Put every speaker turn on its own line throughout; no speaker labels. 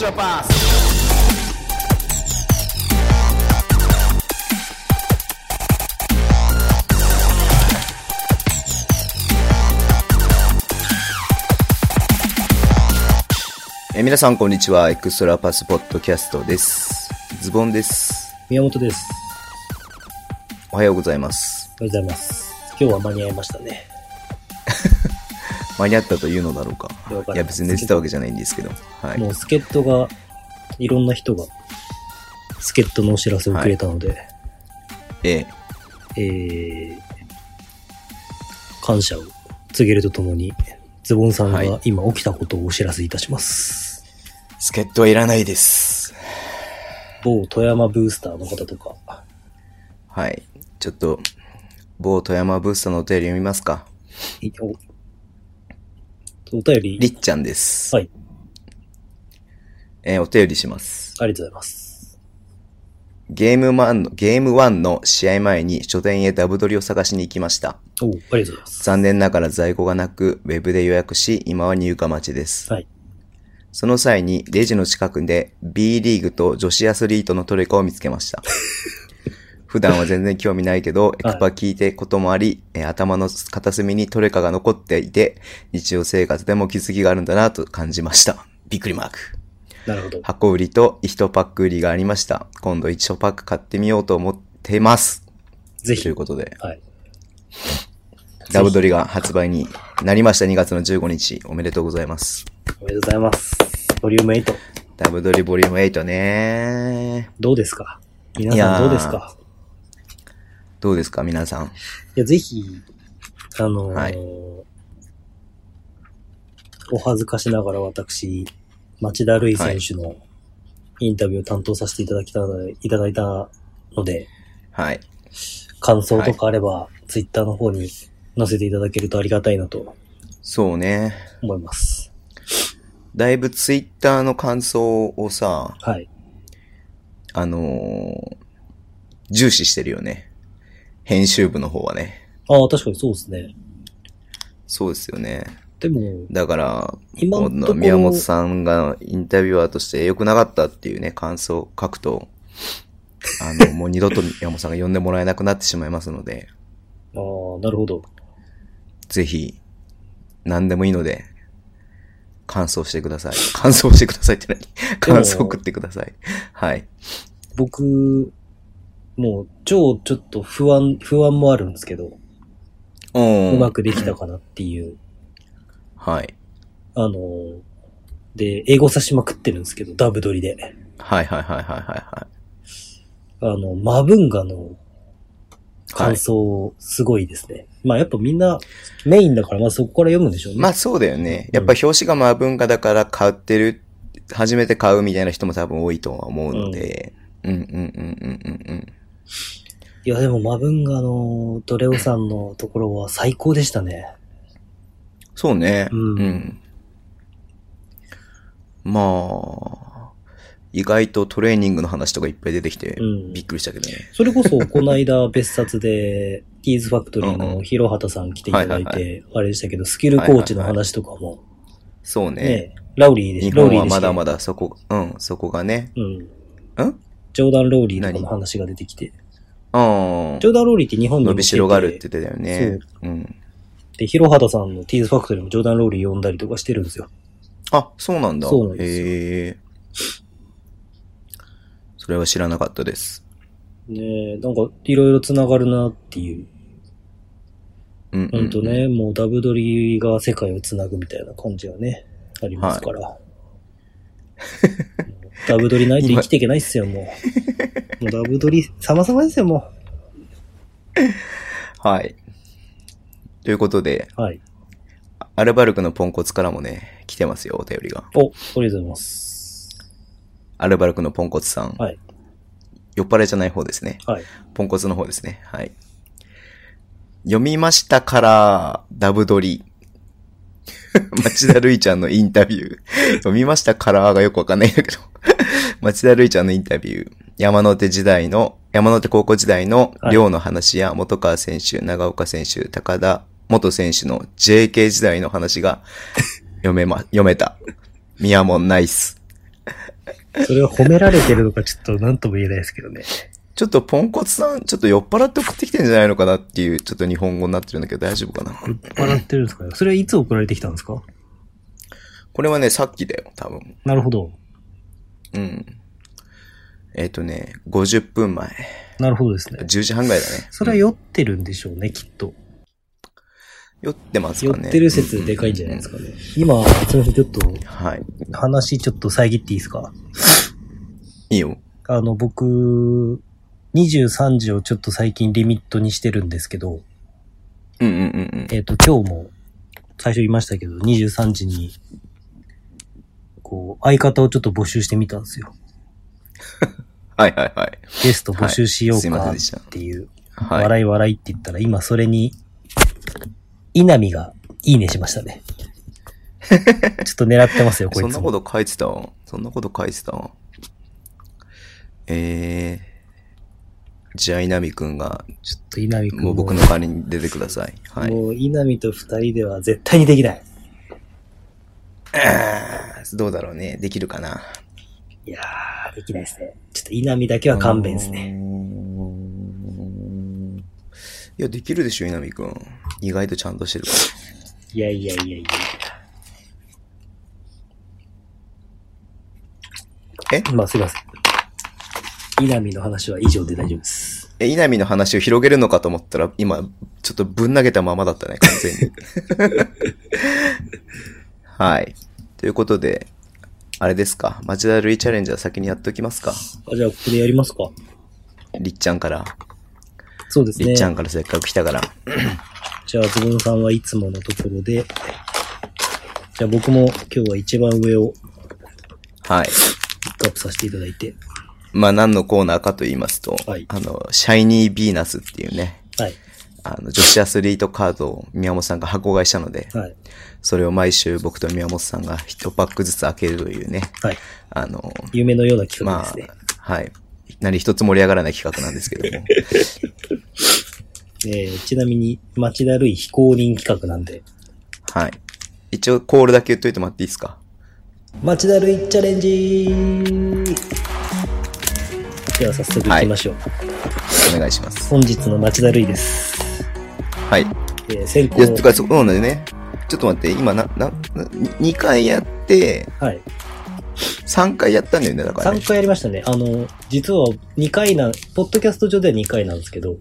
your pass.
えー皆さんこんにちはエクストラパスポッドキャストですズボンです
宮本です。
おはようございます
おはようございます。今日は間に合いましたね。
間に合ったというのだろうか
了解
いや別に寝てたわけじゃないんですけどはい
もう助っ人が、いろんな人が、助っ人のお知らせをくれたので、
ええ
えー、感謝を告げるとともに、ズボンさん
は
が
い
今起きたことをお知らせいたします。
助っ人はいらないです
某富山ブースターの方とか、
はいちょっと某富山ブースターのお便り読みますか
いおお便り、
りっちゃんです、
はい、
えーお便りします
ありがとうございます。
ゲームワンのゲーム1の試合前に書店へダブドリを探しに行きました
おありがとうございます。
残念ながら在庫がなくウェブで予約し今は入荷待ちです
はい。
その際にレジの近くで B リーグと女子アスリートのトレカを見つけました。 普段は全然興味ないけど、エクパ聞いてこともあり、えー頭の片隅にトレカが残っていて、日常生活でも気づきがあるんだなと感じました。びっくりマーク。
なるほど。
箱売りと1パック売りがありました。今度1パック買ってみようと思ってます。と
ぜ
い
ひ
う。ことで、
はい。
ダブドリが発売になりました。2月の15日、おめでとうございます。
おめでとうございます。ボリューム8。
ダブドリボリューム8ね
どうですか皆
いや
さ
ー
んどうですか
どうですか、皆さん。
いや、ぜひ、あのー
はい
お恥ずかしながら私、町田瑠唯選手のインタビューを担当させていただきた、いただいたので、
はい。
感想とかあれば、ツイッターの方に載せていただけるとありがたいなと
そうね。
思います。
だいぶツイッターの感想をさ、
はい。
あのー重視してるよね。編集部の方はね。
ああ、確かにそうですね。
そうですよね。
でも、
だから、
今んと
の
こ
宮本さんがインタビュアーとして良くなかったっていうね、感想を書くと、あの、 もう二度と宮本さんが呼んでもらえなくなってしまいますので、
ああ、なるほど。
ぜひ、何でもいいので、感想してください。感想してくださいって何感想送ってください。はい。
僕、もう、超ちょっと不安、不安もあるんですけど、
うん
うまくできたかなっていう
はい。
あの、で、英語さしまくってるんですけど、ダブドリで。
はいはいはいはいはいは
あの、マブンガの
い。は
感
い。
想、すごいですね。まあやっぱみんなメインだから、まあそこから読むんでしょうね。
まあそうだよね。やっぱ表紙がまあ文化だから買ってる、初めて買うみたいな人も多分多いとは思うので。うんうんうんうんうんうん。
いやでもマブンガのドレオさんのところは最高でしたね。
そうね。
うん
まあ、意外とトレーニングの話とかいっぱい出てきて
う、ん
び。っくりしたけどね。
それこそ、この間 別冊で、ティーズファクトリーの広畑さん来ていただい
はいは
て、あれでしたけど、スキルコーチの話とかも、
そうね。
ね、ラウリーで
日
し、ロー
本
リー
は
でし
ま
た
だ
よ
まだそこ、うん、そこがね。
うん。
うん
ジョーダン・ローリーとかの話が出てきて。
うん
ジ。ョーダン・ローリーって日本に
伸
も
び
来
し
い
ろがあるって言ってたよね。うん。
で、広畑さんのティーズファクトリーもジョーダン・ローリー呼んだりとかしてるんですよ。
あ、そうなんだ。
そうなんですよ
へえ。それは知らなかったです。
ねえ、なんか、いろいろ繋がるなっていう。
うん、うん。
ほんとね、もうダブドリが世界を繋ぐみたいな感じはね、ありますから。 ダブドリないと生きていけないっすよ、もう。もうダブドリ様々ですよ、も
はい。ということで、
う。はい。
アルバルクのポンコツからもね、来てますよ、お便りが。
お、ありがとうございます。
アルバルクのポンコツさん。
はい。
酔っ払いじゃない方ですね。
はい。
ポンコツの方ですね。はい。読みましたから、ダブドリ。 町田るいちゃんのインタビュー。読みましたからがよくわかんないんだけど。 町田るいちゃんのインタビュー。山手時代の、山手高校時代の
はい
寮の話や、元川選手、長岡選手、高田元選手の JK 時代の話が読めま、読めた。ミヤモンナイス。
それは褒められてるのかちょっと何とも言えないですけどね。
ちょっとポンコツさん、ちょっと酔っ払って送ってきてんじゃないのかなっていう、ちょっと日本語になってるんだけど大丈夫かな
酔っ払ってるんです かね。それはいつ送られてきたんですか
これはね、さっきだよ、多分。
なるほど。
うん。えっ、とね、50分前。
なるほどですね。
10時半ぐらいだね。
それは酔ってるんでしょうね、きっと。
うん酔ってます
寄
かね。
ってる説でかいんじゃないですかね。
今、すみません、ちょっと、
はい。
話ちょっと遮っていいですか
いいよ。
あの、僕、23時をちょっと最近リミットにしてるんですけど、
うんうんうんうん。
えっ、と、今日も、最初言いましたけど、23時に、こう、相方をちょっと募集してみたんですよ。
はいはいはい。
ゲスト募集しよ
はいうすいませ
か
ん
っ
でした
ていう、
はい。
笑い笑いって言ったら、今それに、稲見が、いいねしました ね。ちょっと狙ってますよ、こい
そん
つ
な
も。
こと書いてたわそんなこと書いてたわえー、じゃあ稲見くんが、ち
ちょ
ょっ
っと稲見
と
君
もう僕の代わりに出てください。はい。
もう、稲見と二人では絶対にできない。
どうだろうね。できるかな。
いやー、できないですね。ちょっと稲見だけは勘弁ですね。
ね。いや、できるでしょ、稲見くん。意外とちゃんとしてるから。
いやいやいやいや。
まあ、すいません。
稲見の話は以上で大丈夫です。
え、稲見の話を広げるのかと思ったら、今、ちょっとぶん投げたままだったね、完全に。 はい。ということで、あれですか。町田ルイチャレンジャー先にやっておきますか。
あ、じゃあここでやりますか。
りっちゃんから。
そうです
り
ね。
っ
じ
ちゃ
ゃ
んからせっかく来たから。
あズボンさんはいつものところで、じゃあ僕も今日は一番上を
はい。
ピックアップさせていただいて、
まあ、何のコーナーかと言いますと、
はい
あの、シャイニーヴィーナスっていうね、
はい、
あの、女子アスリートカードを宮本さんが箱買いしたので、
はい、
それを毎週僕と宮本さんが1パックずつ開けるというね、
はい。
あの、
夢のような企画
ま
ですね。
あ、はい。何一つ盛り上がらない企画なんですけど も。
えー、ちなみに、町田るい非公認企画なんで、
はい。一応、コールだけ言っといてもらっていいですか
町田るいチャレンジでは早速行きましょう。
お願いします。
本日の町田るいです。
はい。
えー、先
いや、と
行、
か、そうなのでね、ちょっと待って、今な、な、2回やって、
はい、
3回やったんだよね、だからね
3。回やりましたね。あの、実は2回な、ポッドキャスト上では2回なんですけど、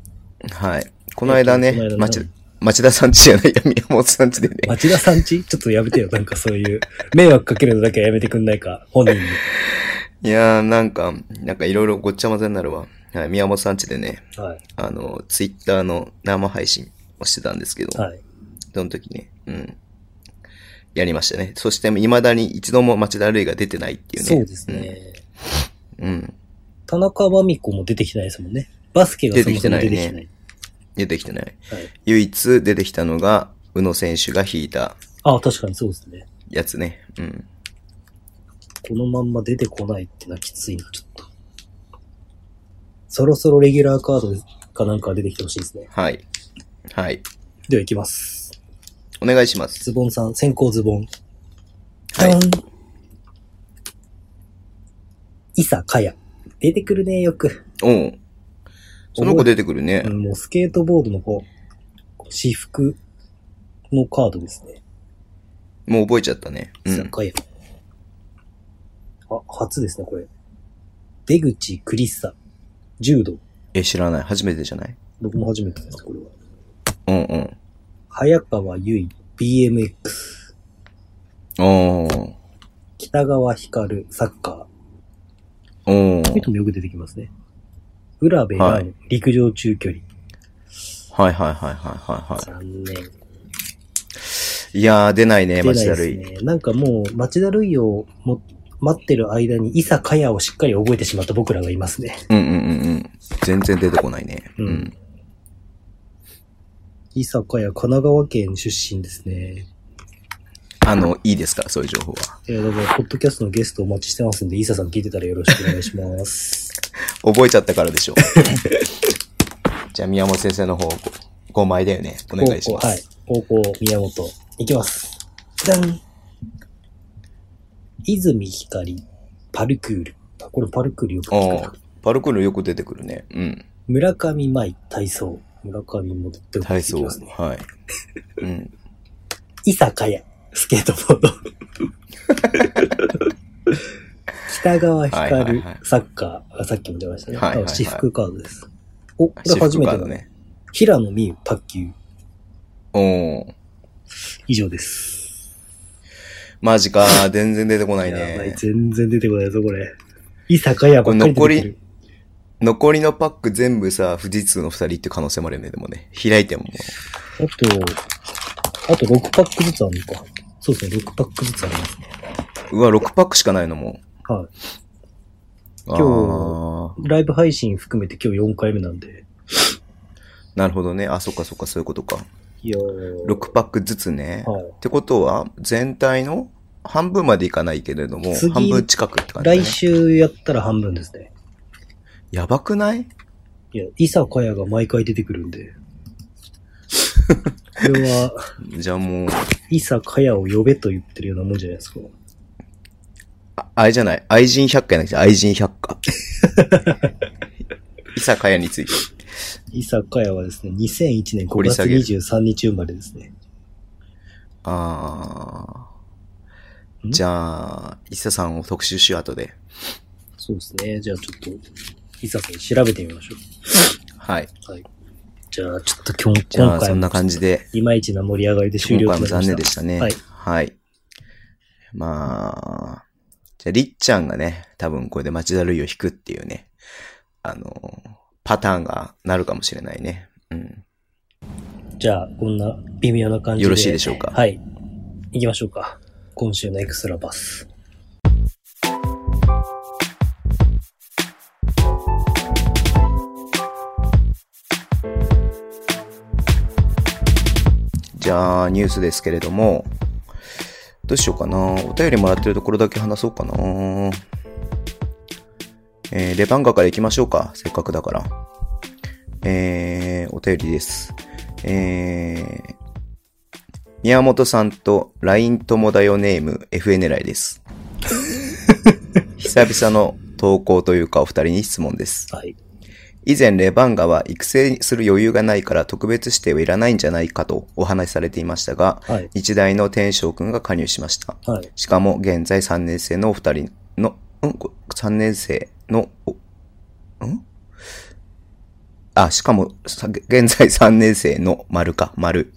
はい。この間
えっとこ
ね
の間、の
町、町田さんちじゃないや、宮本さんちでね。
町田さんちちょっとやめ てよ。なんかそういう、迷惑かけるのだけはやめてくんないか、本人に。
いやー、なんか、なんかいろいろごっちゃ混ぜになるわ。はい、宮本さんちでね、
はい。
あの、ツイッターの生配信をしてたんですけど、
はい。
その時ね、うん。やりましたね。そして、未だに一度も町田瑠唯が出てないっていうね。
そうですね。
うん。うん。
田中真美子も出てきてないですもんね。バスケがそもそも出
出て
てき
き
て
て
な。
ない出てきてない。
はい、
唯一出てきたのが、宇野選手が引いた
ああ、確かにそうですね。
やつね。うん。
このまんま出てこないってのはきついな、ちょっと。そろそろレギュラーカードかなんか出てきてほしいですね。
はい。はい。
では行きます。
お願いします。
ズボンさん、先行ズボン。
は
ダ
い
ン。イサカヤ。出てくるね、よく。
おうその子出てくるね
う。んもうスケートボードのこう、私服のカードですね。
もう覚えちゃったね。う
居
ん。
酒屋。あ、初ですね、これ。出口クリッサ。柔道。
え、知らない。初めてじゃない
僕も初めてです、これは。
うんうん。
早川優衣、BMX。
おー。
北川光、サッカ
お
ー。こういう
ー。
人もよく出てきますね。浦部が
はい
陸上中距離。
はいはいはいはいはいは
残念。
い。いやー、出ないね、
出
町
ない
田瑠
です
唯。
ね。なんかもう、町田るいをも待ってる間に、伊佐かやをしっかり覚えてしまった僕らがいますね。
うんうんうんうん。全然出てこないね。
う
うんん。
伊佐かや、神奈川県出身ですね。
あの、いいですから、そういう情報は。
えー、だから、ポッドキャストのゲストお待ちしてますんで、イーサさん聞いてたらよろしくお願いします。
覚えちゃったからでしょう。 じゃあ、宮本先生の方、5枚だよね。 お願いしま
高校は
す。
い。高校、宮本。いきます。じゃん泉光、パルクール。これパルクールよく
あ
聞く
あ
な。、
パルクールよく出てくるね。うん。
村上舞、体操。村上も出てく
体操。
ますね。
はい。うん。
伊坂屋、スケートボード。 北川光、
はいはいはい
サッカー、あさっきも出ましたね。
はいはいはい
あ私服カードです。お、 これ
私
初
服
め
カ
て
ード
だね。
ね。
平野美宇、卓球。
おお。
以上です。
マジか。全然出てこない
やばい
ね。
全然出てこないぞ、これ。伊坂屋ばっかり出てくる。
これ残り残りのパック全部さ、富士通の二人って可能性もあるよね、でもね。開いてもも
あと、あと6パックずつあるのか。そうですね、6パックずつありますね。
う。うわ、6パックしかないのも
は
う。今
日い。ライブ配信含めて今日4回目なんで。
なるほどね。あ、そっかそっか、そういうことか。
いやー
6パックずつね。
はい
ってことは、全体の半分までいかないけれども、
次
半分近くって感じだね
来。週やったら半分ですね。
やばくない
いや、伊坂屋が毎回出てくるんで。これは、
じゃあもう、
伊坂屋を呼べと言ってるようなもんじゃないですか。
ああれじゃない。愛人百科やなくて愛人百 科。伊坂屋について。
伊坂屋はですね、2001年5
掘り
月
下げる
23日生まれですね。
あー。
ん
じゃあ、伊佐さんを特集しよう後で。
そうですね。じゃあちょっと、伊坂屋調べてみましょ
はい。
う。はい。じゃあちょっと今日、
じゃ
今
あ、
回
そんな感じで。
いまいちな盛り上がりで終
今
了
回も
となりま
残
し
念
た
でしたね。
はい
はい。まあ、じゃあ、りっちゃんがね、多分これで町田類を引くっていうね、あの、パターンがなるかもしれないね。うん。
じゃあ、こんな微妙な感じで。
よろしいでしょうか
はい。行きましょうか。今週のエクストラバス。
じゃあ、ニュースですけれども、どうしようかな。お便りもらってるところだけ話そうかな。えー、レバンガから行きましょうか。せっかくだから。えー、お便りです。えー、宮本さんと LINE 友だよネーム f n いです。 久々の投稿というかお二人に質問です。
はい。
以前レバンガは育成する余裕がないから特別指定はいらないんじゃないかとお話しされていましたが、
はい。
日大の天翔くんが加入しました。
はい。
しかも現在3年生のお二人の、うん、こ3年生の、おんあ、しかも、さ現在3年生の丸か、丸。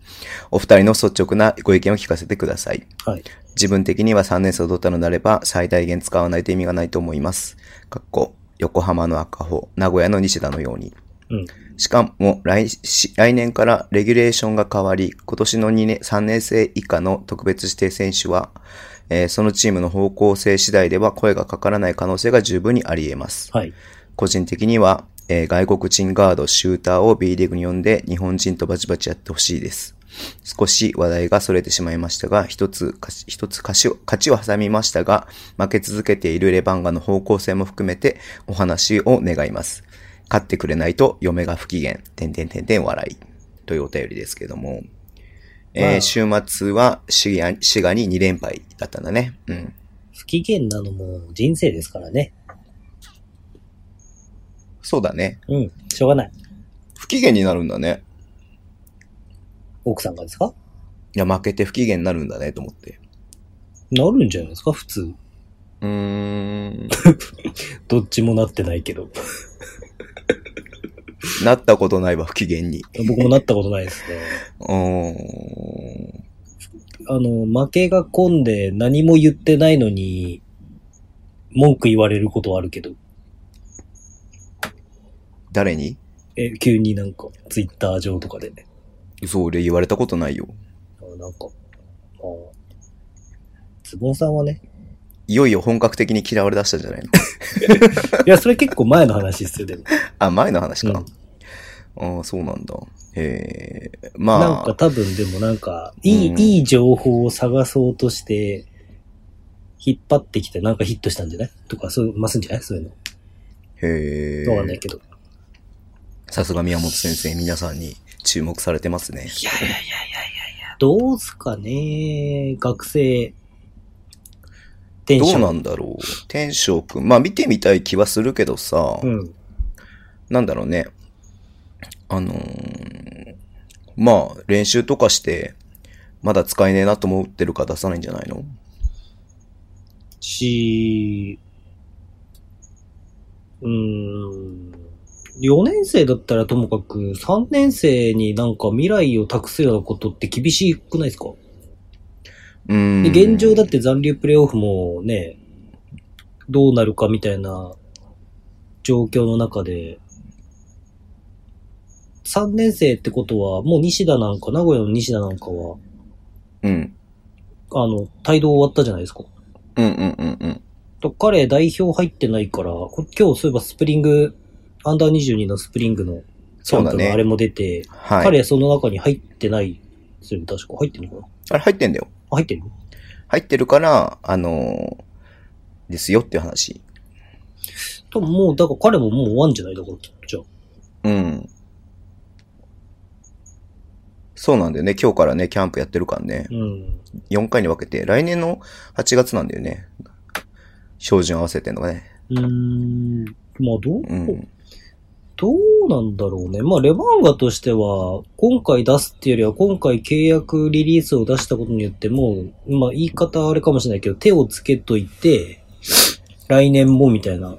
お二人の率直なご意見を聞かせてください。
はい。
自分的には3年生を取ったのであれば、最大限使わないと意味がないと思います。かっこ、横浜の赤穂、名古屋の西田のように。
うん。
しかも来し、来年からレギュレーションが変わり、今年の2年、3年生以下の特別指定選手は、えーそのチームの方向性次第では声がかからない可能性が十分にあり得ます。
はい。
個人的には、えー外国人ガード、シューターを B リーグに呼んで日本人とバチバチやってほしいです。少し話題が逸れてしまいましたが、一つ勝ち、一つ勝ちを、勝ちを挟みましたが、負け続けているレバンガの方向性も含めてお話を願います。勝ってくれないと嫁が不機嫌、てんてんてんてん笑い。というお便りですけども、
ま
えー
あ
週末はシガシガに2連敗だったんだね。うん。
不機嫌なのも人生ですからね。
そうだね。
うん。しょうがない。
不機嫌になるんだね。
奥さんがですか
いや、負けて不機嫌になるんだね、と思って。
なるんじゃないですか普通。
うーん。
どっちもなってないけど。
なったことないわ、不機嫌に。
僕もなったことないですね。
うーん。
あの、負けが込んで何も言ってないのに、文句言われることはあるけど。
誰に
え、急になんか、ツイッター上とかで。
そう、俺言われたことないよ。
あなんか、あズボンさんはね、
いよいよ本格的に嫌われ出したんじゃないの
いや、それ結構前の話ですよ、でも。
あ、前の話か。ああ、そうなんだ。ええまあ、
なんか多分でもなんか、いい、
うん
いい情報を探そうとして、引っ張ってきてなんかヒットしたんじゃないとか、そう、ますんじゃないそういう
へ
の。わかんな
え
いけど。
さすが宮本先生、皆さんに注目されてますね。
いやいやいやいやいやどうすかね学生。テン
ど
シ
う
ョ
な
ン。
んだろう。天翔くん。まあ見てみたい気はするけどさ、
うん。
なんだろうね。あのーまあ練習とかして、まだ使えねえなと思ってるから出さないんじゃないの
し、うーん、4年生だったらともかく、3年生になんか未来を託すようなことって厳しくないですか、
うーん。
で現状だって残留プレイオフもね、どうなるかみたいな状況の中で、3年生ってことは、もう西田なんか、名古屋の西田なんかは、
うん。
あの、帯同終わったじゃないですか。
うんうんうんうん。
と彼代表入ってないから、こ今日そういえばスプリング、アンダー22のスプリングのキャンプ
そうだね
のあれも出て、
はい。
彼その中に入ってないですよね、確か。入ってるのかな
あれ入ってんだよ。
あ、入ってるの
入ってるから、あのーですよっていう話。
多分もう、だから彼ももう終わんじゃないだから、きっとじゃあ。
うん。そうなんだよね。今日からね、キャンプやってるからね。
うん。
4回に分けて、来年の8月なんだよね。標準合わせてんのがね。
うーん。まあ、ど
う
う、
ん。
どうなんだろうね。まあ、レバンガとしては、今回出すっていうよりは、今回契約リリースを出したことによって、もう、まあ、言い方あれかもしれないけど、手をつけといて、来年もみたいな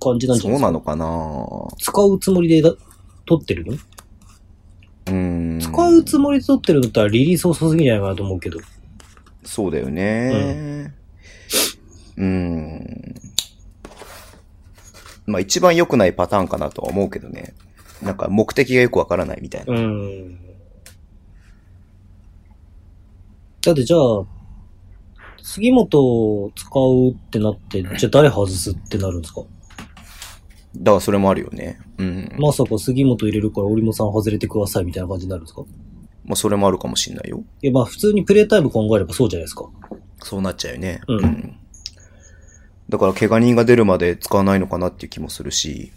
感じなんじ
そ
ゃな
う
いで
な
すか。
のかな
使うつもりでだ取ってるの
うん。
使うつもりで取ってるんだったらリリース遅すぎないかなと思うけど。
そうだよね。うん。まあ一番良くないパターンかなとは思うけどね。なんか目的がよくわからないみたいな。
うん。だってじゃあ、杉本を使うってなって、じゃあ誰外すってなるんですか
だからそれもあるよね。うん。
まさか杉本入れるから折茂さん外れてくださいみたいな感じになるんですか
まあそれもあるかもしんないよ。
いや、まあ普通にプレイタイム考えればそうじゃないですか。
そうなっちゃうよね。
うん
だから、怪我人が出るまで使わないのかなっていう気もするし、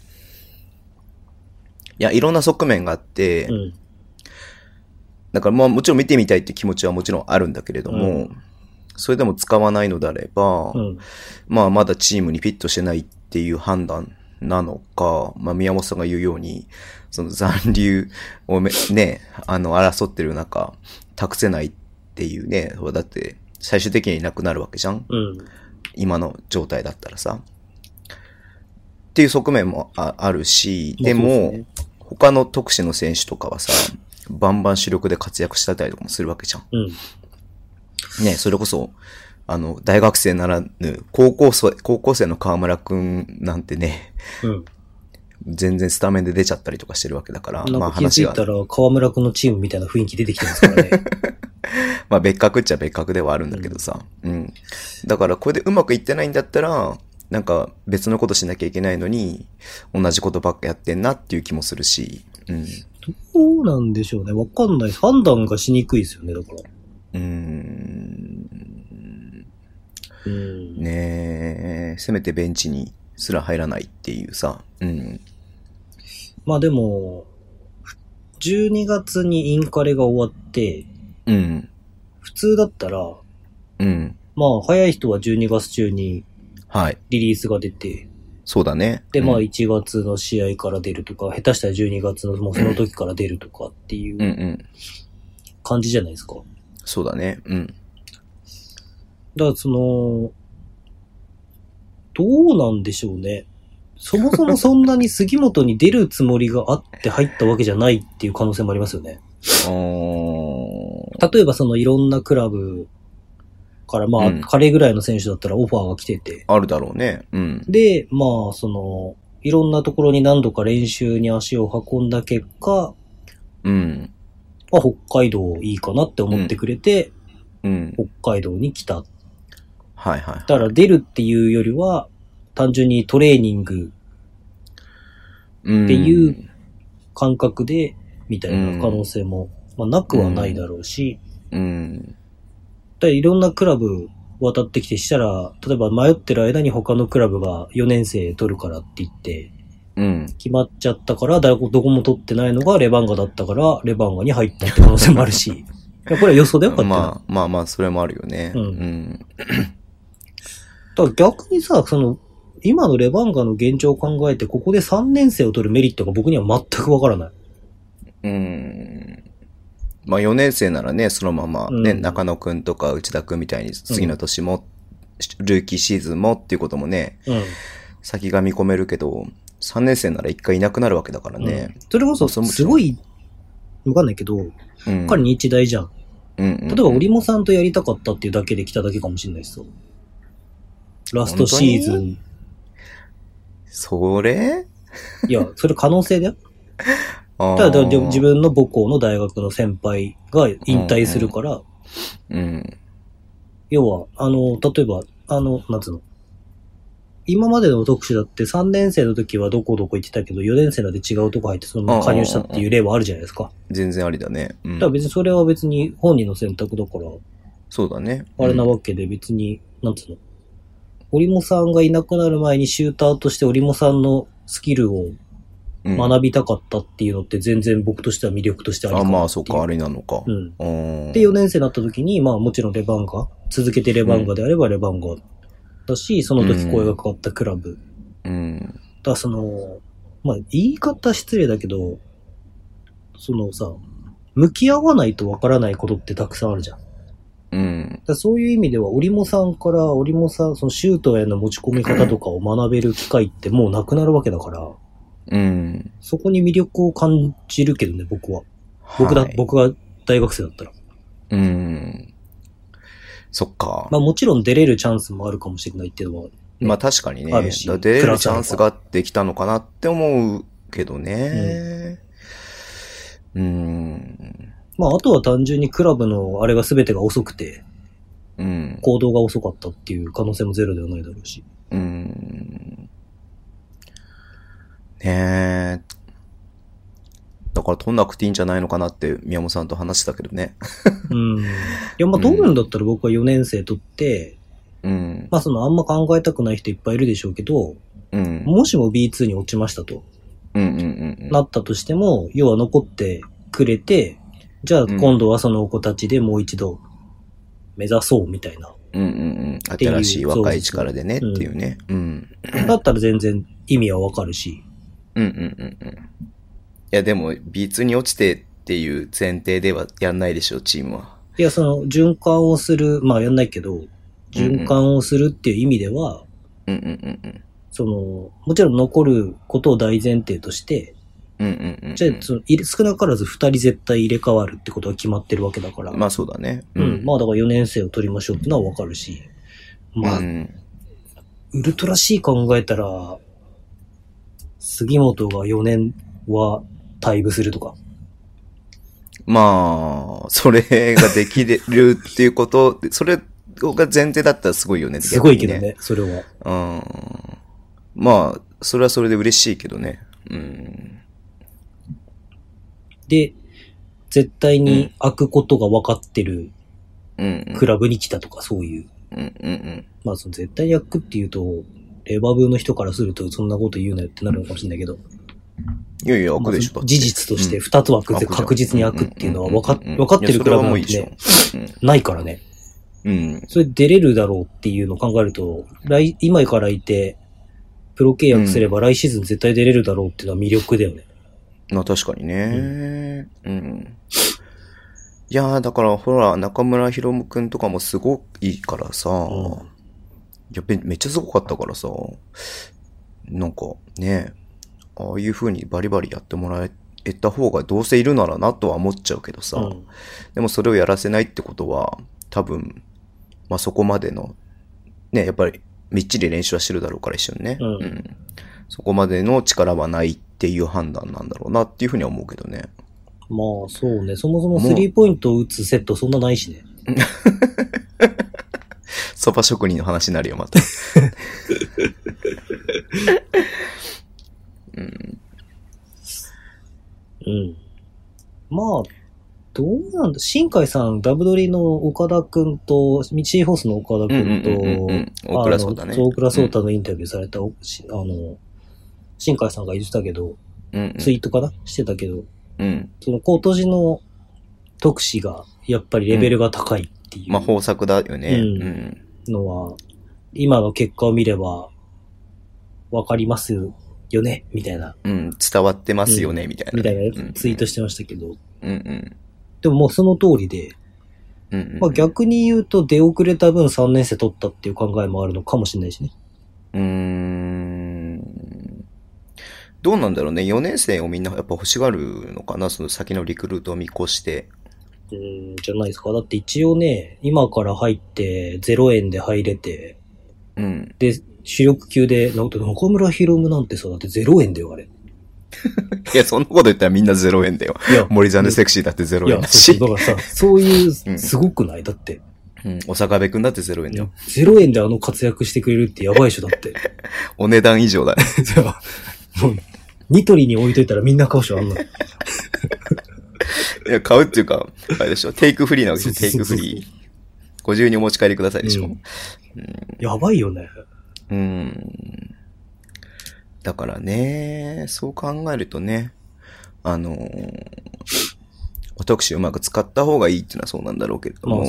いや、いろんな側面があって、
うん。
だからまあもちろん見てみたいって気持ちはもちろんあるんだけれども、
う
それでも使わないのであれば、
うん。
まあまだチームにフィットしてないっていう判断なのか、まあ宮本さんが言うように、その残留をめ ね、あの争ってる中、託せないっていうね、ほらだって最終的にいなくなるわけじゃん
うん。
今の状態だったらさ。っていう側面もああるし、
まあ
でも、
そうですね
他の特使の選手とかはさ、バンバン主力で活躍したりとかもするわけじゃん。
うん。
ね、それこそ、あの、大学生ならぬ、高校生、高校生の河村くんなんてね、
うん。
全然スタメンで出ちゃったりとかしてるわけだから、
なん
ま
か
あ
気づ
話
い
が
た、ら河村くんのチームみたいな雰囲気出てきてます からね。
まあ別格っちゃ別格ではあるんだけどさ、うん。だからこれでうまくいってないんだったら、なんか別のことしなきゃいけないのに、同じことばっかやってんなっていう気もするし、うん。
そうなんでしょうね。わかんない。判断がしにくいですよね、だから。
うーん。
うん。
ねえ、せめてベンチにすら入らないっていうさ、うん。
まあでも、12月にインカレが終わって、
うん。
普通だったら、
うん。
まあ早い人は12月中に
はい。
リリースが出て、
そうだね。
で、まあ
うん
1月の試合から出るとか、下手したら12月のもうその時から出るとかってい
うんう。
うん感じじゃないですか。
そうだね。うん。
だからその、どうなんでしょうね。そもそもそんなに杉本に出るつもりがあって入ったわけじゃないっていう可能性もあります よね。
おー
例えばそのいろんなクラブから、まあ、
うん
彼ぐらいの選手だったらオファーが来てて、
あるだろうね。うん。
で、まあ、その、いろんなところに何度か練習に足を運んだ結果、
うん。
まあ、北海道いいかなって思ってくれて、
うん。
北海道に来た。
はいはい。
だから出るっていうよりは、単純にトレーニング
っ
っていう感覚で、みたいな可能性も、まあ、なくはないだろうし、
うん。
だからいろんなクラブ渡ってきてしたら、例えば迷ってる間に他のクラブが4年生取るからって言って、
うん。
決まっちゃったから、誰もどこも取ってないのがレバンガだったから、レバンガに入ったって可能性もあるし、いやこれは予想だよ、これって。
まあまあまあ、それもあるよね。
うん
ん
だから逆にさ、その、今のレバンガの現状を考えて、ここで3年生を取るメリットが僕には全くわからない。
うん。まあ4年生ならね、そのままね、
うん
中野くんとか内田くんみたいに次の年も、ルーキーシーズンもっていうこともね、
うん。
先が見込めるけど、3年生なら一回いなくなるわけだからね。
うんそれこそ、
そうもちろん
すごい、わかんないけど、
うん。
彼日大じゃん。
うんうん
例えば、織茂さんとやりたかったっていうだけで来ただけかもしれないしさ。ラストシーズン。
それ
いや、それ可能性だよ。
あー
ただ、だから自分の母校の大学の先輩が引退するから、
うん。
要は、あの、例えば、あの、なんつうの。今までの特集だって3年生の時はどこどこ行ってたけど、4年生なんで違うとこ入ってそのまま加入したっていう例はあるじゃないですか。
全然ありだね。う
だ
ん
から。別にそれは別に本人の選択だから、
そうだね。
あれな
うん
わけで別に、なんつうの。織茂さんがいなくなる前にシューターとして織茂さんのスキルを
うん
学びたかったっていうのって全然僕としては魅力としてあり
あ、
なってい
まあ、そっか、あ。れなのか。
うん。
うん
で、4年生になった時に、まあもちろんレバンガ、続けてレバンガであればレバンガだし、その時声がかかったクラブ。
うん。
だからその、まあ言い方失礼だけど、そのさ、向き合わないとわからないことってたくさんあるじゃん。
うん
だか。らそういう意味では、織茂さんから、織茂さん、そのシュートへの持ち込み方とかを学べる機会ってもうなくなるわけだから、
うん。
そこに魅力を感じるけどね、僕は。僕だ、
はい
僕が大学生だったら。
うん。そっか。
まあもちろん出れるチャンスもあるかもしれないっていうのは、
まあ確かにね、
あ
だ
るし
出れ
プラ
る
ス
チ
アル
ャ
ファ
ンスができたのかなって思うけどね。うーん。
まああとは単純にクラブのあれが全てが遅くて、
うん。
行動が遅かったっていう可能性もゼロではないだろうし。
うん。ねえ。だから取んなくていいんじゃないのかなって宮本さんと話してたけどね。
うん。いやまあどうなんだったら僕は4年生取って、
うん。
まあそのあんま考えたくない人いっぱいいるでしょうけど、
うん。
もしも B2 に落ちましたと。
うんうんうん
なったとしても、要は残ってくれて、じゃあ
ん
今度はその子たちでもう一度目指そうみたいな。
うん。うんうんうん。
ていう
新しい若い力でねって
そうそう
いうね。うん。
だったら全然意味はわかるし。
うんうんうんうん。いやでも B2 に落ちてっていう前提ではやんないでしょ、チームは。
いや、その循環をする、まあやんないけど、循環をするっていう意味では、
うんうんうんうん。
その、もちろん残ることを大前提として、
うんうんうんうん。
じゃあその入れ少なからず2人絶対入れ替わるってことは決まってるわけだから、
まあそうだね。
うん、まあだから4年生を取りましょうってのはわかるし、まあ
うん
ウルトラ C 考えたら、杉本が4年は退部するとか。
まあ、それができれるっていうこと、それが前提だったらすごいよね。
すごいけど
逆に
ね、それは。
うん。まあ、それはそれで嬉しいけどね。うん。
で、絶対
うん
に開くことが分かってる
うんうん。
クラブに来たとか、そういう。
うんうん
まあ、その絶対に開くっていうと、レバブの人からするとそんなこと言うなよってなるのかもしれないけど、
うん。いやいや、開くでしょ。
ま
だっ
あ
て
事実として2つ枠で確実に開くっていうのは分かっ
うんうんうんうん
分かってるクラブなん
いやそれ
て
はも
ね
ういいでしょ。
ないからね。
うん。うん
それ出れるだろうっていうのを考えると、来、今からいて、プロ契約すれば来シーズン絶対出れるだろうっていうのは魅力だよね。
まあ確かにね。うん。いやー、だからほら、中村ひろむくんとかもすごいいいからさ、
うん
いやめめっちゃすごかったからさ、なんかね、ああいう風にバリバリやってもらえた方がどうせいるならなとは思っちゃうけどさ、
うん
でもそれをやらせないってことは、多分、まあそこまでの、ね、やっぱりみっちり練習はしてるだろうから一緒にね、
うん
そこまでの力はないっていう判断なんだろうなっていうふうには思うけどね。
まあそうね、そもそもスリーポイントを打つセットそんなないしね。
そば職人の話になるよ、また。
うん。まあ、どうなんだ、新海さん、ダブドリの岡田くんと、ミッチーホースの岡田くんと
うんうんうんうん、大倉颯太ね
あのそう大倉颯太のインタビューされた、しあの、新海さんが言ってたけど、
うんうん
ツイートかなしてたけど、
うん。
その今年の特使がやっぱりレベルが高いってい
まあ、
う
豊作だよね。
うん
うん。
のは、今の結果を見れば、わかりますよねみたいな、
うん、伝わってますよね、みたいな。
みたい
うん
なツイートしてましたけど、
うんうん。
でももうその通りで、
うんうん。
まあ逆に言うと出遅れた分3年生取ったっていう考えもあるのかもしれないしね。
うーん。どうなんだろうね。4年生をみんなやっぱ欲しがるのかなその先のリクルートを見越して。
うん、じゃないですか。だって一応ね、今から入って0円で入れて、
うん。
で、主力級で、なんか中村博夢なんてさ、だって0円だよ、あれ。
いや、そんなこと言ったらみんな0円だよ。
いや、
森ザネセクシーだって
い
0円
や、
だ
そう
し
そ。う、だからさ、そういう、
うん
すごくないだって。
うん。お坂部くんだって0円だよ。
0円であの活躍してくれるってやばいでしょ、だって。
お値段以上だね。
じゃあもう、ニトリに置いといたらみんな買うしょ、あんなの。
いや、買うっていうか、あれでしょ。テイクフリーなわけでしょ。
そ
テイ
うそう
ク
そうそ
フ
う
リー。ご自由にお持ち帰りくださいでしょ。
うんやばいよね。
うん。だからね、そう考えるとね、あのー、私うまく使った方がいいっていうのはそうなんだろうけれど
ま
も、
あ、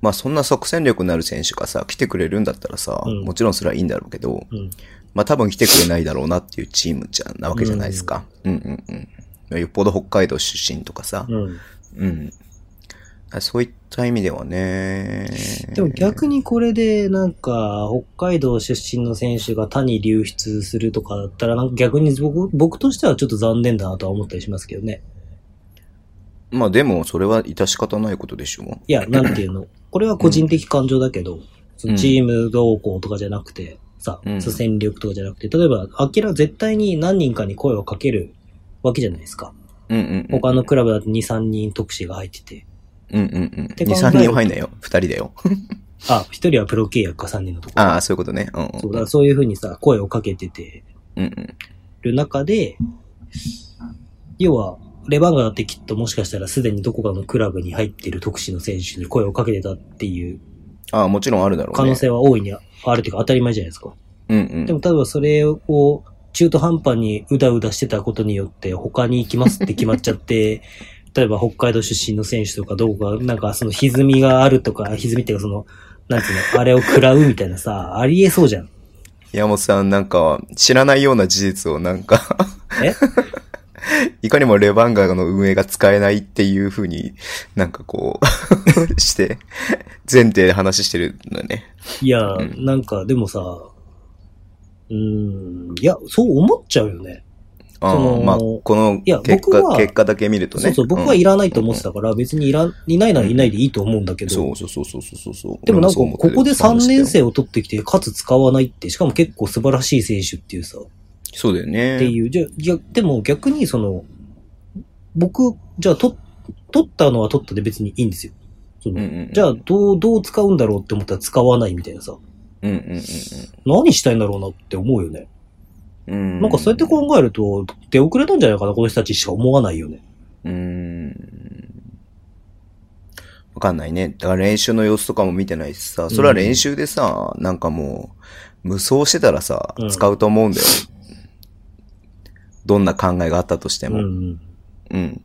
まあ
そ
そ,、
うね。
んな即戦力のある選手がさ、来てくれるんだったらさ、
うん
もちろんそれはいいんだろうけど、
うん。
まあ多分来てくれないだろうなっていうチームじゃなわけじゃないですか。うんうんうん。よっぽど北海道出身とかさ、
うん。
うん。あそういった意味ではね。
でも逆にこれで、なんか、北海道出身の選手が他に流出するとかだったら、なんか逆に僕、僕としてはちょっと残念だなとは思ったりしますけどね。
まあでも、それは致し方ないことでしょう。
いや、なんていうの。これは個人的感情だけど、そのチーム動向とかじゃなくて、さ、
うん
そう戦力とかじゃなくて、例えば、アキラ絶対に何人かに声をかけるわけじゃないですか。
うんうんうん。
他のクラブだと2、3人特使が入ってて。
うんうんうん。2、
て考えると
3人は入んないよ。2人だよ。
あ、1人はプロ契約か3人のところ。
ああ、そういうことね。うんうん。
そう、だからそういうふうにさ、声をかけてて
うんうん。
る中で、要は、レバンガだってきっともしかしたらすでにどこかのクラブに入ってる特使の選手に声をかけてたっていう
ああ、もちろんあるだろうね。
可能性は大いにあるというか当たり前じゃないですか。
うんうん。
でも例えばそれを中途半端にうだうだしてたことによって他に行きますって決まっちゃって、 例えば北海道出身の選手とかどうか、なんかその歪みがあるとか、歪みっていうかその、なんつうの、あれを食らうみたいなさ、ありえそうじゃん。
山本さん、なんか、知らないような事実をなんか
え
いかにもレバンガの運営が使えないっていう風になんかこう、 して、前提で話してるんだね。
いや、
うん
なんかでもさ、うーん、いや、そう思っちゃうよね。
あ
そ
あ
の
まあ、この
いや
結
僕
果、
は
結果だけ見るとね。
そうそう、僕はい
ら
らないと思ってたから、別にいらん、いないならいないでいいと思うんだけど。
そうそうそうそうそうそう。
でもなんか、
俺
こ
そう思
こ
って
で
る
3年。生を取ってきて、かつ使わないって、しかも結構素晴らしい選手っていうさ、っ
そうだよね。
ていう。じゃあ、いや、でも逆にその、僕、じゃあ、と、取ったのは取ったで別にいいんですよ。その
うんうんうん
じゃあ、どう、どう使うんだろうって思ったら使わないみたいなさ、
うんうんうん
何したいんだろうなって思うよね。
うん。う
なんかそうやって考えると、出遅れたんじゃないかな、この人たちしか思わないよね。
うーん。わかんないね。だから練習の様子とかも見てないしさ、それは練習でさ、なんかもう、無双してたらさ
う、ん
使うと思うんだよ。どんな考えがあったとして
うん
も。
う
うん。
ん。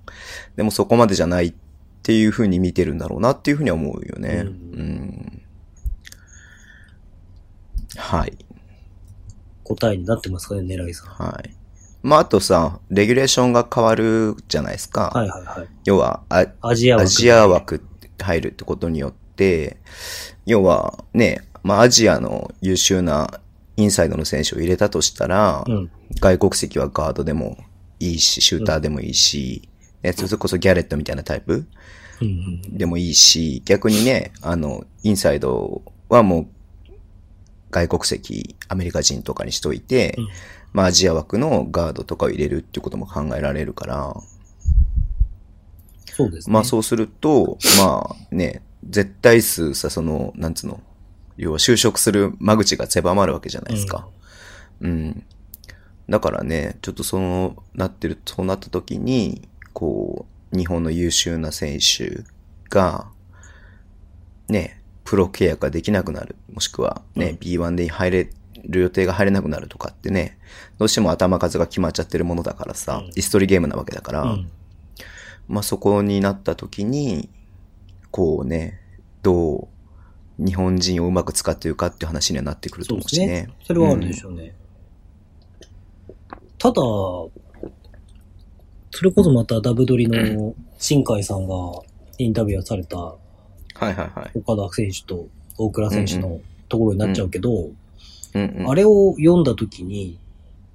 でもそこまでじゃないっていうふうに見てるんだろうなっていうふうには思うよね。う
うん
ん。はい。
答えになってますかね、狙いさん。
はい。まあ、あとさ、レギュレーションが変わるじゃないですか。
はいはいはい。
要は、あ
アジア枠。
アジア枠入るってことによって、要はね、まあアジアの優秀なインサイドの選手を入れたとしたら、
うん。
外国籍はガードでもいいし、シューターでもいいし、ねそれこそギャレットみたいなタイプ
うんうん。
でもいいし、逆にね、あの、インサイドはもう、外国籍、アメリカ人とかにしといて、
うん
まあアジア枠のガードとかを入れるっていうことも考えられるから、
そうですね。
まあそうすると、まあね、絶対数さ、その、なんつうの、要は就職する間口が狭まるわけじゃないですか。うん。だからね、ちょっとその、なってる、そうなった時に、こう、日本の優秀な選手が、ね、プロ契約ができなくなる、もしくはね、
うん
B1 で入れる予定が入れなくなるとかってね、どうしても頭数が決まっちゃってるものだからさ、
うん
イストリゲームなわけだから、
うん。
まあ、そこになった時に、こうね、どう日本人をうまく使ってるかっていう話にはなってくると思うしね。
それはあるでし
ょ。
ょうね。ただ、それこそまたダブドリの新海さんがインタビューされた
はいはいはい。
岡田選手と大倉選手のところになっちゃうけど、
うんうん、
あれを読んだ時に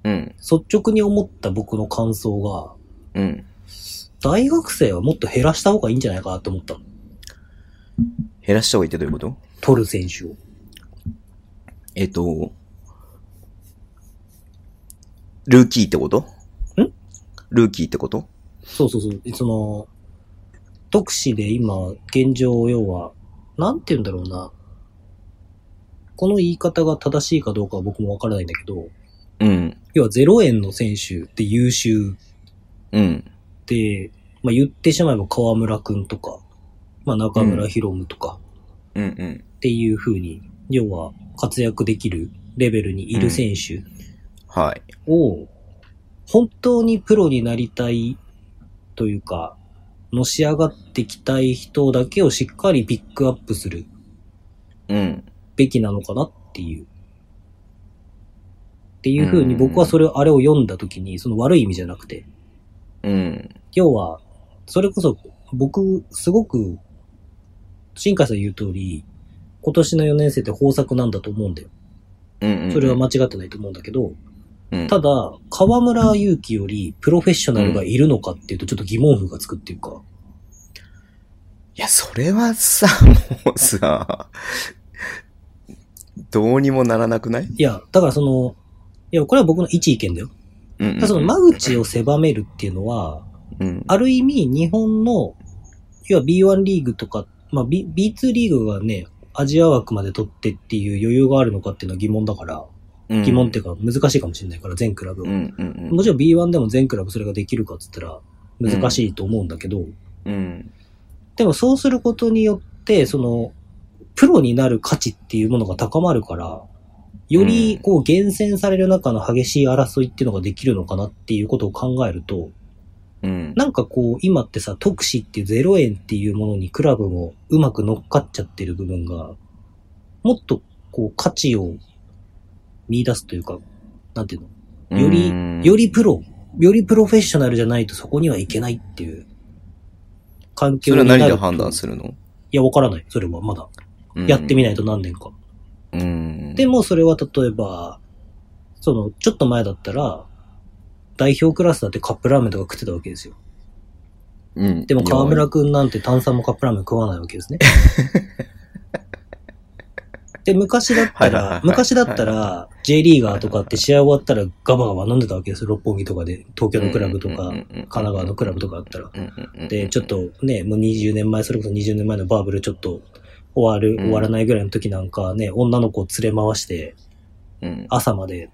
うん。
率直に思った僕の感想が、
うん。
大学生はもっと減らした方がいいんじゃないかなと思ったの。
減らした方がいいってどういうこと
取る選手を。
えっと、ルーキーってこと
ん
ルーキーってこと
そうそうそう。その、特使で今、現状、要は、なんて言うんだろうな。この言い方が正しいかどうかは僕もわからないんだけど、
うん。
要は0円の選手って優秀
うん。
で、まあ、言ってしまえば河村くんとか、まあ、中村博夢とか
うんうん。
っていう風に、要は活躍できるレベルにいる選手
はい。
を、本当にプロになりたいというか、のし上がってきたい人だけをしっかりピックアップする
うん。
べきなのかなっていう。っていう風に僕はそれを、あれを読んだ時に、その悪い意味じゃなくて、
うん。
要は、それこそ僕、すごく、新海さん言う通り、今年の4年生って豊作なんだと思うんだよ。
うんうん。
それは間違ってないと思うんだけど、
うん、
ただ、河村勇輝よりプロフェッショナルがいるのかっていうと、ちょっと疑問符がつくっていうか、
いや、それはさ、 もうさ、どうにもならなくない
いや、だからその、いや、これは僕の一意見だよ。
うんうん、
ただその間口を狭めるっていうのは、
うん。
ある意味日本の、要は B1 リーグとか、まあ、B、B2 リーグがね、アジア枠まで取ってっていう余裕があるのかっていうのは疑問だから、
うん
疑問っていうか難しいかもしれないから、全クラブ
う
は。
んうんうん。
もちろん B1 でも全クラブそれができるかって言ったら難しいと思うんだけど、
うん。
でもそうすることによって、その、プロになる価値っていうものが高まるから、よりこう厳選される中の激しい争いっていうのができるのかなっていうことを考えると、
うん。
なんかこう今ってさ、特使っていう0円っていうものにクラブもうまく乗っかっちゃってる部分が、もっとこう価値を見出すというか、なんていうのより、よ
り、
りプロ、よりプロフェッショナルじゃないとそこにはいけないっていう環
そ
境
れは
になる
何で判断するの
いや、わからない。それはまだ。やってみないと。何年か。
うん。
でも、それは例えば、その、ちょっと前だったら、代表クラスだってカップラーメンとか食ってたわけですよ。
うん、
でも、河村
い
くんなんて炭酸もカップラーメン食わないわ けですね。で、昔だった
はいはいはいは
ら
い、
昔だったら、J リーガーとかって試合終わったらガバガバ飲んでたわけですよ。六本木とかで、東京
や
のクラブとか、神
神
奈川のクラブとかだったら。
ブ
で、ちょっ、とね、もう20年前、それこそ20年前のバーブルちょっと終わる、
うん
終わらないぐらいの時なんかね、女の子を連れ回して
うん
朝まで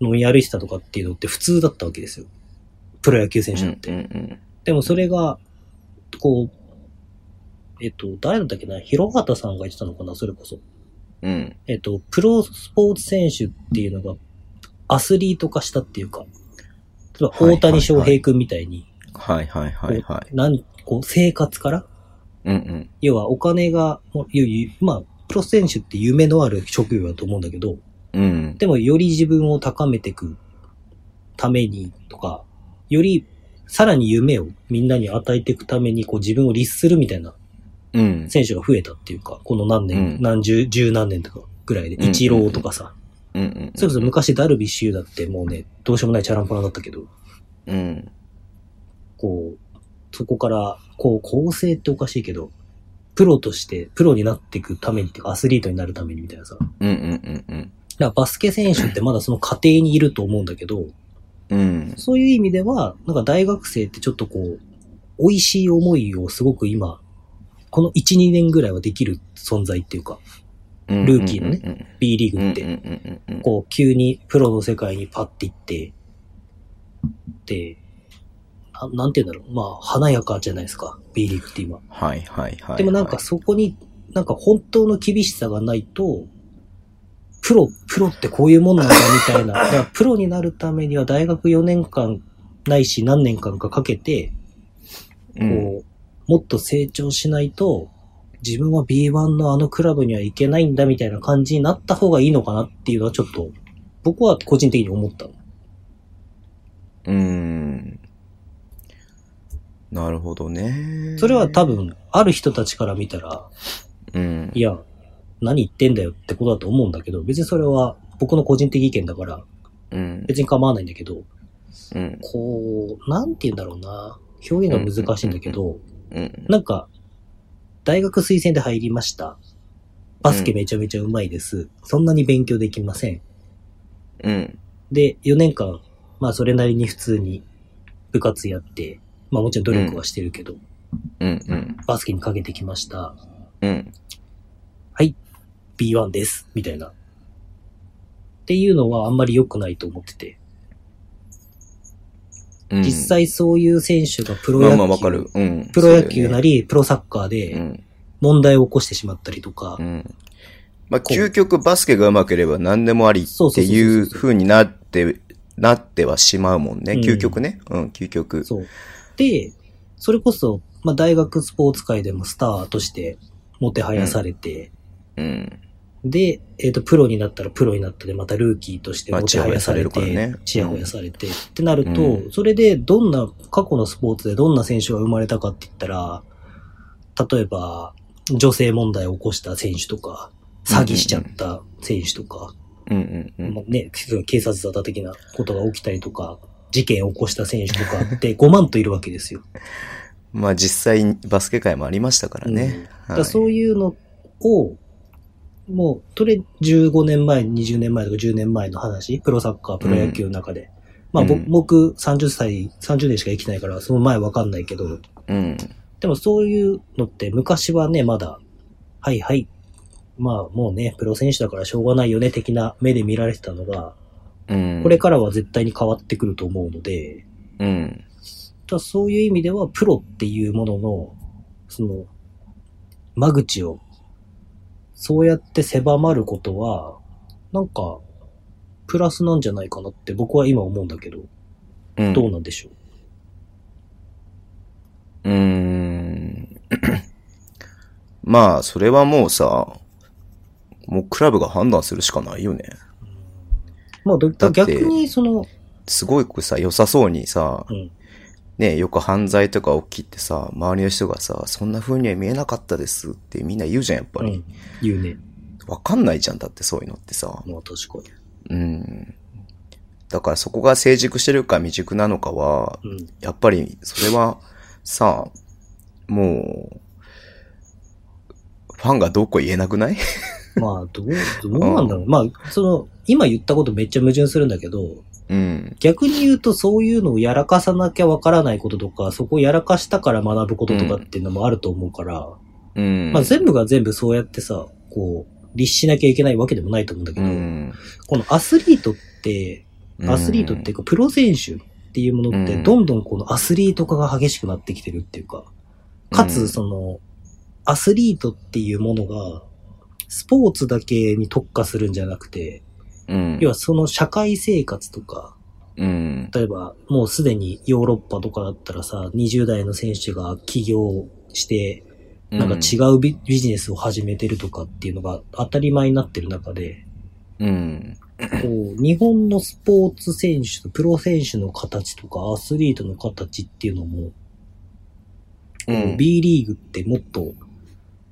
飲み歩いてたとかっていうのって普通だったわけですよ。プロ野球選手だって。
うんうん
でもそれが、こう、えっと、誰だったっけな、広畑さんが言ってたのかな、それこそ。
うんうん
えっと、プロスポーツ選手っていうのがアスリート化したっていうか、例えば大谷翔平君みたいに、
はいはいはいはい。
なんこう生活から
うんうん
要はお金が、もうゆゆまあ、プロ選手って夢のある職業だと思うんだけど、
うん。
でもより自分を高めていくためにとか、よりさらに夢をみんなに与えていくためにこう自分を律するみたいな
うん。
選手が増えたっていうか、この何年、
うん
何十、十何年とかぐらいで、
うん
一郎とかさ、
うんうん。
それこそ昔ダルビッシュ有だってもうね、どうしようもないチャランポランだったけど、
うん。
こう、そこから、こう、構成っておかしいけど、プロとして、プロになっていくためにっていうか、アスリートになるためにみたいなさ。だか
うんうんうん
らバスケ選手ってまだその過程にいると思うんだけど、
うん。うん。
そういう意味では、なんか大学生ってちょっとこう、美味しい思いをすごく今、この1、2年ぐらいはできる存在っていうか、
うん
ルーキーのね。B リー
う
グ
ん
っ
うん
て、
うんうん。
こう、急にプロの世界にパッて行って、で、ななんて言うんだろう、まあ、華やかじゃないですか、B リーグって今。
はいはいはい。
でもなんか、そこに、なんか本当の厳しさがないと、プロ、プロってこういうもんなんだみ たいな。だからプロになるためには大学4年間ないし何年間かかけて、
うん、
こう、もっと成長しないと、自分は B1 のあのクラブには行けないんだみたいな感じになった方がいいのかなっていうのはちょっと、僕は個人的に思ったの。
うーん。なるほどね。
それは多分、ある人たちから見たら、
うん
い。や、何言ってんだよってことだと思うんだけど、別にそれは僕の個人的意見だから、
うん。
別に構わないんだけど、
うん。
こう、なんて言うんだろうな。表現が難しいんだけど、
うん。
なんか、大学推薦で入りました。バスケめちゃめちゃうまいです。そんなに勉強できません。
うん。
で、4年間、まあそれなりに普通に部活やって、まあもちろん努力はしてるけど、
うん。うん。
バスケにかけてきました。
うん。
B1 です。みたいな。っていうのはあんまり良くないと思ってて。
うん
実、際そういう選手がプロ
まあ
野球、
まあわかる。うん。
プロ野球な
り。
り、プロサッカー
う
で
ん。
問題を起こしてしまったりとか
う、ん。まあ、究極バスケが上手ければ何でもありってい
そうそうそ
う
うそうそう
風になって、なってはしまうもんね。
うん
究極ね。うん、究極。
そう。で、それこそ、まあ大学スポーツ界でもスターとしてもてはやされて、
うん。
で、えっ、と、プロになったらプロになったで、またルーキーとして
まあ
もてはやされ
ちやほやされるから
て
ね、
ちやほやされて、ってなると、
うん
それでどんな、過去のスポーツでどんな選手が生まれたかって言ったら、例えば、女性問題を起こした選手とか、詐欺しちゃった選手とか、
うんうんうん。
まあね、警察沙汰的なことが起きたりとか、事件を起こした選手とかって5万 といるわけですよ。
まあ実際にバスケ界もありましたから
うん
ね。
だか
はい
らそういうのを、もう、それ15年前、20年前とか10年前の話、プロサッカー、プロ野球の中で。まあ、ぼ
うん
僕30歳、30年しか生きてないから、その前わかんないけど、
うん。
でもそういうのって昔はね、まだ、はいはい、まあもうね、プロ選手だからしょうがないよね、的な目で見られてたのが、
うん。
これからは絶対に変わってくると思うので、
うん。
ただそういう意味では、プロっていうものの、その、間口を、そうやって狭まることは、なんか、プラスなんじゃないかなって僕は今思うんだけど、
うん。
どうなんでしょう。
うーんまあ、それはもうさ、もうクラブが判断するしかないよね。
まあ、だ
だって
逆に、その、
すごくさ、良さそうにさ
う、ん、
ね、よく犯罪とか起きてさ、周りの人がさ、そんな風には見えなかったですってみんな言うじゃん、やっぱ
う
り。
ん、言うね。
わかんないじゃん、だってそういうのってさ。
まあ、確か
うん。だからそこが成熟してるか未熟なのかは、
に。うん。
やっぱり、それは、さ、もう、ファンがどうこう言えなくない
まあ、どう、どうなんだろう。まあ、その、今言ったことめっちゃ矛盾するんだけど、
うん。
逆に言うとそういうのをやらかさなきゃわからないこととか、そこをやらかしたから学ぶこととかっていうのもあると思うから、
うん。
まあ全部が全部そうやってさ、こう、律しなきゃいけないわけでもないと思うんだけ
う
ど、
ん、
このアスリートって、アスリートっていうか、プロ選手っていうものって、
うん
どんどんこのアスリート化が激しくなってきてるっていうか、かつ、その、アスリートっていうものが、スポーツだけに特化するんじゃなくて、
うん、
要はその社会生活とか、
うん、
例えば、もうすでにヨーロッパとかだったらさ、20代の選手が起業して、なんか違うビビジネスを始めてるとかっていうのが当たり前になってる中で、
うん、
こう、日本のスポーツ選手とプロ選手の形とかアスリートの形っていうのも、
うん、
B リーグってもっと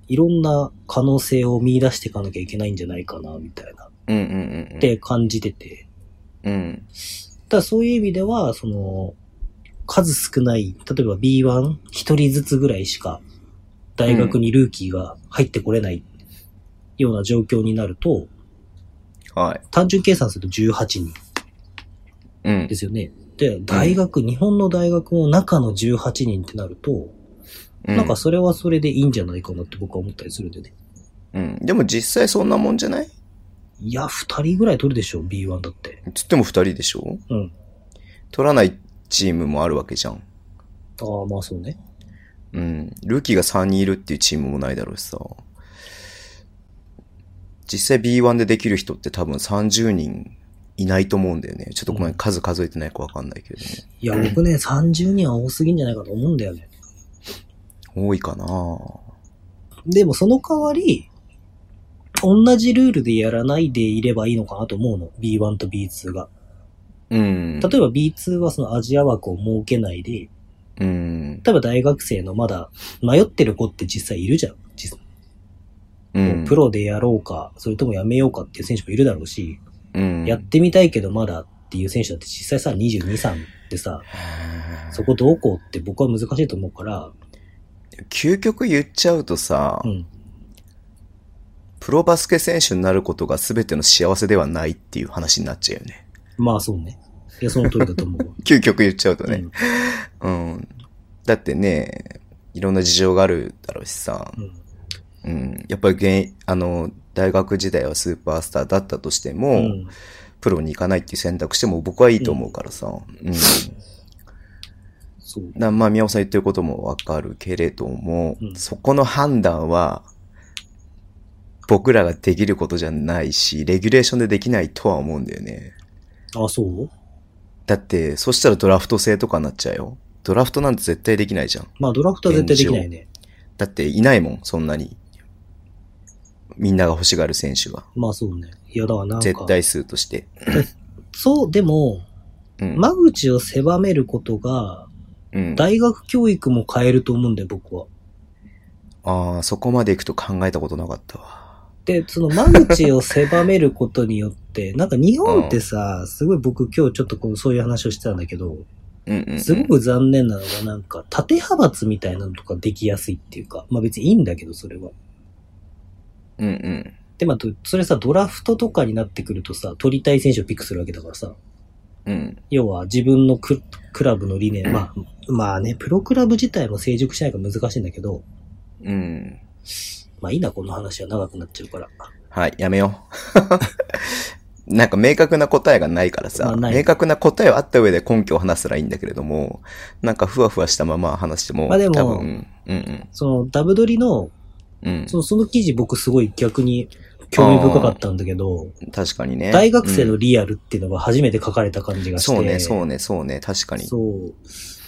いろんな可能性を見出していかなきゃいけないんじゃないかな、みたいな、
うん、うん、うん、
って感じてて。
うん、
ただそういう意味では、その、数少ない、例えば B1、一人ずつぐらいしか、大学にルーキーが入ってこれないような状況になると、
はい、
単純計算すると18人
うん
で、すよね。で、大学、日本の大学の中の18人ってなると、
う
なんか、それはそれでいいんじゃないかなって僕は思ったりするんでね。
うん、でも実際そんなもんじゃない
いや、二人ぐらい取るでしょ、B1 だって。
つっても二人でしょ
うん。
取らないチームもあるわけじゃん。
ああ、まあそうね。
うん。ルーキーが3人いるっていうチームもないだろうしさ。実際 B1 でできる人って多分30人いないと思うんだよね。ちょっとごめん、
うん
数数えてないかわかんないけれどね。
いや、僕ね、30人は多すぎんじゃないかと思うんだよね。
多いかな
でもその代わり、同じルールでやらないでいればいいのかなと思うの。B1 と B2 が。
うん。
例えば B2 はそのアジア枠を設けないで、
うん。
例えば大学生のまだ迷ってる子って実際いるじゃん。実
うん。
プロでやろうか、それともやめようかっていう選手もいるだろうし、
うん。
やってみたいけどまだっていう選手だって実際さ、22、3でさ、そこどうこうって僕は難しいと思うから、
究極言っちゃうとさ、
うん。
プロバスケ選手になることが全ての幸せではないっていう話になっちゃうよね。
まあそうね。いや、その通りだと思う わ
究極言っちゃうと
う
ね
ん。
うん。だってね、いろんな事情があるだろうしさ、
うん。
うん。やっぱり現、あの、大学時代はスーパースターだったとしても、
うん。
プロに行かないっていう選択しても僕はいいと思うからさ。うん。
そう。
なまあ、宮尾さん言ってることもわかるけれども、
うん
そこの判断は、僕らができることじゃないし、レギュレーションでできないとは思うんだよね。
あ、そう
だって、そしたらドラフト制とかになっちゃうよ。ドラフトなんて絶対できないじゃん。
まあドラフトは絶対できないね。
だって、いないもん、そんなに。みんなが欲しがる選手が。
まあそうね。いや、だからなんか、
絶対数として。
そう、でも、
うん。
間口を狭めることが、
うん、
大学教育も変えると思うんだよ、僕は。
ああ、そこまで行くと考えたことなかったわ。
で、その間口を狭めることによって、 なんか日本ってさ、すごい僕今日ちょっとこうそういう話をしてたんだけど、
うんうん、うん。
すごく残念なのがなんか縦派閥みたいなのとかできやすいっていうか、まあ別にいいんだけどそれは。
うんうん。
で、まあどそれさ、ドラフトとかになってくるとさ、取りたい選手をピックするわけだからさ、
うん。
要は自分のククラブの 理念、まあ、まあね、プロクラブ自体も成熟しないから難しいんだけど、
うん。
まあいいな、この話は長くなっちゃうから。
はい、やめよう。 なんか明確な答えがないから
ま
さ、
あない
明確な答えはあった上で根拠を話すらいいんだけれども、なんかふわふわしたまま話しても、
まあでも
多分、うんうん
そのダブドリの、
うん。
そのその記事僕すごい逆に興味深かったんだけど、
確かにね。
大学生
う
の
ん
リアルっていうのが初めて書かれた感じがして。
そうね、そうね、そうね、確かに。う
そう。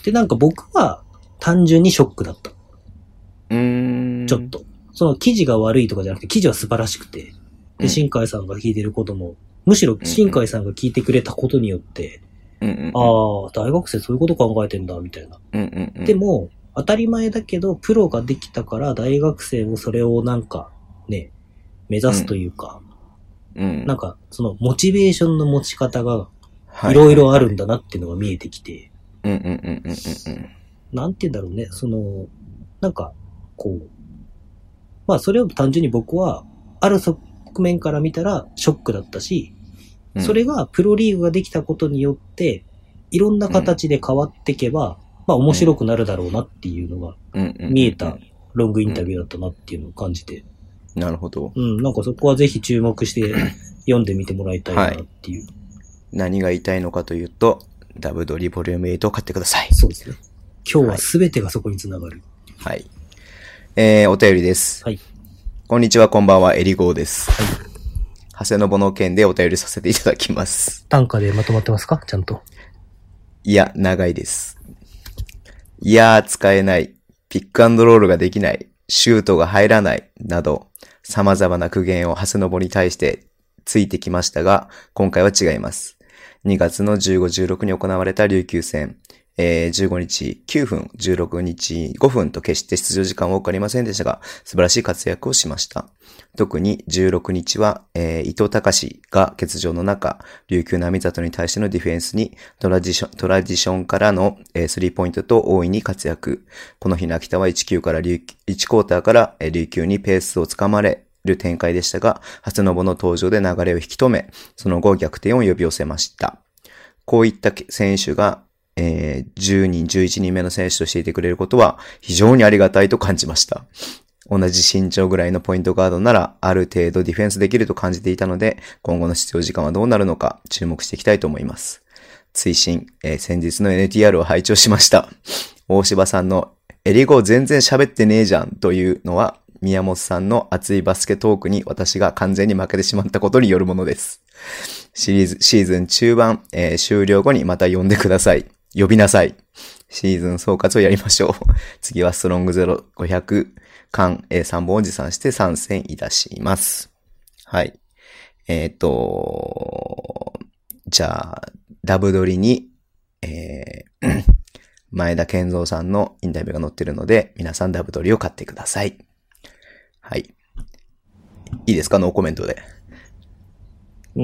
で、なんか僕は単純にショックだった。
ーん。
ちょっ。と。その記事が悪いとかじゃなくて、記事は素晴らしくて。
う
で、
ん
新海さんが聞いてることも、むしろ新海さんが聞いてくれたことによって、
うんうん。
ああ、大学生そういうこと考えてんだ、みたいな。
うんうんうん。
で、も、当たり前だけど、プロができたから、大学生もそれをなんか、ね、目指すというか、
うん。
なんか、その、モチベーションの持ち方が、
はい
ろいろあるんだなっていうのが見えてきて、
うんうんうんうんうん
なんて言うんだろうね、その、なんか、こう、まあ、それを単純に僕は、ある側面から見たら、ショックだったし、
うん。
それがプロリーグができたことによって、いろんな形で変わっていけば、まあ、面白くなるだろうなっていうのが、見
見
えた。ロングインタビューだったなっていうのを感じて、
なるほど。
うん、なんかそこはぜひ注目 して読んでみてもらいたいなっていう。
何が言いたいのかというと、ダブドリボリューム8を買ってください。
そうですね。今日は全てがそこにつながる。
はい。えー、お便りです。
はい。
こんにちは、こんばんは、エリゴーです。長谷信の件でお便りさせていただきます。
短歌でまとまってますかちゃんと。
いや、長いです。いやー、使えない。ピックアンドロールができない。シュートが入らない。など、様々な苦言を長谷信に対してついてきましたが、今回は違います。2月の15、16に行われた琉球戦。えー15日9分、16日5分と決して出場時間は多くありませんでしたが、素晴らしい活躍をしました。特に16日は、えー伊藤隆史が欠場の中、琉球並里に対してのディフェンスにトラディション、トラディションからの、えースリーポイントと大いに活躍。この日の秋田は1球から琉球、1クォーターから、えー琉球にペースをつかまれ、る展開でしたが、初信の登場で流れを引き止め、その後逆転を呼び寄せました。こういった選手が、えー10人、11人目の選手としていてくれることは非常にありがたいと感じました。同じ身長ぐらいのポイントガードなら、ある程度ディフェンスできると感じていたので、今後の出場時間はどうなるのか注目していきたいと思います。追伸、えー先日の NTR を拝聴しました。大柴さんの、エリゴ全然喋ってねえじゃんというのは、宮本さんの熱いバスケトークに私が完全に負けてしまったことによるものです。シリーズ、シーズン中盤、えー終了後にまた呼んでください。呼びなさい。シーズン総括をやりましょう。次はストロングゼロ500缶、えー3本持参して参戦いたします。はい。えっ、と、じゃあ、ダブドリに、えー 前田健三さんのインタビューが載ってるので、皆さんダブドリを買ってください。はい。いいですかノーコメントで。
うー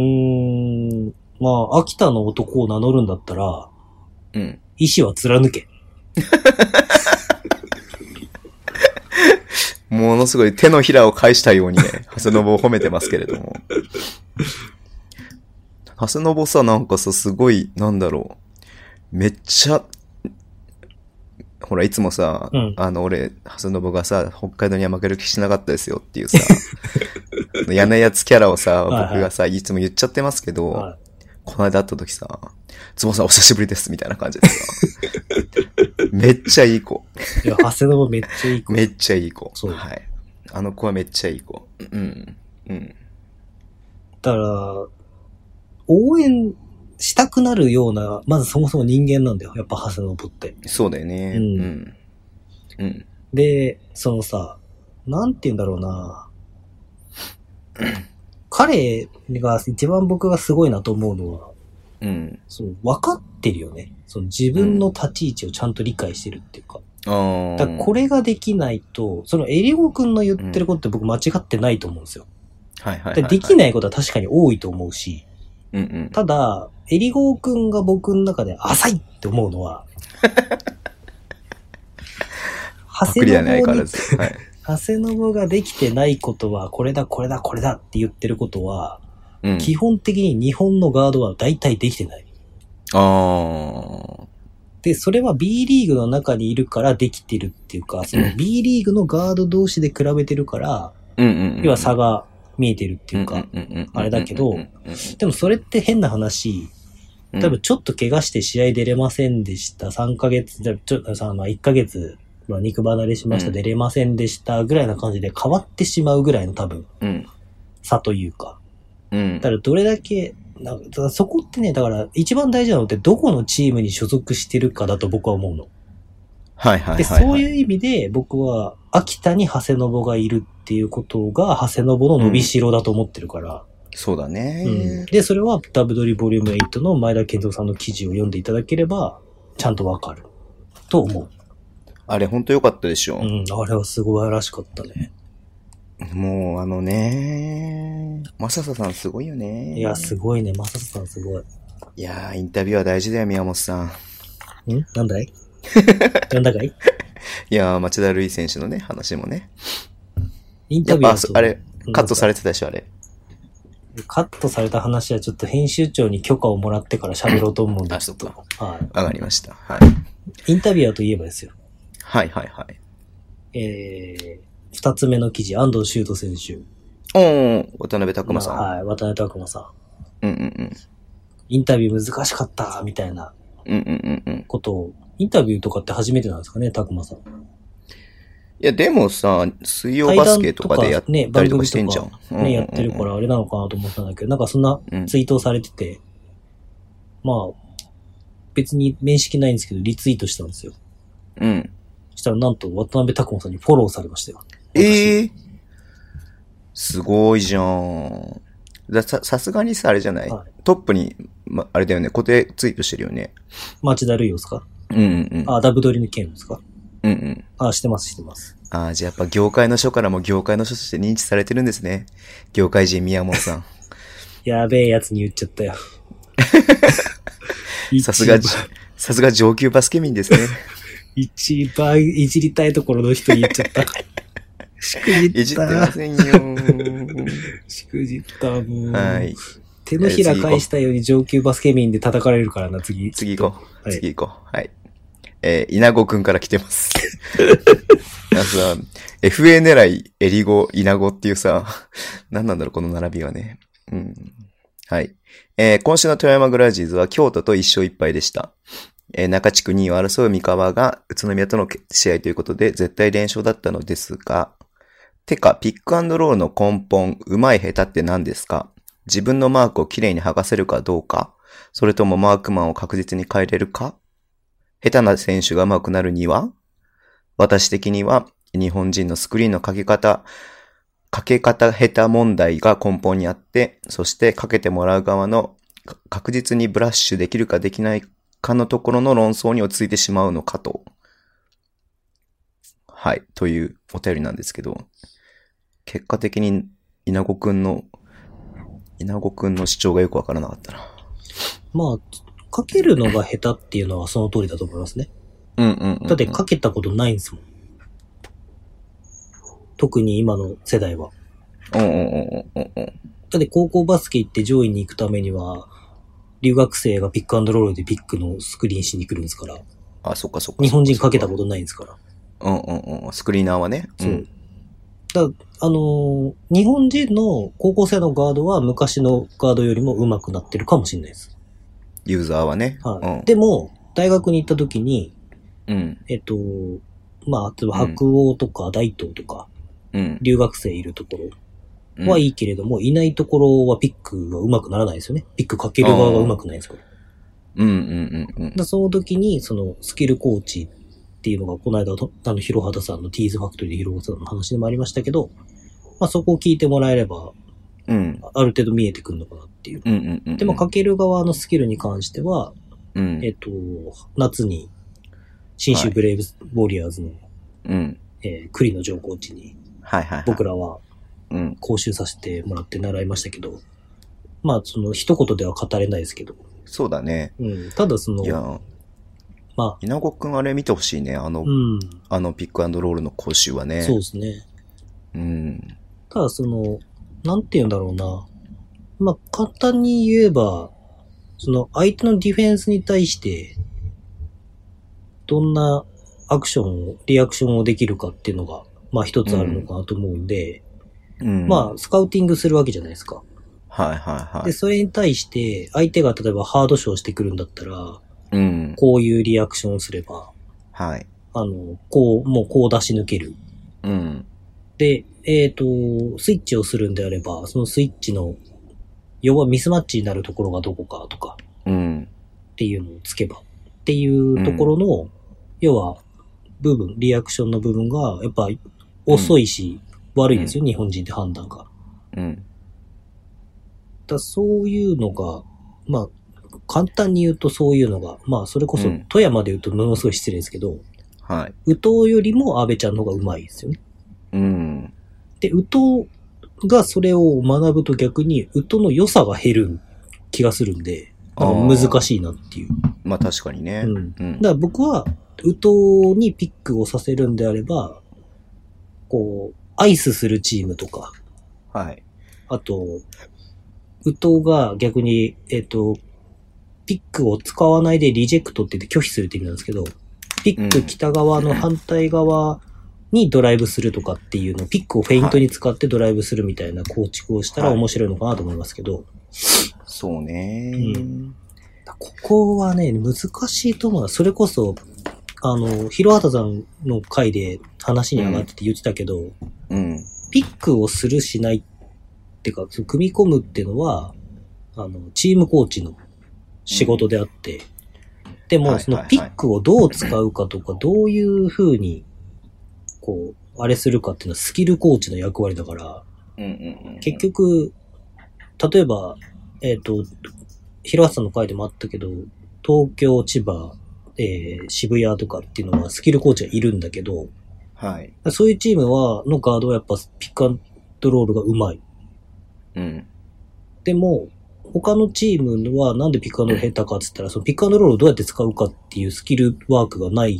ん。まあ、秋田の男を名乗るんだったら、
うん。
意志は貫け。
ものすごい手のひらを返したように ね、ハスノボを褒めてますけれども。ハスノボさ、なんかさ、すごい、なんだろう。めっちゃ、ほら、いつもさ、
うん
あの、俺、ハスノボがさ、北海道には負ける気しなかったですよっていうさ、 あの嫌なやつキャラをさ、
はいはい
僕がさ、いつも言っちゃってますけど、
は
この間会った時さ、つぼさんお久しぶりです、みたいな感じでさ、 めっちゃいい子。
い。いや、長谷川めっちゃいい子。
めっちゃいい子。
そう
はい。あの子はめっちゃいい子。うん。うん。
だから、応援したくなるような、まずそもそも人間なんだよ。やっぱ、長谷信って。
そうだよね。
うん
うん。うん。
で、そのさ、なんて言うんだろうな。 彼が一番僕がすごいなと思うのは、
うん。
その分かってるよね。その自分の立ち位置をちゃんと理解してるっていうか。
ああ。
だからこれができないと、そのエリゴくんの言ってることって僕間違ってないと思うんですよ。
はいはいは
だ
い、
からできないことは確かに多いと思うし、
うんうん。
ただ、エリゴくんが僕の中で浅いって思う のは、
パ
長
クリだね、相
谷
変わらず。
信に
はい。
長谷信ができてないことは、これだ、これだ、これだって言ってることは、
うん。
基本的に日本のガードは大体できてない。
ああ。
で、それは B リーグの中にいるからできてるっていうか、その B リーグのガード同士で比べてるから、
うんうんうん。
要は差が見えてるって
う
い
ん
う
うん
か、
うんうんうん。
あれだけど
うんうん
でもそれって変な話、
うん、
多分ちょっと怪我して試合出れませんでした、3ヶ月、じゃあちょっとさ、まあ1ヶ月、まあ肉離れしま
う
した、
ん
出れませんでしたぐらいな感じで変わってしまうぐらいの多分
うん。
差というか、
うん。
だからどれだけ、なんかだからそこってね、だから一番大事なのってどこのチームに所属してるかだと僕は思うの。
はいはいはい、はい。
で、そういう意味で僕は秋田に長谷信がいるっていうことが長谷信の伸びしろだと思ってるから。
そうだね。
うんで、それはダブドリボリューム8の前田健三さんの記事を読んでいただければ、ちゃんとわかる。と思う。
あれ、ほんとよかったでしょ。
うん、あれはすごいらしかったね。
もう、あのね。まさささんすごいよね。
いや、すごいね。まささんすごい。
いやー、インタビューは大事だよ、宮本さん。
んな んだいなんだかい
いやー、町田瑠唯選手のね、話もね。
イン
や
タ
っ
ビュー
ぱ
の、
あれ、カットさ
れ
れてたでしょ、あれ。
カットされた話はちょっと編集長に許可をもらってから喋ろうと思うんで
あ、
す。
そっか。
は
わかりました。はい。
い。インタビュアーといえばですよ。
はいはいはい。
えー、二つ目の記事、安藤修斗選手。
おー、渡辺拓馬さん。
まあはい、渡辺拓馬さん。
うんうんうん。
インタビュー難しかった、みたいな
うんうんうんうん。
ことを。インタビューとかって初めてなんですかね、拓馬さん。
いや、でもさ、水曜バスケとかでやっ
ね、
たりとかしてんじゃん
番。組とかね、やってるか
うんうん
らあれなのかなと思ったんだけど、なんかそんな
うん
ツイートをされてて、まあ、別に面識ないんですけど、リツイートしたんですよ。
うん。うん。
そしたらなんと渡辺拓馬さんにフォローされましたよ。
ええー。すごいじゃん。ださ、さすがにさ、あれじゃない、
はい
トップに、ま、あれだよね、固定ツイートしてるよね。
町田瑠唯ですか
うんうんうん。
あ、ダブドリの件ですか
うんうん。
あ、してます、してます。
ああ、じゃあやっぱ業界の書からも業界の書として認知されてるんですね。業界人宮本さん。
やべえやつに言っちゃっ たよ。
さすが、さすが上級バスケ民ですね。
一番いじりたいところの人言っちゃ った。しくじった。
いじってませんよー。
しくじった、もう。
はい。
手のひら返したように上級バスケ民で叩かれるからな、次。
次行こう。
はい
次行こう。はい。えー、稲子くんから来てます。 あさ、FA 狙い、エリゴ、稲子っていうさ、何なんだろう、この並びはね。うん。はい。えー今週の富山グラウジーズは京都と一勝一敗でした。えー中地区2位を争う三河が宇都宮との試合ということで絶対連勝だったのですが、てか、ピックアンドロールの根本、うまい下手って何ですか自分のマークをきれいに剥がせるかどうかそれともマークマンを確実に変えれるか下手な選手が上手くなるには私的には、日本人のスクリーンのかけ方、かけ方下手問題が根本にあって、そしてかけてもらう側のか確実にブラッシュできるかできないかのところの論争に落ち着いてしまうのかと。はい、というお便りなんですけど、結果的に稲子くんの、稲子くんの主張がよくわからなかったな。
まあ、かけるのが下手っていうのはその通りだと思いますね。
うんうんうんうん。
だってかけたことないんですもん。特に今の世代は。
うんうんうんうんうんうん。
だって高校バスケ行って上位に行くためには、留学生がピックアンドロールでピックのスクリーンしに来るんですから。
あ、そっかそっか。
日本人かけた
と
ことないんですから。
うんうんうん。スクリーナーはね。。
そうんだあのー日本人の高校生のガードは昔のガードよりも上手くなってるかもしれないです。
ユーザーはね。
はい。
うん。
でも、大学に行った時に、
うん。
えっと、まあ、例えば白鸚とか大東とか、
うん。
留学生いるとこ
う
ろはい
ん
いけれども、いないところはピックが上手くならないですよね。ピックかける側が上手くないですから。
うんうんうんうん
だ。その時に、そのスキルコーチっていうのが、この間と、あの、広畑さんのティーズファクトリーで広畑さんの話でもありましたけど、まあそこを聞いてもらえれば、
うん。
ある程度見えてくるのかなっていう。
うんうんうん。
でも、かける側のスキルに関しては、
うん。
えっと、夏に、新州ブレイブボリアーズの、
うん。
えー栗野上コーチに、
はいはいはい。
僕らは
うん。
講習させてもらって習いましたけど、まあ、その、一言では語れないですけど、
そうだね。
うん、ただその
い、や、
まあ、
稲子くんあれ見てほしいね。あの
う、ん、
あのピックアンドロールの講習はね。
そうですね。
うん。
ただその、なんて言うんだろうな。まあ、簡単に言えば、その相手のディフェンスに対して、どんなアクションを、リアクションをできるかっていうのが、まあ一つあるのかなと思うんで、
うん。
まあスカウティングするわけじゃないですか。
あ。はいはいは
で、
い。
それに対して、相手が例えばハードショーしてくるんだったら、
うん。
こういうリアクションをすれば、
はい。
あの、こう、もうこう出し抜ける。
うん。
で、えっ、と、スイッチをするんであれば、そのスイッチの、要はミスマッチになるところがどこかとか
うん。
っていうのをつけばっていうところの、要は部分、リアクションの部分がやっぱ遅いし、悪いですよ、日本人って判断が。だか
うん。
らそういうのが、まあ、簡単に言うとそういうのが、まあ、それこそ
うん
富山で言うとものすごい失礼ですけど、
はい。
宇藤よりも安倍ちゃんの方が上手いですよね。
うん。
で、宇都がそれを学ぶと逆に、宇都の良さが減る気がするんで、なんか難
い。
しいなっていう。
まあ確かにね
う。ん。だ
うん
か。ら僕は、宇都にピックをさせるんであれば、こう、アイスするチームとか、
はい。
あと、宇都が逆に、えっ、と、ピックを使わないでリジェクトって言って拒否するって意味なんですけど、ピック北側の反対側にドライブするとかっていうの、ピックをフェイントに使ってドライブするみたいな構築をしたら
はい
面白いのかなと思いますけど、
そうね。
うんここはね、難しいと思うな。それこそ、あの、ヒロハタさんの回で話に上がってて言ってたけど、
うん。
ピックをするしないっていうか、その組み込むっていうのは、あの、チームコーチの仕事であって、で
はいはい
も、
はい
そのピックをどう使うかとか、どういう風に、こう、あれするかっていうのはスキルコーチの役割だから、
うんうんうん。
結局、例えば、えっ、と、広橋さんの回でもあったけど、東京、千葉、えー渋谷とかっていうのはスキルコーチがいるんだけど、
はい。
そういうチームは、のガードはやっぱピックアンドロールがうまい。
うん。
でも、他のチームはなんでピックアンドロール下手かって言ったら、そのピックアンドロールをどうやって使うかっていうスキルワークがない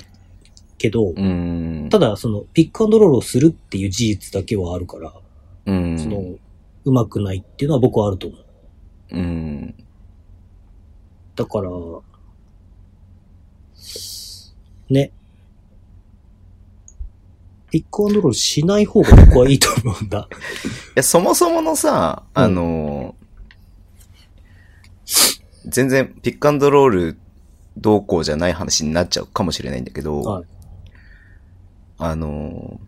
けど、
うん。
ただそのピックアンドロールをするっていう事実だけはあるから、
うん。
その、うまくないっていうのは僕はあると思う。
うん。
だから、ね。ピックアンドロールしない方が僕はいいと思うんだ。
いや、そもそものさ、あのー全然ピックアンドロールどうこうじゃない話になっちゃうかもしれないんだけど、
はい
あのー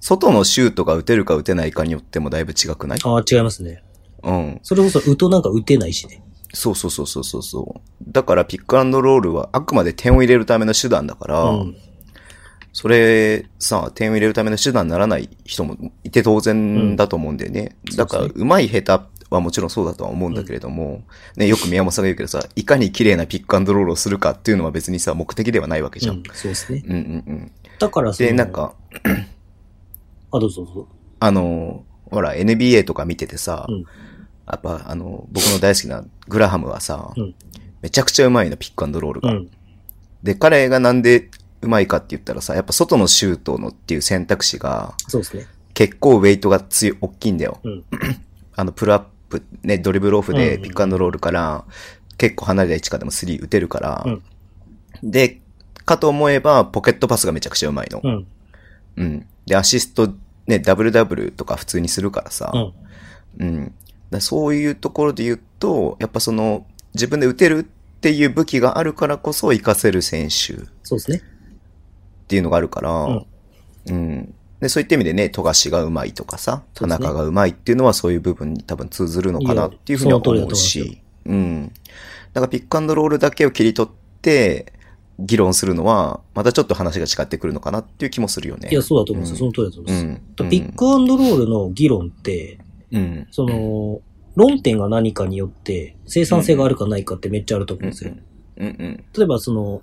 外のシュートが打てるか打てないかによってもだいぶ違くない
ああ、違いますね。
うん。
それこそ、ウトなんか打てないしね。
そうそうそうそうそうそう。だからピックアンドロールはあくまで点を入れるための手段だから、
うん。
それさ、点を入れるための手段にならない人もいて当然だと思うんだよね。
うん
だから、
そうで
上手い下手はもちろんそうだとは思うんだけれども、ね、よく宮本さんが言うけどさ、いかに綺麗なピックアンドロールをするかっていうのは別にさ、目的ではないわけじゃん。
うんそうですね。
うん、うん、うん。
だからその
で、なん、か、
あ、どうぞどうぞ。
あの、ほら、NBA とか見ててさ、
うん
やっぱ、あの、僕の大好きなグラハムはさ、
うん
めちゃくちゃうまいの、ピックアンドロール
う
が。
ん。
で、彼がなんでうまいかって言ったらさ、やっぱ外のシュートのっていう選択肢が、
そうですね。
結構ウェイトが強い、大きいんだよ。
うん
あの、プルアップ、ね、ドリブルオフ
うん
で
うん
ピックアンドロールから、結構離れた位置からでもスリー打てるから、
うん
で、かと思えば、ポケットパスがめちゃくちゃうまいの。
うん。
うん。で、アシスト、ね、ダブルダブルとか普通にするからさ。う
うん。
ん。だそういうところで言うと、やっぱその、自分で打てるっていう武器があるからこそ活かせる選手っ
そうですね。
ていうのがあるから、うんん。で、そういった意味でね、富樫がうまいとかさ、
そ
田
うですね
中がうまいっていうのはそういう部分に多分通ずるのかなっていうふうには思う
いやその通り
し、うん。だからピックアンドロールだけを切り取って、議論するのは、またちょっと話が違ってくるのかなっていう気もするよね。
いや、そうだと思うんですよ。
うん
その通りだと思
う
います。
ん。
ピックアンドロールの議論って、
うん。
その、論点が何かによって、生産性があるかないかってめっちゃあると思うんですよ。
うんうん。
例えば、その、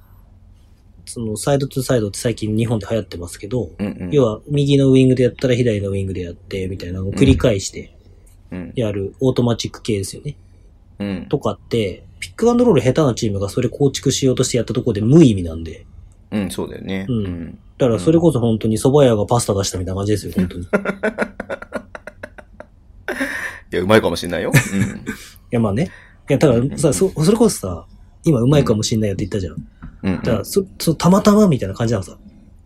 その、サイドトゥサイドって最近日本で流行ってますけど、
うんうん。
要は、右のウィングでやったら左のウィングでやって、みたいなのを繰り返して
うん、
やるオートマチック系ですよね。
うん。
とかって、ピックアンドロール下手なチームがそれ構築しようとしてやったところで無意味なんで。
うん、そうだよね。
うん
ん。
だからそれこそ本当に蕎麦屋がパスタ出したみたいな感じですよ、本当に。い
いや、うまいかもしれないよ。
や、まあね。いや、だからさ、そ、それこそさ、今うまいかもしんないよって言ったじゃん。
うん。うん。
だから、そ、そ、たまたまみたいな感じなのさ。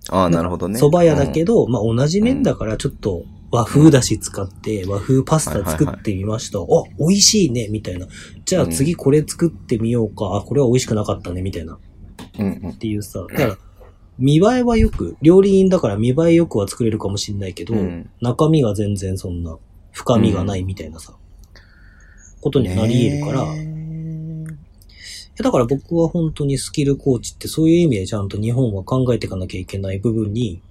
ああ、なるほどね。
蕎麦屋だけど、まあ同じ麺だからちょっと和風だし使って、和風パスタ作ってみました。あ、美味しいね、みたいな。じゃあ次これ作ってみようか。あ、これは美味しくなかったね、みたいな。
うん。うん。
っていうさ、だから、見栄えはよく、料理人だから見栄えよくは作れるかもしんないけど、
うん
中身が全然そんな深みがないみたいなさ、ことになり得るから、いやだから僕は本当にスキルコーチってそういう意味でちゃんと日本は考えていかなきゃいけない部分に、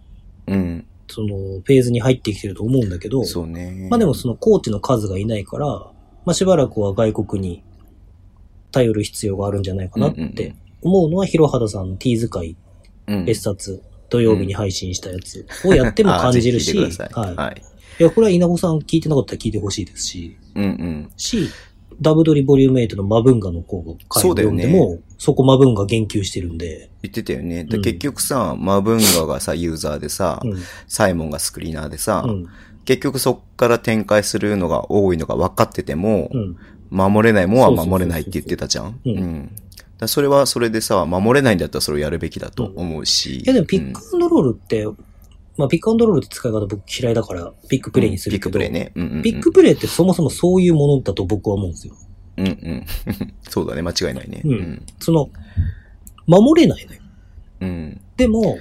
うん。
そのフェーズに入ってきてると思うんだけど、
そうね。
まあでもそのコーチの数がいないから、まあしばらくは外国に頼る必要があるんじゃないかなっ
うんうんう
て
ん
思うのは、広畑さんの T 使い
うん、
別冊、土曜日に配信したやつをやっても感じるし、
あーぜひ聞いてください。
は
はい。
い。いや、これは稲穂さん聞いてなかったら聞いてほしいですし、
うんうん。
し、ダブドリボリューム8のマブンガの方を
そうだ
読
よ
ん
ね
でも、そこマブンガ言及してるんで、
言ってたよね。
う
で
ん
結局さ、マブンガがさ、ユーザーでさ、
うん。
サイモンがスクリーナーでさ、
うん。
結局そっから展開するのが多いのが分かってても、
うん。
守れないもんは守れないって言ってたじゃん。
そうそうそうそう
うん。だからそれはそれでさ、守れないんだったらそれをやるべきだと思うし。
いや、でもピックアンドロールって、まあピックアンドロールって使い方僕嫌いだから、ピックプレイにするけど、
うんピックプレイね。うんうんうん、
ピックプレイってそもそもそういうものだと僕は思うんですよ。
うんうん。そうだね、間違いないね。
うん
うん。
その、守れないのよ。
うん。
でも、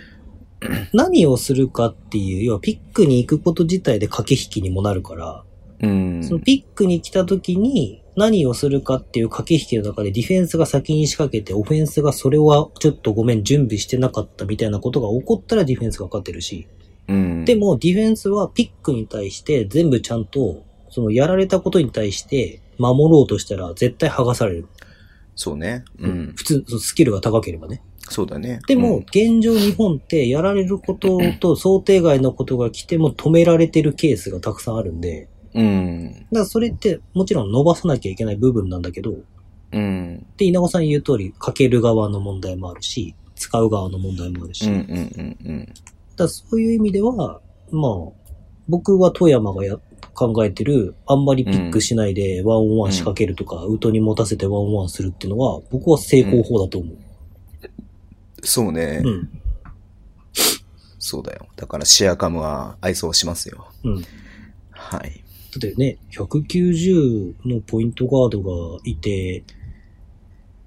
何をするかっていう、要はピックに行くこと自体で駆け引きにもなるから、
うん。
そのピックに来た時に何をするかっていう駆け引きの中でディフェンスが先に仕掛けて、オフェンスがそれはちょっとごめん準備してなかったみたいなことが起こったらディフェンスが勝てるし、
うん。
で、もディフェンスはピックに対して全部ちゃんと、そのやられたことに対して守ろうとしたら絶対剥がされる。
そうね。うん。
普通、そのスキルが高ければね。
そうだね。
でも、
うん、
現状日本ってやられることと想定外のことが来ても止められてるケースがたくさんあるんで、
うん。
だからそれってもちろん伸ばさなきゃいけない部分なんだけど、
うん。
で、稲子さん言う通り、かける側の問題もあるし、使う側の問題もあるし、
うん。うん。う
だか
ん。うん。
らそういう意味では、まあ、僕は富山がや考えてる、あんまりピックしないでワンオンワン仕掛けるとか、ウトに持たせてワンオンワンするっていうのは、僕は成功法だと思う。
そうね、
うん。
そうだよ。だからシェアカムは愛想しますよ。
うん。
はい。
だってね、190のポイントガードがいて、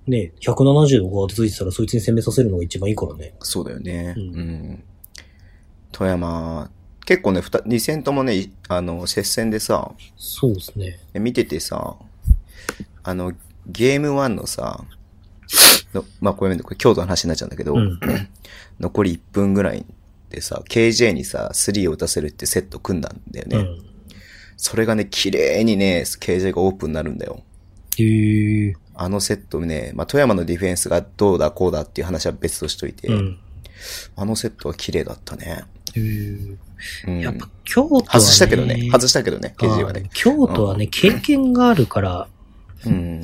ね、170のガードついてたらそいつに攻めさせるのが一番いいからね。
そうだよね。
う
うんん。富山、結構ね、二二戦ともね、いあの、接戦でさ、
そうですね。
見ててさ、あの、ゲーム1のさ、のまあこれ、これ京都の話になっちゃうんだけど、
うん。
残り1分ぐらいってさ、KJ にさ、3を打たせるってセット組んだんだよね。
うん。
それがね、綺麗にね、KJ がオープンになるんだよ。
へえ。
あのセットね、まあ、富山のディフェンスがどうだこうだっていう話は別としといて、
うん。
あのセットは綺麗だったね。
へー
うん。
やっぱ京都は、ね。
外したけどね、外したけどね、KJ は
あ
ね
ー。京都はね、経験があるから、
うん。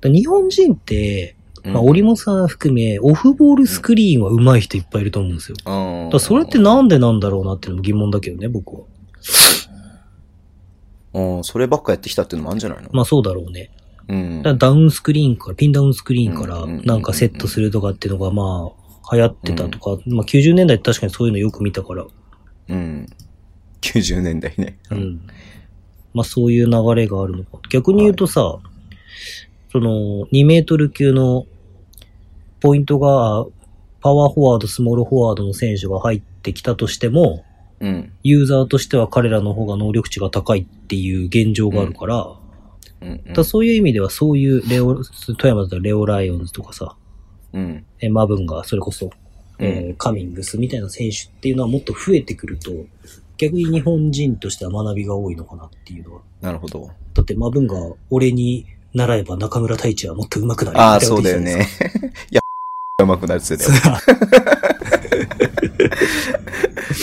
だ日本人って、まあ、
うん
織本さん含め、オフボールスクリーンは上手い人いっぱいいると思うんですよ。だ
うん
からそれってなんでなんだろうなっていうのも疑問だけどね、僕は。
うん、そればっかやってきたっていうのもあるんじゃないの
まあそうだろうね。
うん
だか。らダウンスクリーンから、ピンダウンスクリーンから
うん
なんかセットするとかっていうのがまあ流行ってたとか、まあ90年代って確かにそういうのよく見たから、
うん。90年代ね。
うん。まあそういう流れがあるのか。逆に言うとさ、その2メートル級のポイントがパワーフォワード、スモールフォワードの選手が入ってきたとしても、
うん。
ユーザーとしては彼らの方が能力値が高いっていう現状があるから、
うん。
だからそういう意味ではそういうレオ、富山だったらレオライオンズとかさ、
うん。
えマブンがそれこそ、
う
えーカミングスみたいな選手っていうのはもっと増えてくると、逆に日本人としては学びが多いのかなっていうのは。
なるほど。
だってマブンが俺に習えば中村太一はもっと上手くなる
ああ、
みたい
そ
なこ
う
と
だよ
言ってたじゃないで
ね。 いや、うまくなるっつってたよ。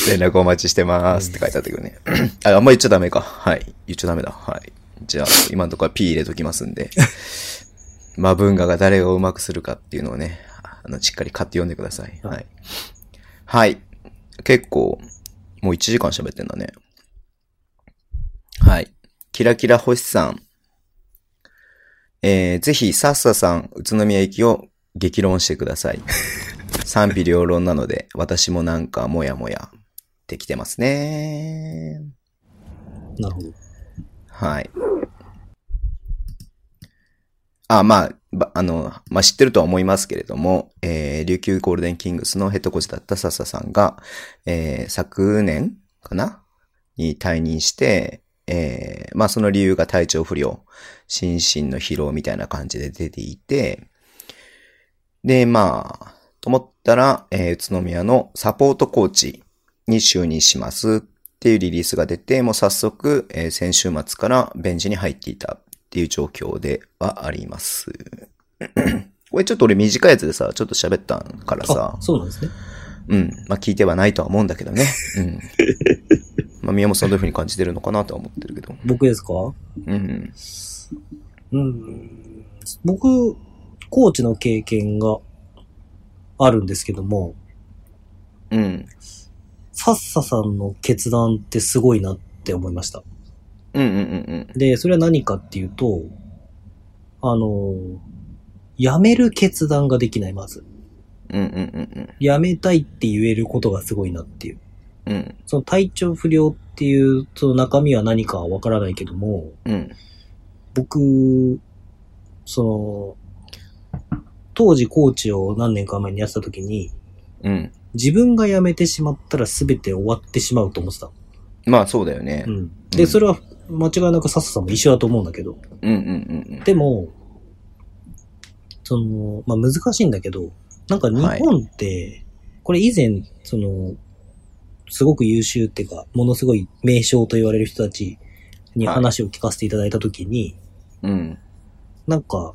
連絡お待ちしてますって書いてあったけど ね。あ、あんま言っちゃダメか。はい。言っちゃダメだ。はい。じゃあ、今のところは P 入れときますん で。まあ、文化が誰がうまくするかっていうのをね、あの、しっかり買って読んでください。はい。はい。結構、もう1時間喋ってんだね。はい。キラキラ星さん。えー、ぜひ、さっささん、宇都宮行きを激論してくだ さい。賛否両論なので、私もなんかもやもやってきてますね。
すか。なるほど。
はい。あ、まあ、ばあの、まあ、知ってるとは思いますけれども、えー、琉球ゴールデンキングスのヘッドコーチだった笹さんが、えー、昨年かなに退任して、えー、まあ、その理由が体調不良、心身の疲労みたいな感じで出ていて、で、まあ、と思ったら、えー、宇都宮のサポートコーチに就任しますっていうリリースが出て、もう早速、えー先週末からベンチに入っていたっていう状況ではあります。 これちょっと俺短いやつでさ、ちょっと喋ったからさ
あ、、そうなんですね。
うん、まあ聞いてはないとは思うんだけどね。うん。まあ宮本さんどういう風に感じてるのかなとは思ってるけど。
僕ですか
うん。
うん。僕、コーチの経験があるんですけども、
うん。
サッサさんの決断ってすごいなって思いました。
うんうんうん
で、それは何かっていうと、あの、辞める決断ができない、まず。
うん。うんうんうん
辞めたいって言えることがすごいなっていう。
うん。うん。
その体調不良っていう、その中身は何かはわからないけども、
うん。
僕、その、当時コーチを何年か前にやってた時に、
うん。
自分が辞めてしまったら全て終わってしまうと思ってた。
まあそうだよね
う。ん。
う
で、
ん
それは間違いなくサッサさんも一緒だと思うんだけど。
うんうんうん
でも、その、まあ、難しいんだけど、なんか日本って、これ以前、その、すごく優秀っていうか、ものすごい名将と言われる人たちに話を聞かせていただいたときに、
うん。うん。
なんか、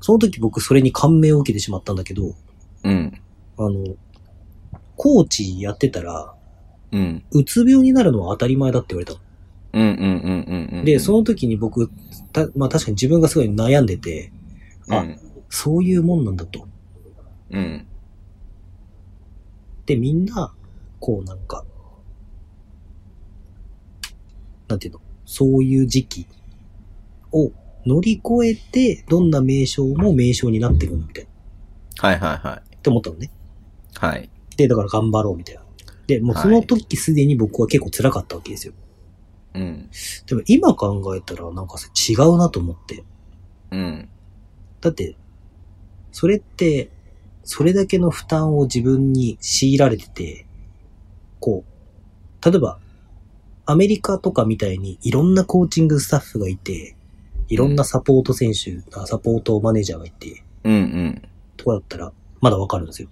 その時僕それに感銘を受けてしまったんだけど、
うん。
あの、コーチやってたら、
うん。
うつ病になるのは当たり前だって言われたの
うんうんうんうんうん。
で、その時に僕、たまあ確かに自分がすごい悩んでて、
うん、
あそういうもんなんだと。
うん。
で、みんな、こうなんか、なんていうの、そういう時期を乗り越えて、どんな名称も名称になってるんだみたいな。
はいはいは
って思ったのね。
い。はい。
で、だから頑張ろうみたいな。で、もうその時すでに僕は結構辛かったわけですよ。
うん。
でも今考えたらなんかそれ違うなと思って。
うん。
だって、それって、それだけの負担を自分に強いられてて、こう、例えば、アメリカとかみたいにいろんなコーチングスタッフがいて、いろんなサポート選手、あサポートマネージャーがいて、
うんうん。
とかだったら、まだわかるんですよ。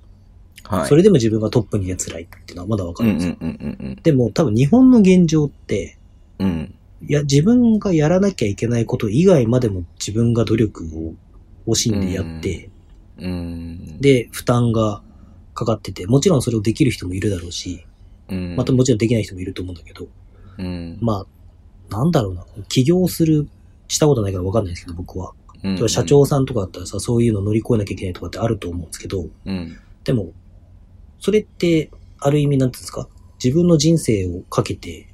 はい。
それでも自分がトップに出辛いっていうのはまだわか
うんうんん
るです
う
よ。
ん
でも多分日本の現状って、
うん。うん。
いや、自分がやらなきゃいけないこと以外までも自分が努力を惜しんでやって、
うん。、
で、負担がかかってて、もちろんそれをできる人もいるだろうし、
うん、
また、もちろんできない人もいると思うんだけど、
うん、
まあ、なんだろうな、起業する、したことないからわかんないですけど、僕は。
うん
例えば社長、さんとかだったらさ、そういうの乗り越えなきゃいけないとかってあると思うんですけど、
うん。
でも、それって、ある意味なんていうんですか、自分の人生をかけて、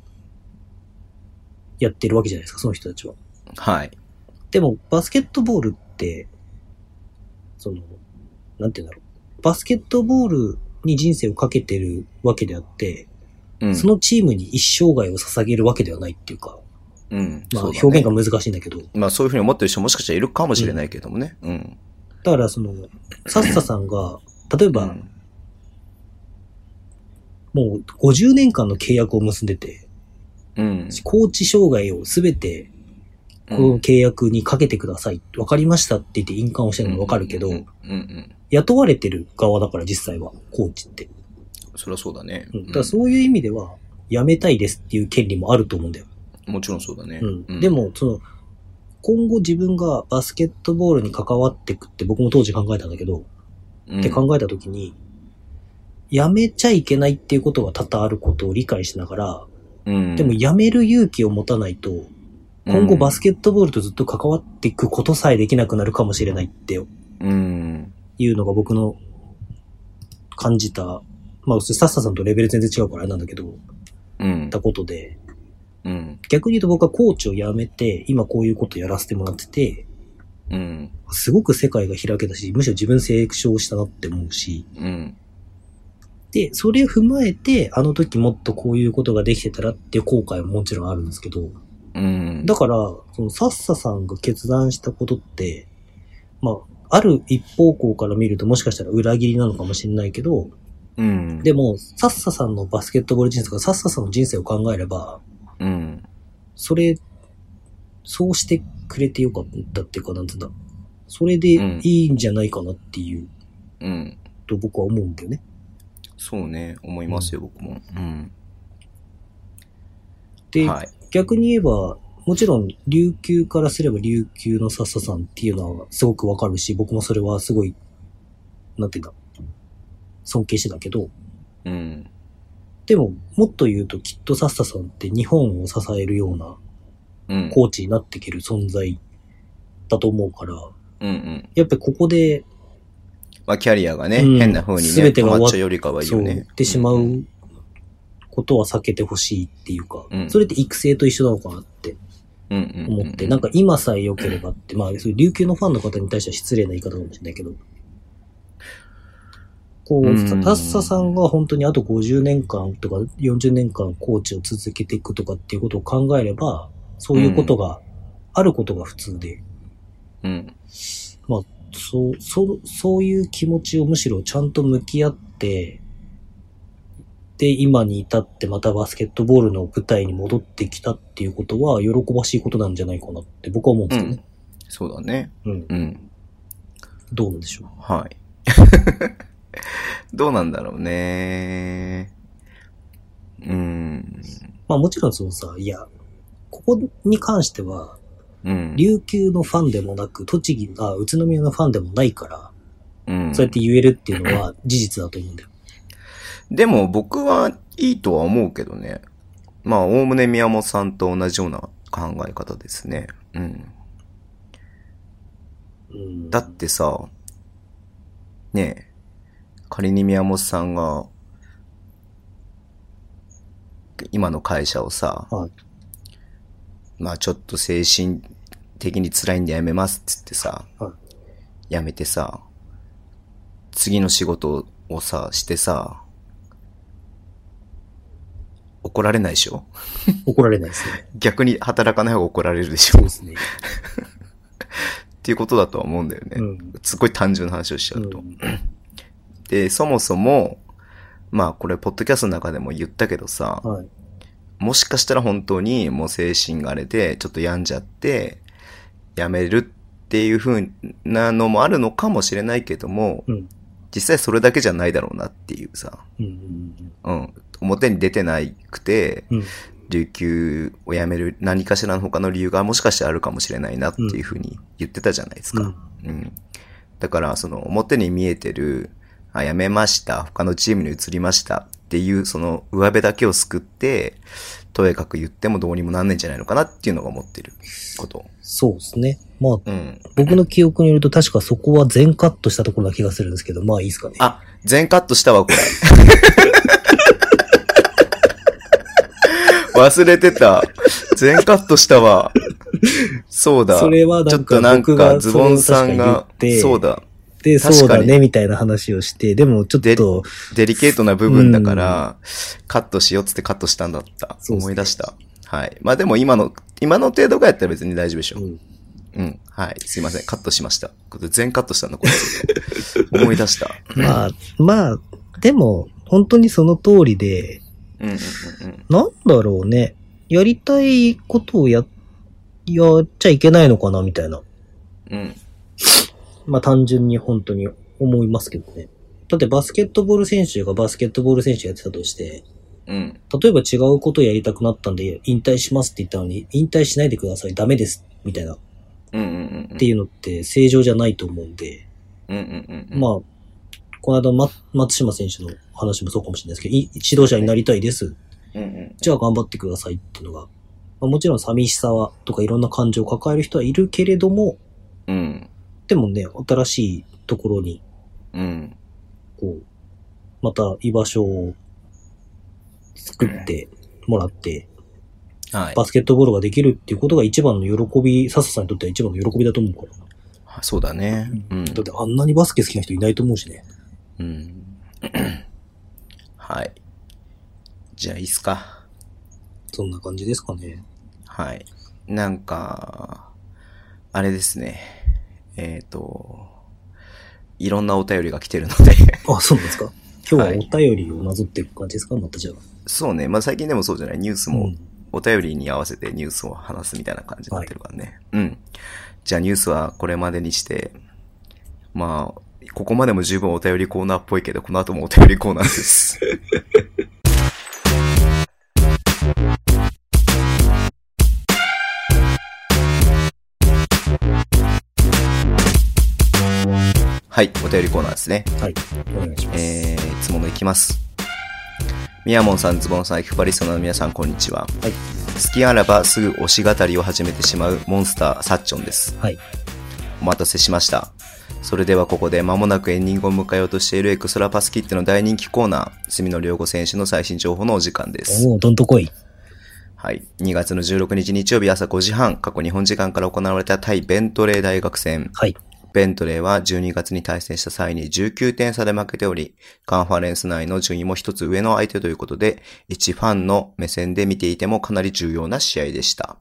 やってるわけじゃないですか、その人たちは。
はい。
でも、バスケットボールって、その、なんて言うんだろう。バスケットボールに人生をかけてるわけであって、
うん。
そのチームに一生涯を捧げるわけではないっていうか、
うん。
まあ、
そうだね
表現が難しいんだけど、だ
まあそういうふうに思ってる人もしかしたらいるかもしれないけどもね。うん。
からその、サッサさんが、例えば、
うん
もう50年間の契約を結んでて、
うん。
コーチ障害をすべてこの契約にかけてください、わかりましたって言って印鑑をしてるのはわかるけど、
うんうんうん。
雇われてる側だから実際は、コーチって。
そりゃそうだね。
うんだからそういう意味では、辞めたいですっていう権利もあると思うんだよ。
もちろんそうだね。
うん。で、も、その、今後自分がバスケットボールに関わってくって僕も当時考えたんだけど、
うん
って考えたときに、辞めちゃいけないっていうことが多々あることを理解しながら、
うん、
でも辞める勇気を持たないと、今後バス
ケ、
ケットボールとずっと関わっていくことさえできなくなるかもしれないって
うん。
いうのが僕の感じた、まあ、サッサさんとレベル全然違うからあれなんだけど、
うん
た。ことで、
うん。
逆に言うと僕はコーチを辞めて、今こういうことやらせてもらってて、
うん。
すごく世界が開けたし、むしろ自分成長したなって思うし、
うん。
で、それ踏まえて、あの時もっとこういうことができてたらっていう後悔ももちろんあるんですけど、
うん。
だから、そのサッサさんが決断したことって、まあ、ある一方向から見るともしかしたら裏切りなのかもしれないけど、
うん。
でも、サッサさんのバスケットボール人生とか、サッサさんの人生を考えれば、
うん。
それ、そうしてくれてよかったっていうか、なんつうんだ。それでいいんじゃないかなっていう、
うん。
と僕は思うんだよね。
そうね、思いますよ、僕も。うん。
で、
はい。
逆に言えば、もちろん、琉球からすれば琉球の笹さんっていうのはすごくわかるし、僕もそれはすごい、なんていうんだ、尊敬してたけど、
うん。
でも、もっと言うときっとサッサさんって日本を支えるような
うん。
コーチになっていける存在だと思うから、
うんうん。
やっぱりここで
まあ、キャリアがね、
うん
変な風にね、
全て
止
が終わっ
まっちゃうよりかはいい
そ
よ
う、
ね。
ってしま
んん
うことは避けてほしいっていうか、
うん
それって育成と一緒なのかなって
うんうんうん。
思って、なんか今さえ良ければって、まあ、そういう琉球のファンの方に対しては失礼な言い方かもしれないけど、こ
う
う、
ん
タッサさんが本当にあと50年間とか40年間コーチを続けていくとかっていうことを考えれば、そういうことが、あることが普通で、
うん。
そう、そう、そういう気持ちをむしろちゃんと向き合って、で、今に至ってまたバスケットボールの舞台に戻ってきたっていうことは喜ばしいことなんじゃないかなって僕は思うんで
う
すけど
ん。。
ね
そうだね。
うん。
うん。
どうなんでしょ
はい。 どうなんだろうね。うん。
う。まあもちろんそのさ、いや、ここに関しては、
うん。
琉球のファンでもなく、栃木、あ、宇都宮のファンでもないから、
うん
そうやって言えるっていうのは事実だと思うんだよ。
でも僕はいいとは思うけどね。まあ、おおむね宮本さんと同じような考え方ですね。うん。
うん。
だってさ、ねえ、仮に宮本さんが、今の会社をさ、
はい
まあちょっと精神的に辛いんで辞めますっつってさ、
は
辞めてさ、次の仕事をさ、してさ、怒られないでしょ
怒られないですね。
逆に働かない方が怒られるでし
そ
ょ
う
っ
ですね。
ていうことだとは思うんだよね。
うん。
すっごい単純な話をしちゃ
う
うと。
ん。
で、そもそも、まあこれ、ポッドキャストの中でも言ったけどさ、
はい。
もしかしたら本当にもう精神が荒れて、ちょっと病んじゃって、やめるっていう風なのもあるのかもしれないけども、
うん
実際それだけじゃないだろうなっていうさ、
うん
うん、表に出てないくて、
うん
琉球を辞める何かしらの他の理由がもしかしてあるかもしれないなっていうふうに言ってたじゃないです
うんう
か。
ん。うん
うん。だから、その表に見えてる、あ、辞めました、他のチームに移りましたっていう、その上辺だけを救って、とやかく言ってもどうにもなんないんじゃないのかなっていうのが思ってること。
そうですね。まあ、
うん。
僕の記憶によると確かそこは全カットしたところな気がするんですけど、まあいいですかね。
あ、全カットしたわ、こ れ。忘れてた。全カットしたわ。そうだ。
それは
ち
な
ょ
ん
っと
か
なん
僕
か
が
ズ
それ
ボ
を
ン
確
さ
か
ん
に言っ
が、
て、
そうだ。
で、
確かに
そうだね、みたいな話をして、でもちょっ
で
と、
デリケートな部分だから、カットしようっつってカットしたんだった。
そうっすね
思い出した。はい。まあでも今の、今の程度がやったら別に大丈夫でしょ。
うん
うん。はい。すいません。カットしました。これ全カットしたんだ、これ。 思い出した。
まあ、まあ、でも、本当にその通りで、
うんうんうん
なんだろうね、やりたいことをや、やっちゃいけないのかな、みたいな。
うん。うん。
まあ単純に本当に思いますけどね。だってバスケットボール選手がバスケットボール選手やってたとして、
うん。
例えば違うことやりたくなったんで引退しますって言ったのに、引退しないでください、ダメです、みたいな、っ
うんうんうんうん。
ていうのって正常じゃないと思うんで、
うんうんうん。
まあ、この間、ま、松島選手の話もそうかもしれないですけど、い指導者になりたいです。
うんうん。
じゃあ頑張ってくださいっていうのが、まあ、もちろん寂しさはとかいろんな感情を抱える人はいるけれども、
うん。
でもね、新しいところに、
うん。
こう、また居場所を作ってもらって、
はい。
バスケットボールができるっていうことが一番の喜び、笹さんにとっては一番の喜びだと思うから。
そうだね。うん。
だってあんなにバスケ好きな人いないと思うしね。
うん。 はい。じゃあ、いいっすか。
そんな感じですかね。
はい。なんか、あれですね。えっ、と、いろんなお便りが来てるので。
あ、そうなんですか。今
はい
日はお便りをなぞっていく感じですかまたじゃあ。
そうね。まあ、最近でもそうじゃない。ニュース
う
も
ん、
お便りに合わせてニュースを話すみたいな感じになってるからね。うん。じゃあニュースはこれまでにして、まあ、ここまでも十分お便りコーナーっぽいけど、この後もお便りコーナーです。 はい、お便りコーナーですね。
はい。お願いします。
えー、いつものいきます。みやもんさん、ズボンさん、エクパリストの皆さん、こんにちは。
はい
好きあらばすぐ推し語りを始めてしまうモンスター、サッチョンです。
はい。
お待たせしました。それではここで間もなくエンディングを迎えようとしているエクストラパスキットの大人気コーナー、住野良子選手の最新情報のお時間です。
おーどんとこい。
はい。2月の16日日曜日朝5時半、過去日本時間から行われた対ベントレー大学戦。
はい。
ベントレーは12月に対戦した際に19点差で負けており、カンファレンス内の順位も一つ上の相手ということで、一ファンの目線で見ていてもかなり重要な試合でした。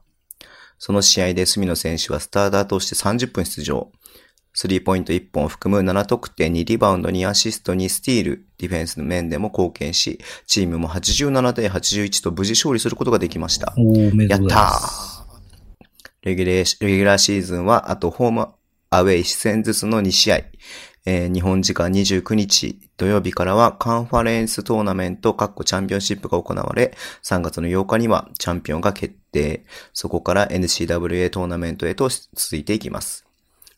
その試合で隅野選手はスターターとして30分出場。スリーポイント1本を含む7得点にリバウンドにアシストにスティール、ディフェンスの面でも貢献し、チームも87対81と無事勝利することができました。
おーおめで
や
とう
っ
ご
た
ざいます。
ーレギュレーシレギュラーシーズンは、あとホームアウェイ1戦ずつの2試合。えー日本時間29日土曜日からはカンファレンストーナメント、カッコチャンピオンシップが行われ、3月の8日にはチャンピオンが決定。そこから NCWA トーナメントへと続いていきます。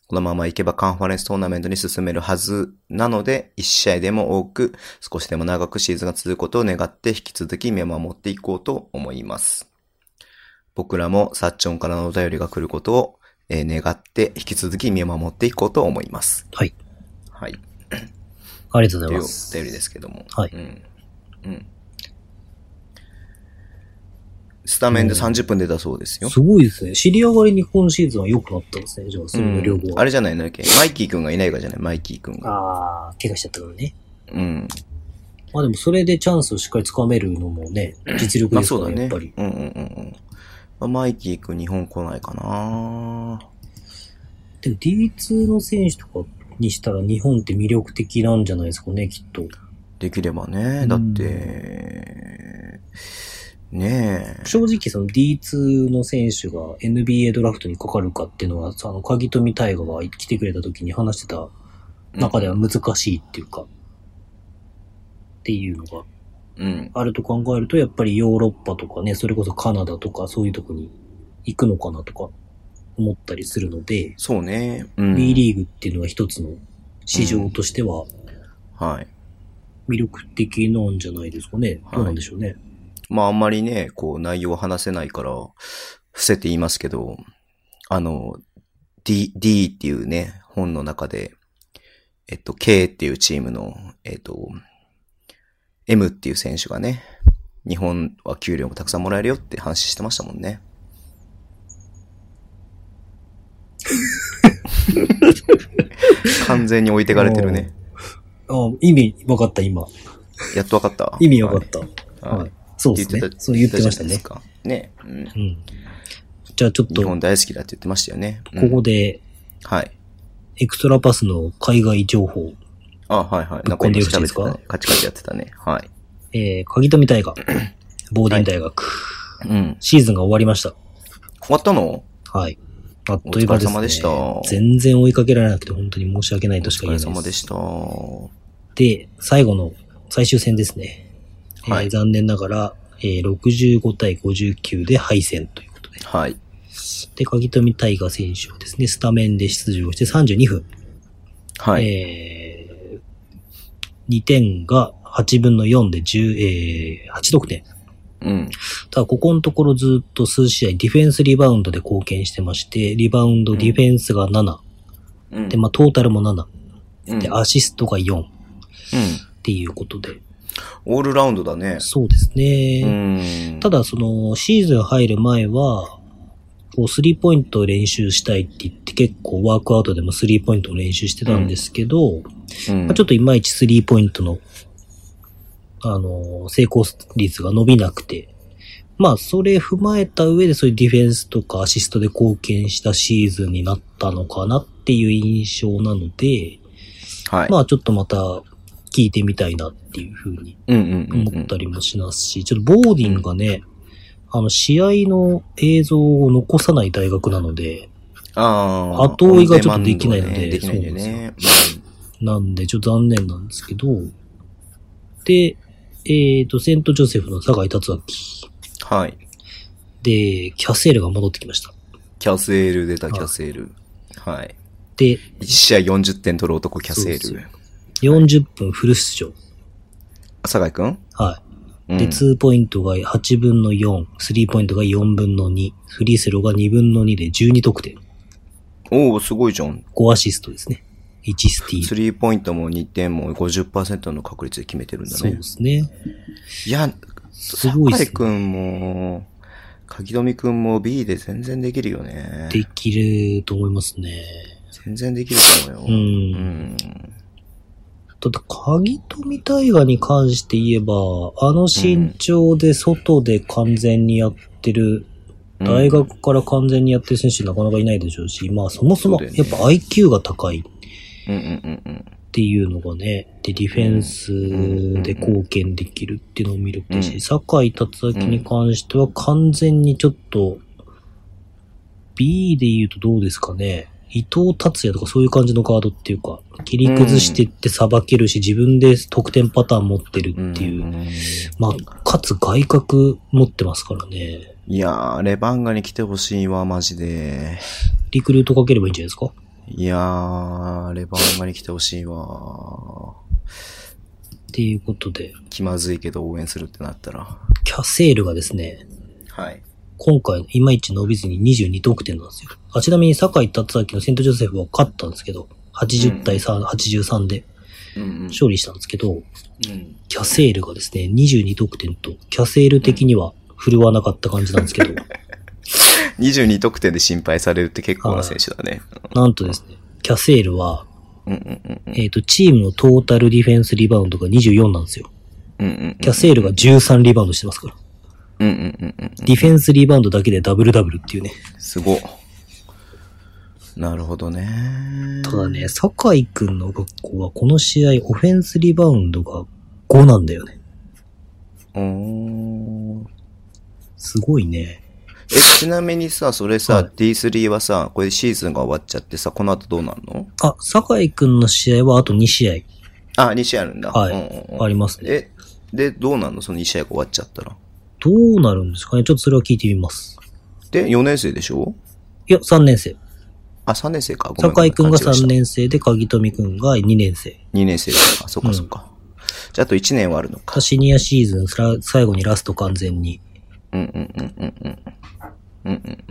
このままいけばカンファレンストーナメントに進めるはずなので、1試合でも多く、少しでも長くシーズンが続くことを願って引き続き見守っていこうと思います。僕らもサッチョンからのお便りが来ることを、えー願って引き続き見守っていこうと思います。
はい。
はい。と
ありがとうござ
い
いう
お
ます。
便りですけども。
はい
うん。うん。スタメンで30分出たそうですよ。
すごいですね。知り上がりに今シーズンは良くなったんですね。じゃあ、
う
それの両
ん
方、は。
あれじゃないんだっけマイキーくんがいないからじゃないマイキーくんが。
あー、怪我しちゃったからね。
うん。
まあでも、それでチャンスをしっかりつかめるのもね、実力
まあ
です
そうだ
から、
ね。
や
うん
っぱ
うん
り。
うんうんまあ。マイキーくん日本来ないかな
でも D2 の選手とかにしたら日本って魅力的なんじゃないですかね、きっと。
できれば
う
ね。
ん
だって、ねえ。
正直その D2 の選手が NBA ドラフトにかかるかっていうのは、その、鍵富大河が来てくれた時に話してた中では難しいっていうか、っていうのが
うん。
あると考えると、やっぱりヨーロッパとかね、それこそカナダとかそういうとこに行くのかなとか思ったりするので、
そうね。うん。
B リーグっていうのは一つの市場としては
はい。
魅力的なんじゃないですかね。どうなんでしょうね。
まああんまりね、こう内容を話せないから、伏せて言いますけど、あの、D、D っていうね、本の中で、えっと、K っていうチームの、えっと、M っていう選手がね、日本は給料もたくさんもらえるよって話してましたもん ね。完全に置いてかれてるね。
あ意味分かった、今。
やっとわかった。
意味分かった。
た
はい。そうですね。そう言ってましたね。。
ね、うん。
うん。じゃあちょっ
日
と、こ
本大好きだって言ってましたよね。うん
こで、
はい。
エクストラパスの海外情報、
あ、はいはい。
ぶっこんでよろしいですか
中身調べてたねカチカチやってたね。はい。
えー、鍵富大学、ボーディン大学、
うん。
シーズンが終わりました。
終わったの
はい。あっという間ですね。
お疲れ様でした
全然追いかけられなくて本当に申し訳ないとしか
お疲
言え
れ
ない
様
で。
ですした。
で、最後の最終戦ですね。は、
はいい
残念ながら、えー、65対59で敗戦ということで。
はい。
で、鍵富大河選手はですね、スタメンで出場して32分。
はい。
えー、2点が8分の4で10、えー、8得点。
うん。
ただ、ここのところずっと数試合、ディフェンスリバウンドで貢献してまして、リバウンド、ディフェンスが7、
うん。
で、まあ、トータルも7、
うん、
で、アシストが4っ
うん。
ていうことで、
オールラウンドだね。
そうです
う
ね。
ん。
ただ、その、シーズン入る前は、こう、スリーポイントを練習したいって言って、結構ワークアウトでもスリーポイントを練習してたんですけど、
うん、
まあ、ちょっといまいちスリーポイントの、あの、成功率が伸びなくて、まあ、それ踏まえた上で、そういうディフェンスとかアシストで貢献したシーズンになったのかなっていう印象なので、
はい。
まあ、ちょっとまた聞いてみたいなっていうふうに
うんうんうん、うん。
思ったりもしますし、ちょっとボーディンがね、あの、試合の映像を残さない大学なので、
ああ。
後追いがちょっとできないので
オンデマンドねできないんだよね。
なんで、ちょっと残念なんですけど、で、えっ、と、セントジョセフの酒井達明。
うんはい。
で、キャセールが戻ってきました。
キャセール出た、キャセール。はい。
で、
1試合40点取る男、キャセ
そう
ー
で
ル。
40分フル出場。
酒井くん
は
う
い。
ん
で、2ポイントが8分の4、3ポイントが4分の2、フリースローが2分の2で12得点。
おおすごいじゃん。
5アシストですね。1スティー
ス
ル。
リーポイントも2点も50%の確率で決めてるんだ
そう
ね
で。すね。
いや、
すごいっす
酒
ね
井くんも、柿富くんも B で全然できるよね。
できると思いますね。
全然できると思う
う
よ。
ん。
うん。
だって、鍵富大河に関して言えば、あの身長で外で完全にやってる、
うん
大学から完全にやってる選手なかなかいないでしょうし、まあそもそも
そうだよね
やっぱ IQ が高いっ
うんうんうんうん。
ていうのがね、で、ディフェンスで貢献できるっていうのも魅力だ
うん
し、酒井達明に関しては完全にちょっと、B で言うとどうですかね。伊藤達也とかそういう感じのガードっていうか、切り崩してってさばけるし、自分で得点パターン持ってるっていう。
んん
まあ、かつ外角持ってますからね。
いやー、レバンガに来てほしいわ、マジで。
リクルートかければいいんじゃないですか
いやー、レバンガに来てほしいわ。
っていうことで、
気まずいけど応援するってなったら。
キャセールがですね、
はい。
今回いまいち伸びずに22得点なんですよ。あちなみに酒井達明のセントジョセフは勝ったんですけど、80対3、83で
うんうん。
勝利したんですけど、
うん
キャセールがですね、22得点と、キャセール的には振るわなかった感じなんで すけど、
22得点で心配されるって結構な選手だね。
なんとですね、キャセールは、
うんうんうんうん。
えっ、と、チームのトータルディフェンスリバウンドが24なんですよ。
うんうんうん。
キャセールが13リバウンドしてますから。
うんうんうんうん。
ディフェンスリバウンドだけでダブルダブルっていうね。
すごっ。なるほどね。
ただね、酒井くんの学校はこの試合オフェンスリバウンドが5なんだよね。
うーん。
すごいね。
え、ちなみにさ、それさ、
はい
D3 はさ、これシーズンが終わっちゃってさ、この後どうなんの
あ、酒井くんの試合はあと2試
あ、2試合あるんだ。
はい
うんうんうん
合ありますね。
え、で、どうなんのその2試合が終わっちゃったら。
どうなるんですかねちょっとそれは聞いてみます。
で、4年生でしょ
いや、3年生。
あ、3年生か。ごめ
酒井くんが
勘違いし
3
た
年生で、鍵富くんが2年生。
2年生だ。あ、そっかそっか。じゃあ、あと1年はあるのか。
カシニアシーズン、さ最後にラスト完全に。
うんうんうんうんうん。うんうん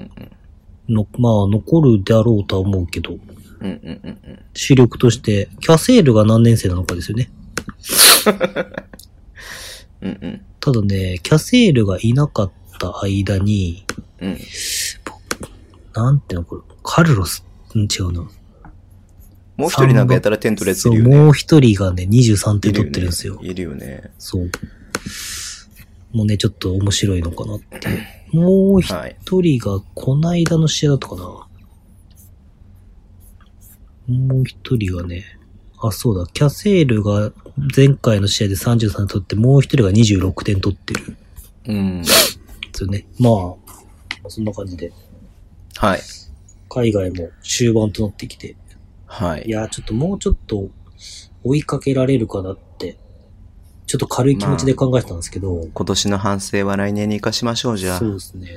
うん
の、まあ、残るであろうとは思うけ
う
ど、
んうんうんうん。
主力として、キャセールが何年生なのかですよね。
うんうん。
ただね、キャセールがいなかった間に、
うん。
なんていうのこれ、カルロス、うん違うな。
もう一人なんかやたら点取れて
そ
る
う、
よね。
もう一人がね、23
い
点
る
取
よ
ってるんですよ。
ね。いるよね。
そう。もうね、ちょっと面白いのかなって。もう一
はい。
人が、こないだの試合だったかな。もう一人がね、あ、そうだ、キャセールが前回の試合で33点取って、もう一人が26点取ってるんで
うん。
すよね。まあ、そんな感じで、
はい。
海外も終盤となってきて、
はいい。
やー、ちょっともうちょっと追いかけられるかなって、ちょっと軽い気持ちで考えてたんですけど、
今年の反省は来年に生かしましょう、じゃあ
そう。ですね。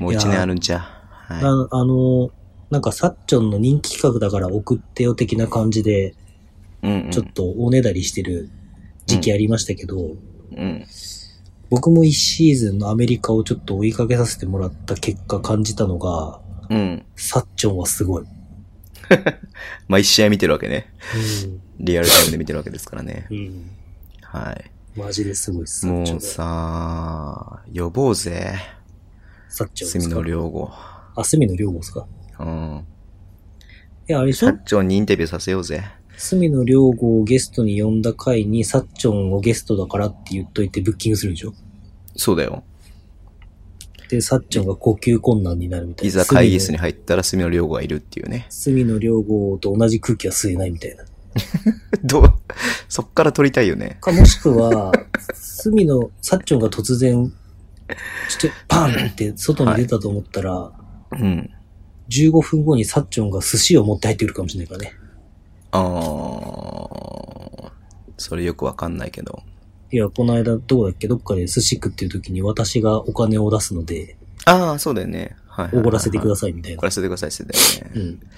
もう1年あるんじゃ。はい。
なあのー、なんかサッチョンの人気企画だから送ってよ的な感じで、
うんうん。
ちょっとおねだりしてる時期ありましたけど、
うん。
僕も一シーズンのアメリカをちょっと追いかけさせてもらった結果感じたのが、
うん。
サッチョンはすごい。
まあ、1試合見てるわけね。
う
リアルタイムで見てるわけですからね。
ん。うん。
はい。
マジですごいっす。
も
サッ
う
チョンは
さ、呼ぼうぜ。
サッチョンです
隅
か
野良吾。
あ、隅野良吾ですか
うん。
いや、あれでしょ
社長にインタビューさせようぜ。
隅野良吾をゲストに呼んだ回に、サッチョンをゲストだからって言っといてブッキングするでしょ
そうだよ。
で、サッチョンが呼吸困難になるみたいな。
いざ会議室
に。
に入ったら隅野良吾がいるっていうね。
隅野良吾と同じ空気は吸えないみたいな。
どう、 そっから撮りたいよね。
か、もし くは、隅野、サッチョンが突然、ちょっとパンって外に出たと思ったら、
うん。
15分後にサッチョンが寿司を持って入ってくるかもしれないからね。
あー。それよくわかんないけど。
いや、この間どうだっけどっかで寿司食ってる時に私がお金を出すので、
あー、そうだよね。はいはいはいはい。
おごらせてくだ
さ
さいみたい
お
な
ご。らせてくださいって言ってたよ
う
ね。
ん。
じゃあ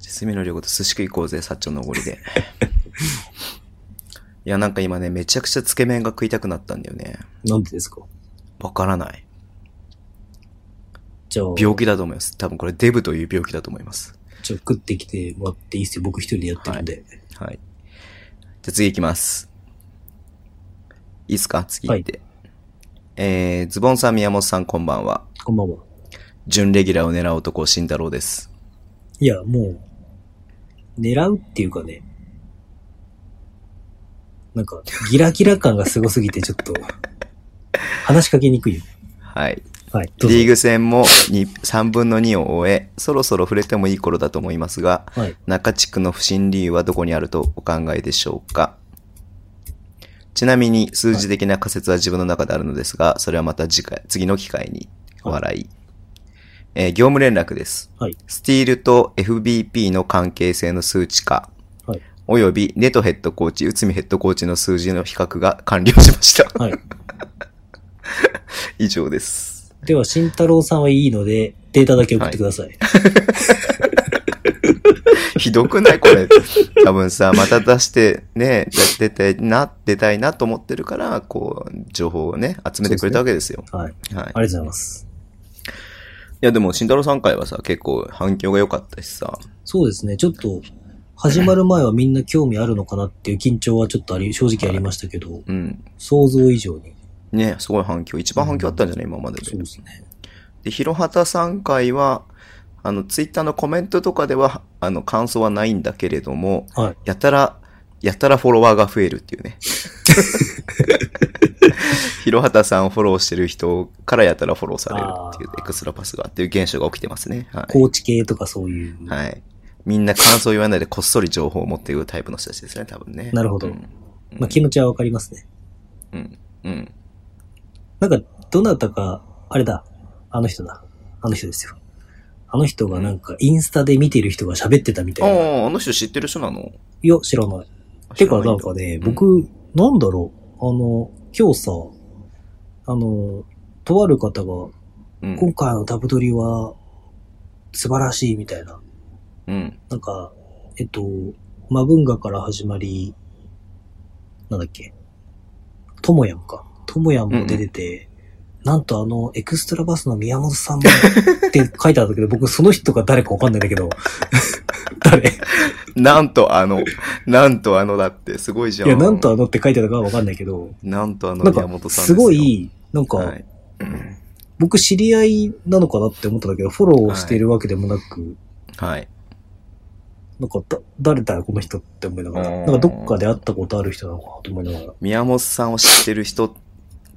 隅野良吾と寿司食い行こうぜ、社長のおごりで。 いや、なんか今ね、めちゃくちゃつけ麺が食いたくなったんだよね。
なんでですか
わからない。
じゃあ。
病気だと思います。多分これデブという病気だと思います。
ちょ、食ってきてもらっていいっすよ。僕一人でやってるんで。
はい。じゃあ次行きます。いいっすか次行って。えー、ズボンさん、宮本さん、こんばんは。
こんばんは。
準レギュラーを狙う男、慎太郎です。
いや、もう、狙うっていうかね。なんか、ギラギラ感がすごすぎて、ちょっ と、話しかけにくいよ。
はい。
はい、どうぞ
リー。グ戦もに3分の2を終え、そろそろ触れてもいい頃だと思いますが、
はい。
中地区の不審理由はどこにあるとお考えでしょうかちなみに数字的な仮説は自分の中であるのですが、それはまた次回、次の機会にお笑い。えー業務連絡です。
はい
スティールと FBP の関係性の数値化、
はい。
およびネトヘッドコーチ、内海ヘッドコーチの数字の比較が完了しました。
はい。
以上です。
では、慎太郎さんはいいので、データだけ送ってください。
ひどくないこれ。多分さ、また出してね、出てな、出たいなと思ってるから、こう、情報をね、集めてくれたわけですよ。
は
は
い。
い。
ありがとうございます。
いや、でも、慎太郎さん会はさ、結構反響が良かったしさ。
そうですね。ちょっと、始まる前はみんな興味あるのかなっていう緊張はちょっとあり、正直ありましたけど、
うん。
想像以上に。
ね、すごい反響。一番反響あったんじゃない今までで
そう。ですね。
で、ひろはたさん会は、あの、ツイッターのコメントとかでは、あの、感想はないんだけれども、
はい。
やたら、やたらフォロワーが増えるって いうね。ひろはたさんをフォローしてる人からやたらフォローされるっていう
あー
エクストラパスがっていう現象が起きてますね。は
高知系とかそういう。
い。はい。みんな感想言わないでこっそり情報を持っているタイプの人たちですね、多分ね。
なるほど
うん
まあ、気持ちはわかりますね。
うん。うん。
なんか、どなたか、あれだ、あの人だ。あの人ですよ。あの人がなんか、インスタで見てる人が喋ってたみたいな。
ああ、あの人知ってる人なの
いや、知らない。てか、なんかね、僕、なんだろう。あの、今日さ、あの、とある方が、
うん
今回のタブトリは、素晴らしいみたいな。
うん。
なんか、えっと、マブンガから始まり、なんだっけ、トモヤンか。トモヤンも出てて、なんとあの、エクストラバスの宮本さんもって書いてあったけど、僕その人が誰かわかんないんだけ ど、誰い
なんとあの、なんとあのだって、すごいじゃん。
や、なんとあのって書いてあったかわかんないけど、
なんとあの
なん
宮本さん
か、
ですよ
すご、い、なんか、
はいうん
僕知り合いなのかなって思ったんだけど、フォローをしているわけでもなく、
はい。
なんかだ、誰だよ、この人って思いながら、
うん
なんかどっかで会ったことある人なのかなと思いながら、
宮本さんを知ってる人っ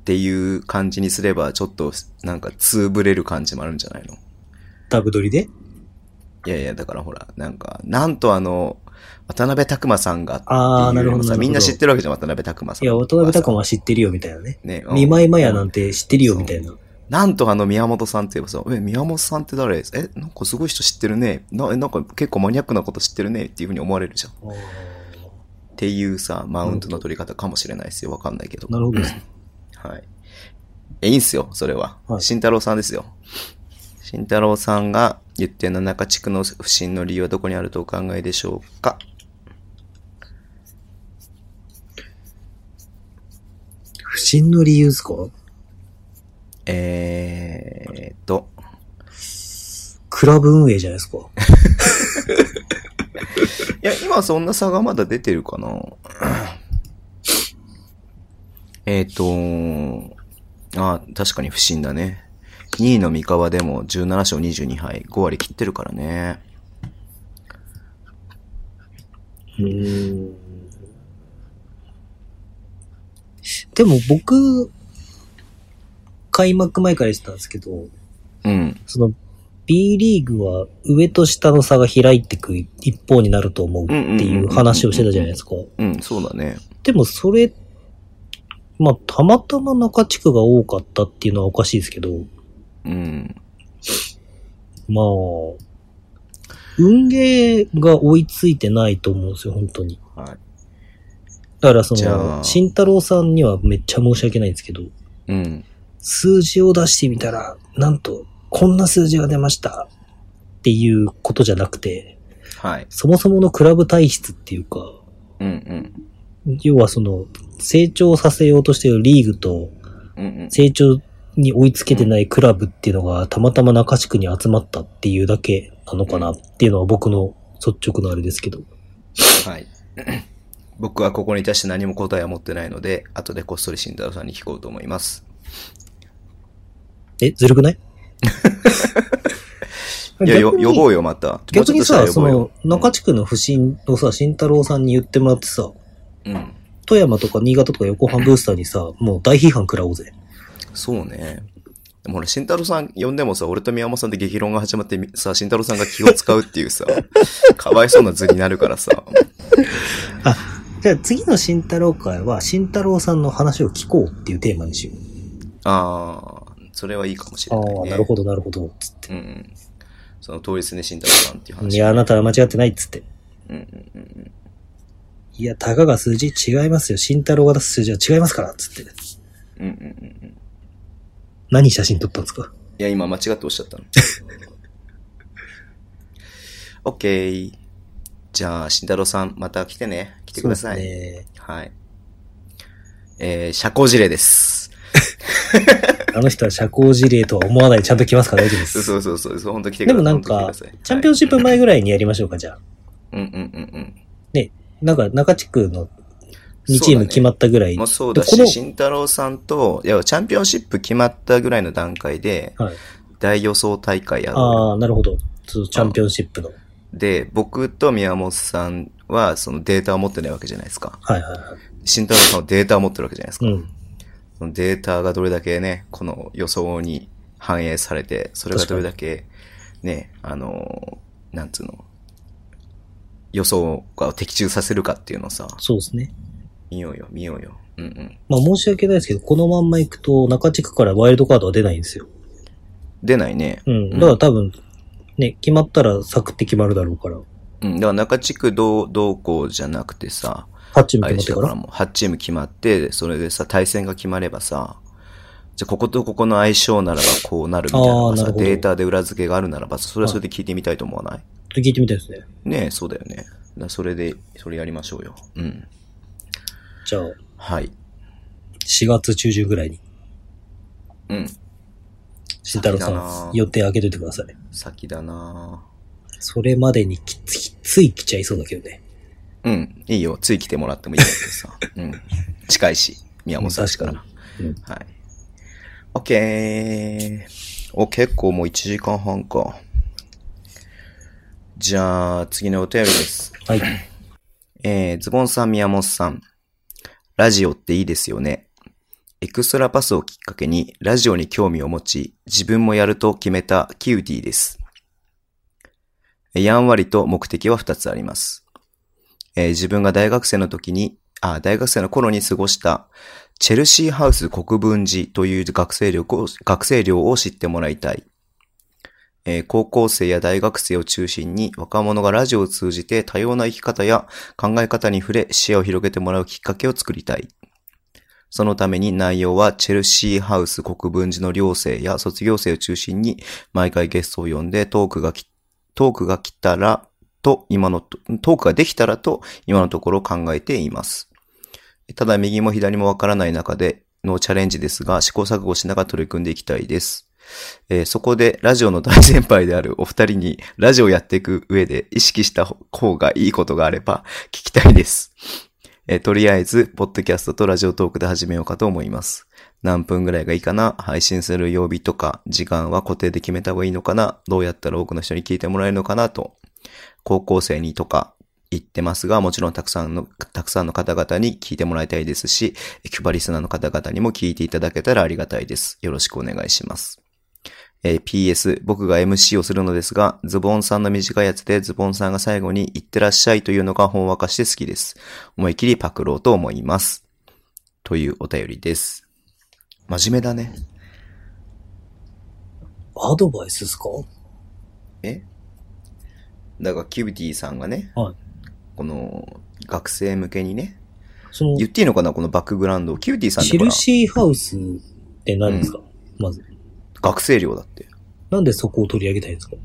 ていう感じにすれば、ちょっと、なんか、つぶれる感じもあるんじゃないの
ダブドリで
いやいや、だからほら、なんか、なんとあの、渡辺拓馬さんがっていう
あーなるほど
のさ
なるほど
みんな知ってるわけじゃん、渡辺拓馬さん。
いや、渡辺
さ
隆馬は知ってるよ、みたいなね。
ね、うん
二枚前やなんて知ってるよ、みたいな。
なんとあの宮本さんって言えばさ、え、宮本さんって誰え、なんかすごい人知ってるね。な、えなんか結構マニアックなこと知ってるねっていうふうに思われるじゃん。っ
あー
ていうさ、マウントの取り方かもしれないですよ。わかんないけど。
なるほどですね。
はい。え、いいんすよ、それは。
はい
慎太郎さんですよ。慎太郎さんが言ってる中地区の不審の理由はどこにあるとお考えでしょうか
不審の理由ですか
えーと、
クラブ運営じゃないですか。
いや、今そんな差がまだ出てるかな。えっとあ、確かに不審だね。2位の三河でも17勝22敗、5割切ってるからね。
うん。でも僕、開幕前から言ってたんですけど、
うん。
その、B リーグは上と下の差が開いてく一方になると思うっていう話をしてたじゃないですか。
うん、そうだね。
でもそれ、まあ、たまたま中地区が多かったっていうのはおかしいですけど、
うん。
まあ、運ゲーが追いついてないと思うんですよ、本当に。
は
だからそ
じゃ
の、
あ
慎太郎さんにはめっちゃ申し訳ないんですけど、
い。うん。
数字を出してみたら、なんと、こんな数字が出ましたっていうことじゃなくて、
はい。
そもそものクラブ体質っていうか、
うんうん。
要はその、成長させようとしているリーグと、
うんうん。
成長に追いつけてないクラブっていうのがたまたま中地区に集まったっていうだけなのかなっていうのは僕の率直なあれですけど。
はい。 僕はここに対して何も答えは持ってないので、後でこっそり慎太郎さんに聞こうと思います。
え、ずるくない
いや、よ、
逆に
呼ぼうよ、また。
逆に
も
さ、
うち
そ
ょっとしたら呼ぼ
の中地区の不審をさ、慎太郎さんに言ってもらってさ、
うよ。うん。
富山とか新潟とか横浜ブースターにさ、もう大批判食らおうぜ。
そうね。でもほら、慎太郎さん呼んでもさ、俺と宮本さんで激論が始まってみさ、慎太郎さんが気を使うっていう さ、かわいそうな図になるからさ。
じゃあ次の慎太郎会は、慎太郎さんの話を聞こうっていうテーマにしよう。
あー、それはいいかもしれ
あ
ない、ね。
あ、なるほど、なるほど、つって。
うんうん。その通りですね、慎太郎さんっていう話。
いや、あなたは間違ってないっつって。
うんうんうんうん。
いや、たかが数字違いますよ。慎太郎が出す数字は違いますから、つって。
うんうんうんうん。
何写真撮ったんですか
いや、今間違っておっしゃったの。 オッケー。じゃあ、慎太郎さん、また来てね。来てください。
そうですね。
はい。えー、社交辞令です。
あの人は社交辞令とは思わない。ちゃんと来ますから大丈夫で
そう
す。
そうそうそう、そう本当来てくだ
で
さい。
もな
本
んか
当来てください、
チャンピオンシップ前ぐらいにやりましょうか、じゃあ。
はいうんうんうん
なんか、中地区の2チーム決まったぐら
うん。
い。
もうそうだ
でこ
し、
の
慎太郎さんと、いや、チャンピオンシップ決まったぐらいの段階で、
はい
大予想大会やろうよ
ああ、なるほど。そうチャンピオンシップの。
で、僕と宮本さんは、そのデータを持ってないわけじゃないですか。
はいはいはい。
慎太郎さんはデータを持ってるわけじゃないですか。
うん。
そのデータがどれだけね、この予想に反映されて、それがどれだけ、ね、あのー、なんつうの、予想が的中させるかっていうのをさ、
そうですね。
見ようよ、見ようよ。うんうん。
まあ申し訳ないですけど、このまんま行くと中地区からワイルドカードは出ないんですよ。
出ないね。
うん。だから多分、ね、決まったらサクって決まるだろうから。
うん。だから中地区どう、どうこうじゃなくてさ、
8チーム
あれ
決ま
してだ
っか。
かららもう8チーム決まって、それでさ、対戦が決まればさ、じゃあこことここの相性ならばこうなるみたいなのが
あーな
さ、
るほど
データで裏付けがあるならば、それはそれで聞いてみたいと思わない、
ちょっと聞いてみたいですね。
ねえ、そうだよね。だからそれで、それやりましょうよ。うん。
じゃあ、
はい。
4月中旬ぐらいに、
うん。
慎太郎
先だな
さん、予定開けといてください。
先だな
それまでにきつきつい来ちゃいそうだけどね。
うん。いいよ。つい来てもらってもいいんだけど さ。うん。近いし、宮本さんちから。
うん
はい
にうん。
オッケー。お、結構もう1時間半か。じゃあ、次のお便りです。
はい。
えー、ズボンさん、宮本さん。ラジオっていいですよね。エクストラパスをきっかけにラジオに興味を持ち、自分もやると決めたキューティーです。やんわりと目的は2つあります。えー自分が大学生の時に、あ、大学生の頃に過ごした、チェルシーハウス国分寺という学生寮を学生寮を知ってもらいたい。えー高校生や大学生を中心に若者がラジオを通じて多様な生き方や考え方に触れ視野を広げてもらうきっかけを作りたい。そのために内容はチェルシーハウス国分寺の寮生や卒業生を中心に毎回ゲストを呼んでトークがき、トークが来たらと今のと、トークができたらと今のところ考えています。ただ右も左もわからない中でのチャレンジですが試行錯誤しながら取り組んでいきたいです。えーそこでラジオの大先輩であるお二人にラジオをやっていく上で意識した方がいいことがあれば聞きたいです。えーとりあえず、ポッドキャストとラジオトークで始めようかと思います。何分ぐらいがいいかな配信する曜日とか、時間は固定で決めた方がいいのかなどうやったら多くの人に聞いてもらえるのかなと、高校生にとか言ってますが、もちろんたくさんの、たくさんの方々に聞いてもらいたいですし、エキュバリスナーの方々にも聞いていただけたらありがたいです。よろしくお願いします。えー PS、僕が MC をするのですが、ズボンさんの短いやつでズボンさんが最後に行ってらっしゃいというのが本わかして好きです。思い切りパクろうと思います。というお便りです。真面目だね。
アドバイスですか
えだから、キューティーさんがね、
はい
この、学生向けにね、
その、
言っていいのかなこのバックグラウンドを。キューティーさんって
チ
ほら
ェル、シーハウスって何ですか、まず。
学生寮だって。
なんでそこを取り上げたいんですか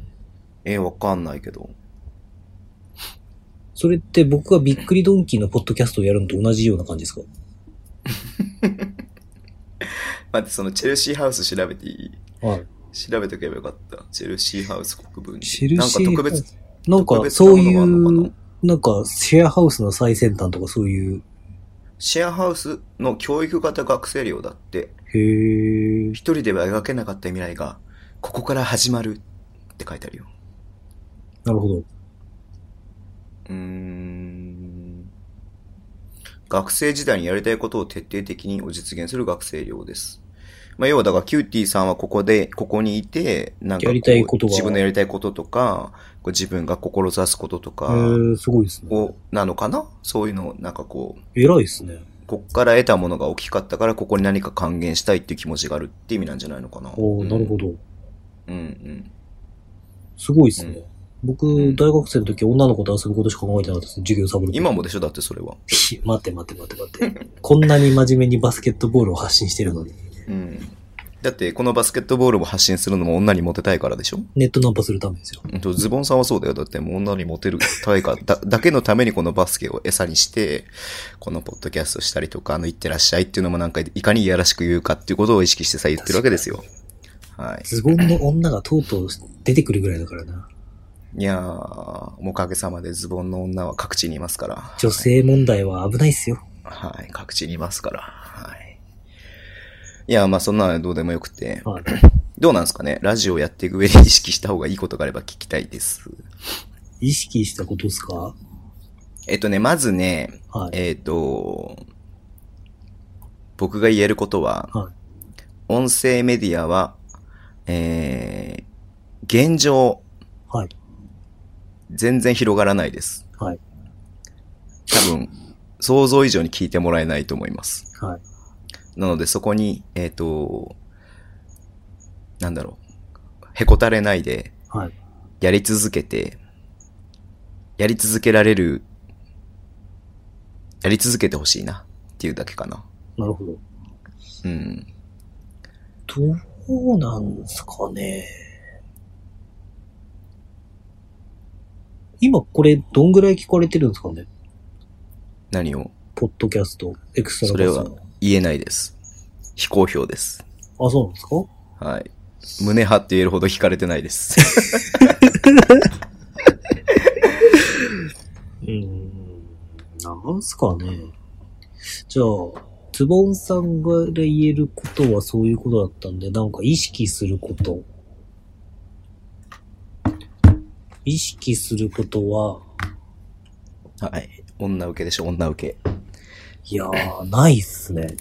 えー、わかんないけど。
それって僕がびっくりドンキーのポッドキャストをやるのと同じような感じですか
待って、そのチェルシーハウス調べていい
はい。
調べとけばよかった。チェルシーハウス国分寺。
チェルシー
なんか特別、
なん
特
か、
別な
そう
もの
い
があるのかな
う、なんか、シェアハウスの最先端とかそういう、
シェアハウスの教育型学生寮だって、
へえ。
一人では描けなかった未来が、ここから始まるって書いてあるよ。
なるほど。
うーん。学生時代にやりたいことを徹底的に実現する学生寮です。まあ、要はだから、キューティーさんはここで、ここにいて、なんかこう
やりたいことが
自分のやりたいこととか、こう自分が志すこととか、
へえ、すごいですね。
を、なのかなそういうのを、なんかこう、
偉いですね。
こっから得たものが大きかったから、ここに何か還元したいっていう気持ちがあるって意味なんじゃないのかな。
おおなるほど。
うんうん。
すごいですね。僕、
ん
大学生の時女の子と遊ぶことしか考えてなかったです。授業サボる時。
今もでしょだってそれは。
いや 待って待って待って待って。こんなに真面目にバスケットボールを発信してるのに。
うん。だって、このバスケットボールを発信するのも女にモテたいからでしょ
ネットナンパするためですよ。
うんとズボンさんはそうだよ。だって、もう女にモテる大会 だだけのためにこのバスケを餌にして、このポッドキャストしたりとか、あの、いってらっしゃいっていうのもなんか、いかにいやらしく言うかっていうことを意識してさ、言ってるわけですよ。はい。
ズボンの女がとうとう出てくるぐらいだからな。
いやー、おかげさまでズボンの女は各地にいますから。
女性問題は危ないっすよ。
はい、各地にいますから。はい。いや、まあそんなのはどうでもよくて、
はい。
どうなんですかねラジオをやっていく上で意識した方がいいことがあれば聞きたいです。
意識したことですか
えっとね、まずね、
はい。
えっ、と、僕が言えることは、
はい
音声メディアは、えー、現状、
はい。
全然広がらないです。
はい。
多分、想像以上に聞いてもらえないと思います。
はい。
なのでそこに、えっ、と、なんだろう。へこたれないで、
はい
やり続けて、やり続けられる、やり続けてほしいなっていうだけかな。
なるほど。
うん。
どうなんですかね。今これどんぐらい聞かれてるんですかね
何を
ポッドキャスト、エクストラバス
それ言えないです。非公表です。
あ、そうなんですか
はい。胸張って言えるほど惹かれてないです。
うーん。なんすかね。じゃあ、ズボンさんが言えることはそういうことだったんで、なんか意識すること。意識することは、
はい。女受けでしょ、女受け。
いやー、ないっすね。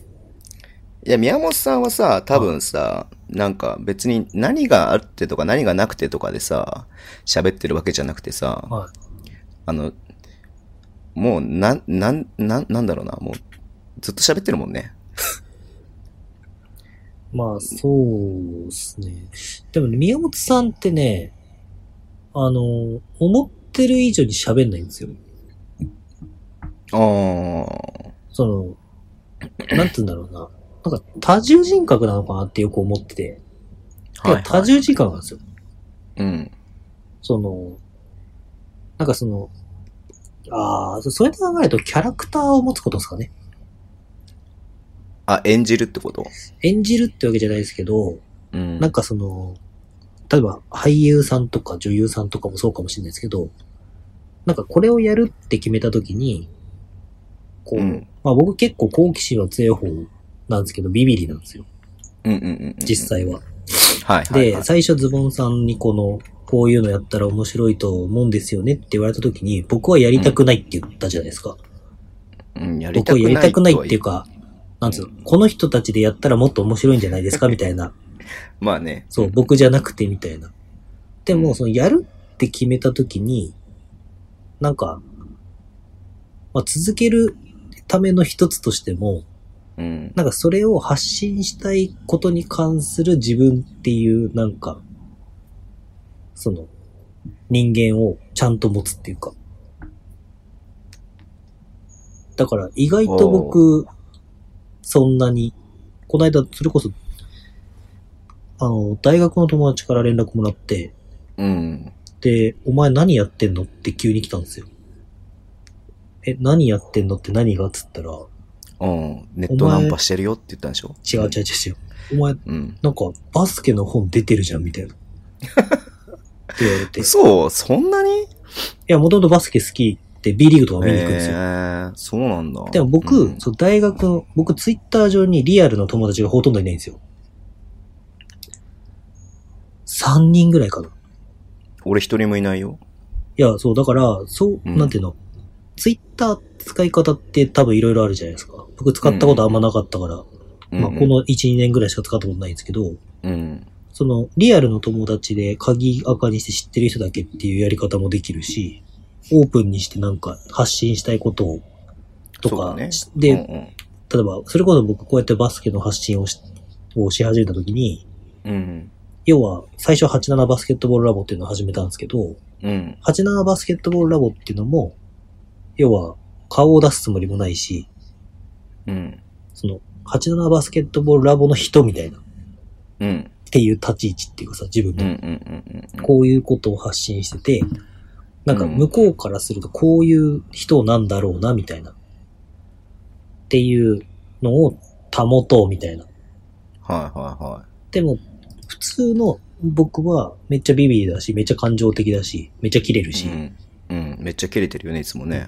いや、宮本さんはさ、多分さ、なんか別に何があってとか何がなくてとかでさ、喋ってるわけじゃなくてさ、
は
あの、もう、なん、なん、なん、なんだろうな、もう、ずっと喋ってるもんね。
い。まあ、そうっすね。でもね、宮本さんってね、あの、思ってる以上に喋んないんですよ。
あー。
その、なんて言うんだろうな。なんか多重人格なのかなってよく思ってて。
はい、
てか多重人格なんですよ。
うん。
その、なんかその、ああ、それで考えるとキャラクターを持つことですかね。
あ、演じるってこと
演じるってわけじゃないですけど、
うん。
なんかその、例えば俳優さんとか女優さんとかもそうかもしれないですけど、なんかこれをやるって決めたときに、こう、
うん
まあ僕結構好奇心は強い方なんですけど、ビビリなんですよ、
うんうんうんうん。
実際は。
はいはい、はい。
で、最初ズボンさんにこの、こういうのやったら面白いと思うんですよねって言われた時に、僕はやりたくないって言ったじゃないですか。
うん、やり
僕
たく
は
ない
やりたくない
とは
って
言
いうか、なんつうの、この人たちでやったらもっと面白いんじゃないですかみたいな。
まあね。
そう、僕じゃなくてみたいな。でも、その、やるって決めた時に、なんか、まあ、続けるための一つとしても、
うん。
なんかそれを発信したいことに関する自分っていう、なんか、その、人間をちゃんと持つっていうか。だから意外と僕、そんなに、この間、それこそ、あの、大学の友達から連絡もらって、
うん。
で、お前何やってんのって急に来たんですよ。え、何やってんのって何がっつったら、
うん。ネットナンパしてるよって言ったんでしょ
違う違う違う違う。お前
うん。
なんか、バスケの本出てるじゃん、みたいな。って言われて。い
そう、そんなに
や、もともとバスケ好きって、B リーグとか見に行くんですよ。
えーそうなんだ。
でも僕、
うん
そう大学の、僕、ツイッター上にリアルの友達がほとんどいないんですよ。3人ぐらいかな。い
俺一人もいないよ。
や、そう、だから、そう、
うん
なんていうの、ツイッター使い方って多分いろいろあるじゃないですか。僕使ったことあんまなかったから、まあ、この1、2年ぐらいしか使ったことないんですけど、
うん、うん。
その、リアルの友達で鍵赤にして知ってる人だけっていうやり方もできるし、オープンにしてなんか発信したいことを、と
そうだ
か、
ね
で、
うん
例えば、それこそ僕こうやってバスケの発信をしをし始めた時に、
うん。
要は、最初87バスケットボールラボっていうのを始めたんですけど、
うん。うん。
87バスケットボールラボっていうのも、要は、顔を出すつもりもないし、
うん。
その、87バスケットボールラボの人みたいな、っ
うん。
ていう立ち位置っていうかさ、自分
うん。う
の。
ん。うん。うん
こういうことを発信してて、なんか
うん
向こうからするとこういう人なんだろうな、みたいな。っていうのを保とう、みたいな。
はいはいは
でも、普通の僕はめっちゃビビりだし、めっちゃ感情的だし、めっちゃ切れる
い。
し。
うん。うん。めっちゃ切れてるよね、いつもね。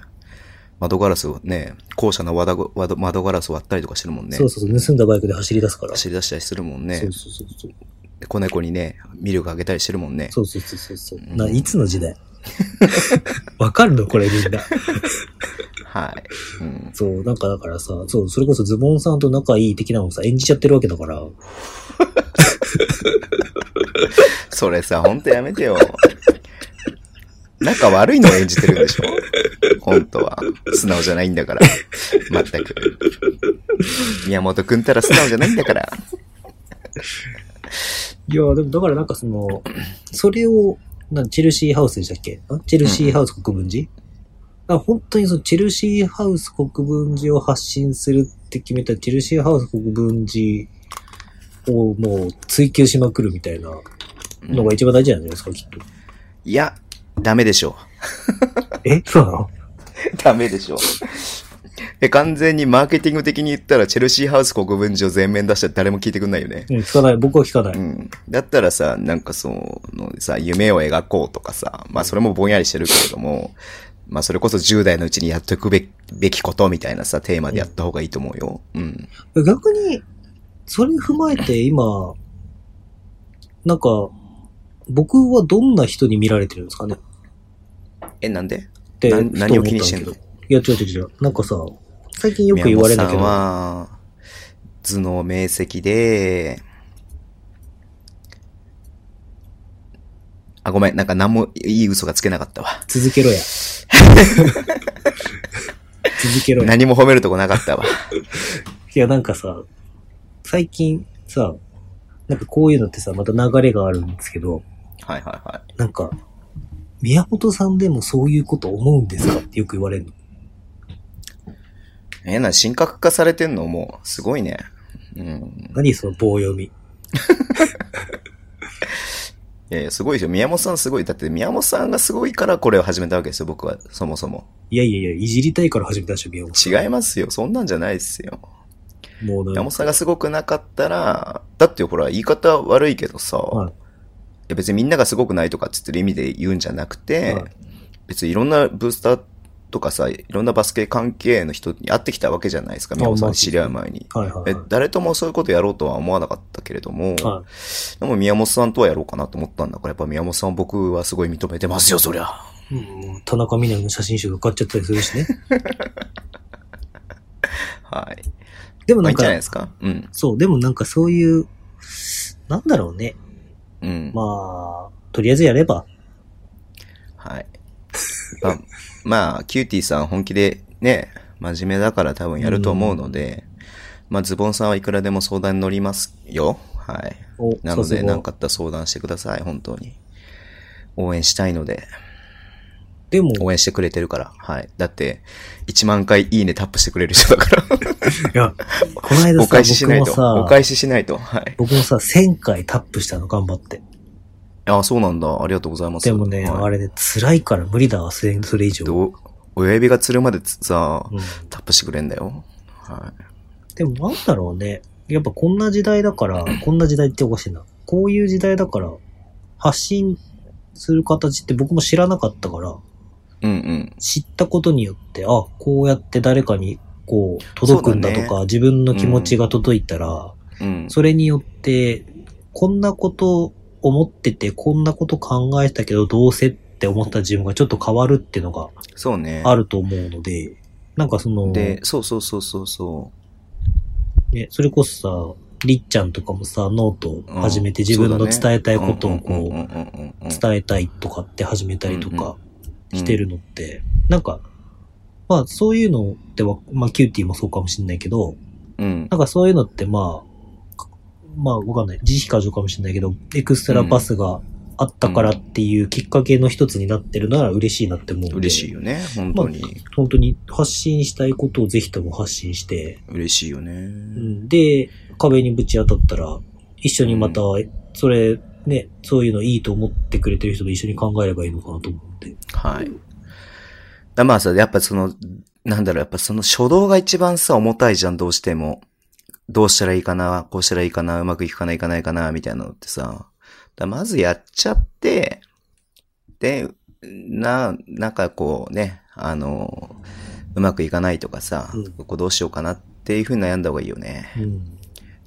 窓ガラスをね、校舎のわだごわど窓ガラス割ったりとかしてるもんね。
そうそうそう、盗んだバイクで走り出すから。
走り出したりするもん
そ
ね
う。そうそうそう。
で子猫にね、ミルクあげたりしてるもんね。
そうそうそうそうそう。
うん
な、いつの 時代わかるのこれみんな。
はい。うん。
そう、なんかだからさ、そう、それこそズボンさんと仲いい的なのをさ、演じちゃってるわけだから。
それさ、ほんとやめてよ。仲悪いのを演じてるんでしょ本当は。素直じゃないんだから。まったく。宮本くんたら素直じゃないんだから。
いや、でもだからなんかその、それを、なんチェルシーハウスでしたっけんチェルシーハウス国分寺、だから本当にそのチェルシーハウス国分寺を発信するって決めたチェルシーハウス国分寺をもう追求しまくるみたいなのが一番大事なんじゃないですか、きっと。
いや、ダメでしょ
えそうなの
う。ダメでしょう。え、完全にマーケティング的に言ったら、チェルシーハウス国分寺を全面出したら誰も聞いてくんないよね。
うん、聞かない。僕は聞かな
う
い。
ん。だったらさ、なんかそのさ、夢を描こうとかさ、まあそれもぼんやりしてるけれども、まあそれこそ10代のうちにやっとくべきべきことみたいなさ、テーマでやった方がいいと思うよ。うん。
逆に、それ踏まえて今、なんか、僕はどんな人に見られてるんですかね
え、なんで
って
な
ふと思っただけ
何
ど
を気にしてんの
いや、違う違う違う。なんかさ、最近よく言われるんだ
宮本さん
けど、
は、頭脳明晰で、あ、ごめん、なんか何もいい嘘がつけなかったわ。
続けろや。続けろや。
何も褒めるとこなか ったわ。
いや、なんかさ、最近さ、なんかこういうのってさ、また流れがあるんですけど、
はいはいは
なんか、宮本さんでもそういうこと思うんですかってよく言われるの。
い。え、な、神格化されてんのもう、すごいね。うん。
何その棒読み。
いやいや、すごいですよ。宮本さんすごい。だって宮本さんがすごいからこれを始めたわけですよ、僕は。そもそも。
いやいやいや、いじりたいから始めたでしょ、宮本さん。
違いますよ。そんなんじゃないっすよ。
もう
宮
なん
本
か、
さんがすごくなかったら、だってほら、言い方悪いけどさ、
はい
いや別にみんながすごくないとかっつってる意味で言うんじゃなくて、
はい
別にいろんなブースターとかさ、いろんなバスケ関係の人に会ってきたわけじゃないですか、宮本さん
まあ
に知り合う前に。
はいはい
え
は
誰ともそういうことやろうとは思わなかったけれども、
い。は
でも宮本さんとはやろうかなと思ったんだから、やっぱ宮本さん僕はすごい認めてますよ、そりゃ。
い。もう田中みな実の写真集が買っちゃったりするしね。
はい。
でも
まあ
ない
いん
ん
じ
か
ゃない、ですかうん。
そう、でもなんかそういう、なんだろうね。
うん。
まあ、とりあえずやれば。
はい。まあ、まあ、キューティーさん本気でね、真面目だから多分やると思うので、まあ、ズボンさんはいくらでも相談に乗りますよ。はい。
お
なの
さ
で、
すが
なんかあったら相談してください、本当に。応援したいので、
でも、
応援してくれてるから。はい。だって、1万回いいねタップしてくれる人だから。
いや、この間
お返し
さ、
し
僕
ない
も
と。
さ、
お返ししないと。はい。
僕もさ、1000回タップしたの頑張って。
あ、そうなんだ。ありがとうございます。
でもね、
はい
あれね、辛いから無理だわ、それそれ以上。
どう親指がつるまでつさ、
うん
タップしてくれんだよ。は
でもなんだろうね。やっぱこんな時代だから、こんな時代っておかしいな。こういう時代だから、発信する形って僕も知らなかったから、
い。うんうん。
知ったことによって、あ、こうやって誰かにこう届くんだと
そう
か、自分の気持ちが届いたら、
うん。
それによって、こんなこと思ってて、こんなこと考えたけど、どうせって思った自分がちょっと変わるっていうのが
そうね。
あると思うので、なんかその、
で、そうそうそうそうそ
ね、それこそさ、りっちゃんとかもさ、ノート
う。うん
始めて自分の伝えたいことを
うん
こ
うんうんうんうんうん
う、伝えたいとかって始めたりとかしてる。のって、なんか、まあそういうのっては、まあキューティーもそうかもしれないけど、
うん。
なんかそういうのってまあ、まあわかんない。自費過剰かもしれないけど、エクストラパスがあったからっていうきっかけの一つになってるなら嬉しいなって思うんで。
嬉しいよね。本当に。
本当に発信したいことをぜひとも発信して、
嬉しいよね。
うんで、壁にぶち当たったら、一緒にまた、それ、ね、そういうのいいと思ってくれてる人と一緒に考えればいいのかなと思って。
はい。だまあさ、やっぱその、なんだろう、やっぱその初動が一番さ、重たいじゃん、どうしても。どうしたらいいかな、こうしたらいいかな、うまくいくかないかないかな、みたいなのってさ。だまずやっちゃって、で、な、なんかこうね、あの、うまくいかないとかさ、
うん
ここどうしようかなっていうふうに悩んだ方がいいよね。
うん。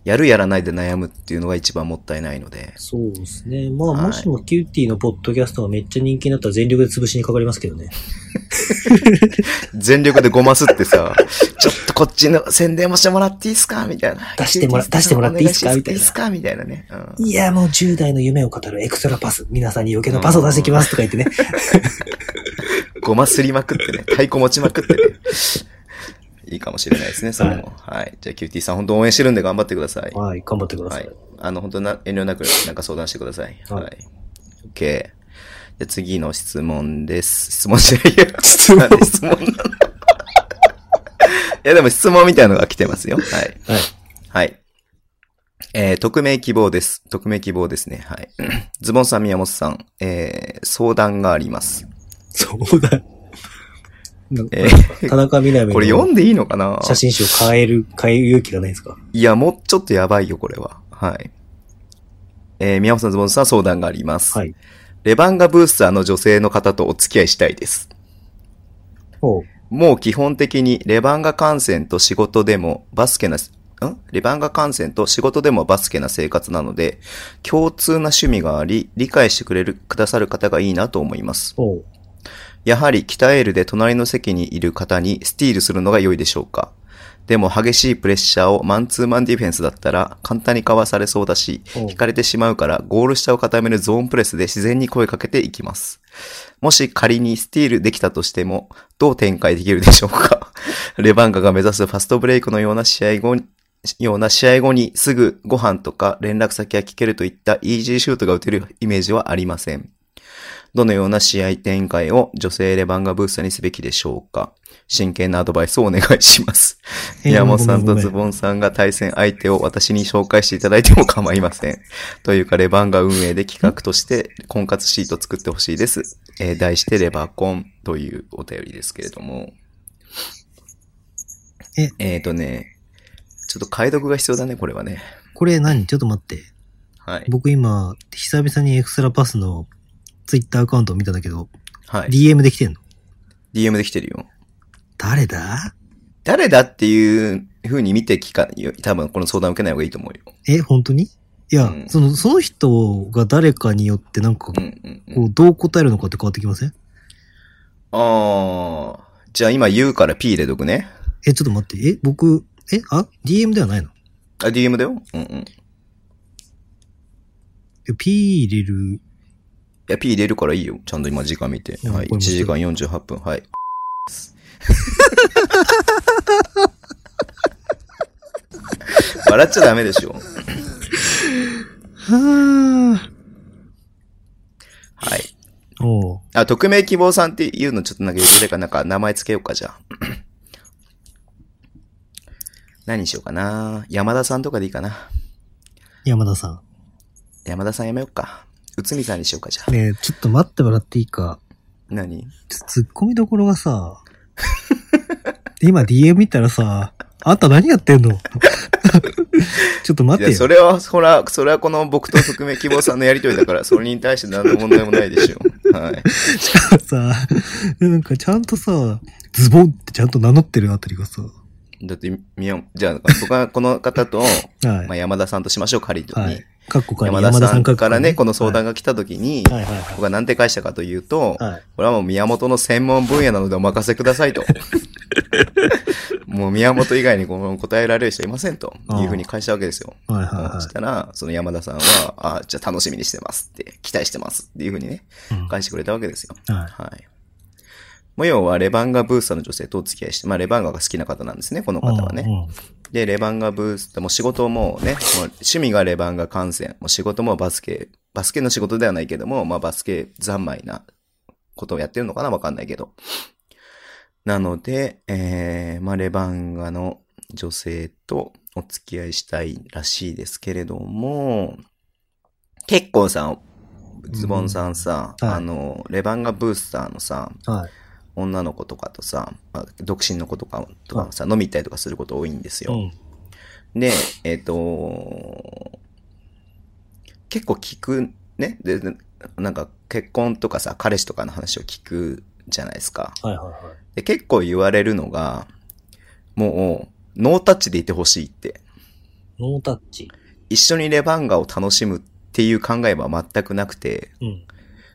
やるやらないで悩むっていうのが一番もったいないので。
そうですね。まあ、
はい
もしもキューティーのポッドキャストがめっちゃ人気になったら全力で潰しにかかりますけどね。
全力でごますってさ、 ちょっとこっちの宣伝もしてもらっていいですかみたいな。
出してもら出してもらっていいっすか
お願
みたいな
しすかみたいなね。うん
いや、もう10代の夢を語るエクストラパス。皆さんに余計なパスを出してきますとか言ってね。
ごますりまくってね。太鼓持ちまくってね。いいかもしれないですね、それも。はい。じゃあ、キューティーさん、本当応援してるんで頑張ってください。
はい、頑張ってくだ
は
さ
い
い。。
あの、本当な、遠慮なく、なんか相談してください。はい。OK。じゃあ次の質問です。質問じゃ ないよ。質問なんで質問なの いや、でも質問みたいなのが来てますよ。はい。
はい。
はい。えー、匿名希望です。匿名希望ですね。はい。 ズボンさん、宮本さん、えー、相談があります。
そうだ。なんか
え ー
田中みなみ
これ
の
読んでいいのかな
写真集を変える、変える勇気がないですか
いや、もうちょっとやばいよ、これは。はい。えー、宮本さん、ズボンさん、相談があります。
はい。
レバンガブースターの女性の方とお付き合いしたいです。
おう
もう基本的にレバンガ観戦と仕事でもバスケな、んレバンガ観戦と仕事でもバスケな生活なので、共通な趣味があり、理解してくれる、くださる方がいいなと思います。
おう
やはり北エールで隣の席にいる方にスティールするのが良いでしょうか。でも激しいプレッシャーをマンツーマンディフェンスだったら簡単にかわされそうだし、
おう
引かれてしまうからゴール下を固めるゾーンプレスで自然に声かけていきます。もし仮にスティールできたとしても、どう展開できるでしょうか レバンガが目指すファストブレイクのような試合後に、ような試合後にすぐご飯とか連絡先が聞けるといったイージーシュートが打てるイメージはありません。どのような試合展開を女性レバンガブースターにすべきでしょうか真剣なアドバイスをお願いします。
えー
宮本さん
ご
と
めん
ズ
ごめ
ボンさんが対戦相手を私に紹介していただいても構いません。というか、レバンガ運営で企画として婚活シート作ってほしいです。えー題してレバコンというお便りですけれども。
え
えっ、とね、ちょっと解読が必要だね、これはね。
これ何ちょっと待って。
はい。
僕今、久々にエクストラパスのツイッターアカウントを見たんだけど、
はい。
DM できてんの
DM できてるよ。
誰だ
誰だっていう風に見て聞か、多分この相談受けない方がいいと思うよ。
え、本当にいや、
うん
その、その人が誰かによってなんか、
うんうん、うん
こ。う、どう答えるのかって変わってきません
ああ、じゃあ今言うから P 入れとくね。
え、ちょっと待って、え、僕、え、あ ?DM ではないの
あ、DM だよ。うんうん。い
え ?P 入れる、
や、P 入れるからいいよ。ちゃんと今時間見て。
うん
はい。
これ
1
もち
時
ろ
間48分。はい。 笑っちゃダメでしょ。
は
はい。
ぁおう
あ、匿名希望さんっていうのちょっとなんか言ってたから、なんか名前つけようか、じゃあ。 何にしようかな。山田さんとかでいいかな。
山田さ
山田さんやめようか。内海さんにしようか、じゃあ
ん。。ねえちょっと待ってもらっていいか。
何
ちょっとツッコミどころがさ、今 DM 見たらさ、あんた何やってんの ちょっと
い
待って
や、
よ。
それは、そら、それはこの僕と匿名希望さんのやりとりだから、それに対して何の問題もないでしょう。はい。
さ、なんかちゃんとさ、ズボンってちゃんと名乗ってるあたりがさ、は
だって、みよ、じゃあ、僕はこの方
い。
と、まあ、山田さんとしましょう、仮に。
はい。かっこかに
山田さんからね、
か
この
っこ
相
かに
談が来た時に、
はいはいはい
僕は何て返したかというと、
はい。はい。
これはもう宮本の専門分野なのでお任せくださいと。 もう宮本以外にこの答えられる人いませんというふうに返したわけですよ。
はいはい
そ
は
したら、その山田さんは、あじゃあ楽しみにしてますって、期待してますっていうふうにね、
い。うん
返してくれたわけですよ。
はい
はい。もう要はレバンガブースターの女性とお付き合いして、まあレバンガが好きな方なんですね、この方はね。
うんうん
で、レバンガブースター、もう仕事もね、もう趣味がレバンガ観戦、もう仕事もバスケ、バスケの仕事ではないけども、まあバスケ三昧なことをやってるのかなわかんないけど。なので、えー、まあレバンガの女性とお付き合いしたいらしいですけれども、結構さ、ズボンさんさ、
うんはい
あの、レバンガブースターのさ、
はい。
女の子とかとさ、まあ独身の子とかとかさ、飲み行ったりとかすること多いんですよ。
うん。
で、えっ、と、結構聞くね。で、でなんか結婚とかさ、彼氏とかの話を聞くじゃないですか。
はいはいはい。
で、結構言われるのが、もう、ノータッチでいてほしいって。
ノータッチ。
一緒にレバンガを楽しむっていう考えは全くなくて、
うん。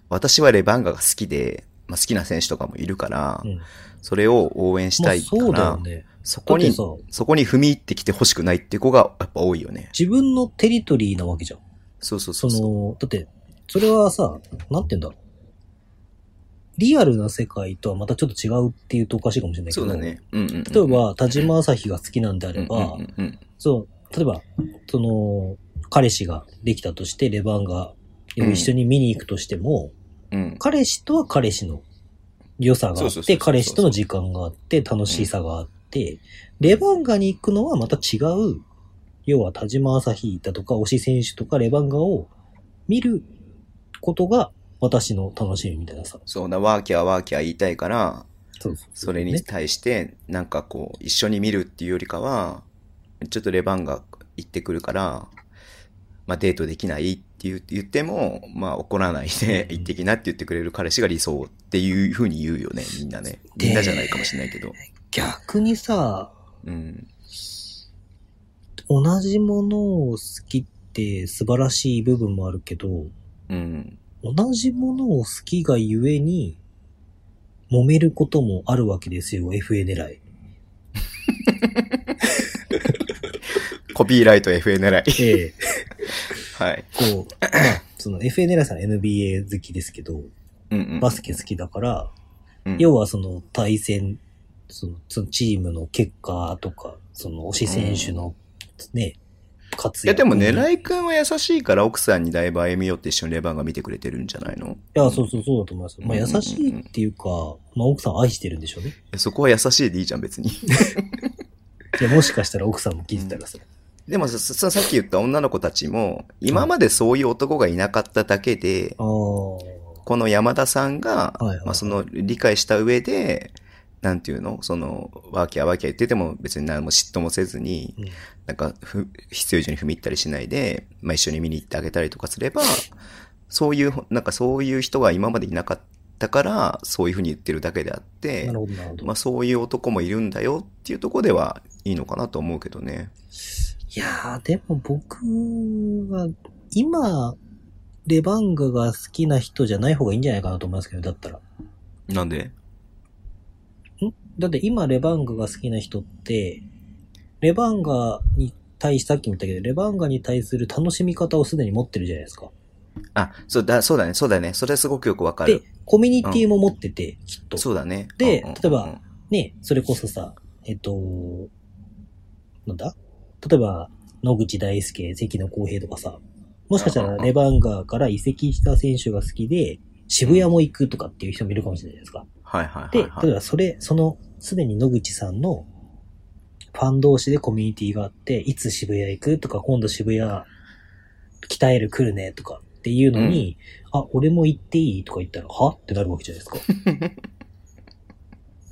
私はレバンガが好きで、まあ、好きな選手とかもいるから、
うん。
それを応援したいか
まあそうだ
ら、
よね。
そ
だ
こ
って
に、
さ、
そこに踏み入ってきてほしくないって子がやっぱ多いよね。
自分のテリトリーなわけじゃん。
そうそうそ
そう
そう。
の、だって、それはさ、なんて言うんだろう。
リアルな世界とはまたちょっと違うっていうとおかしいかもしれないけ
そ
ど、
うだね。うんうんうん、
例えば、田島朝日が好きなんであ
うん
れ
う
ば、
んうんうん、
そう、例えば、その、彼氏ができたとして、レバンが
うん
一緒に見に行くとしても、
うん。
彼氏とは彼氏の良さが
そ
あ
うそう
っ
そうそう
て、彼氏との時間があって、楽しさがあって、レバンガに行くのはまた違う、要は田島朝日だとか、推し選手とかレバンガを見ることが私の楽しみみたいなさ。
そうだ、ワーキャーワーキャー言いたいから、
そうそう
それ
ね
に対して、なんかこう、一緒に見るっていうよりかは、ちょっとレバンが行ってくるから、まあデートできないって言う言っても、まあ怒らないで
うん
行ってきなって言ってくれる彼氏が理想っていうふうに言うよね、みんなね。
で
みんなじゃないかもしれないけど。
逆にさ、
うん。
同じものを好きって素晴らしい部分もあるけど、
うん。
同じものを好きがゆえに、揉めることもあるわけですよ、FA 狙い。
コピーライト FA 狙い。
ええ、
はい。
こう、 まあ、その FA 狙いさん NBA 好きですけど、
うんうん。
バスケ好きだから、
うん
要はその対戦、そのそのチームの結果とか、その推し選手のね、活躍。
いやでもね、
い
ライ君は優しいから奥さんにだいぶ歩み寄って一緒にレバンが見てくれてるんじゃないの
いや、そうそうそうだと思いますよ。まあ優しいっていうか、まあ奥さん愛してるんでしょうね。
そこは優しいでいいじゃん、別 に。
いや、もしかしたら奥さんも聞いてたらさ、
でもささ、さっき言った女の子たちも、今までそういう男がいなかっただけで、
ああ。
この山田さんが、
はいはいはい
まあ、その理解した上で、なんていうのその、ワーキャーワーキャー言ってても別に何も嫉妬もせずに、
うん
なんかふ、必要以上に踏み入ったりしないで、まあ、一緒に見に行ってあげたりとかすれば、そういう、なんかそういう人が今までいなかったから、そういうふうに言ってるだけであって
なる、ほど、なるほど。
まあ、そういう男もいるんだよっていうところではいいのかなと思うけどね。
いやー、でも僕は、今、レバンガが好きな人じゃない方がいいんじゃないかなと思いますけど、だったら。
なんで
だって今、レバンガが好きな人って、レバンガに対し、さっきも言ったけど、レバンガに対する楽しみ方をすでに持ってるじゃないですか。
あ、そうだ、そうだね、そうだね。それすごくよくわか
で
る。、
コミュニティも持ってて、きっと。
そうだね。
で
うんうんうん
例えば。ね、それこそさ、えっと、なんだ例えば、野口大輔、関野公平とかさ、もしかした
うんう
ら
んうん
レバンガーから移籍した選手が好きで、渋谷も行くとかっていう人もいるかもしれないですか。
はいはい
で、
はい、
例
はい。
えばそれ、その、すでに野口さんのファン同士でコミュニティがあって、いつ渋谷行くとか、今度渋谷、鍛える来るねとかっていうのに、あ、俺も行っていいとか言ったら、はってなるわけじゃないですか。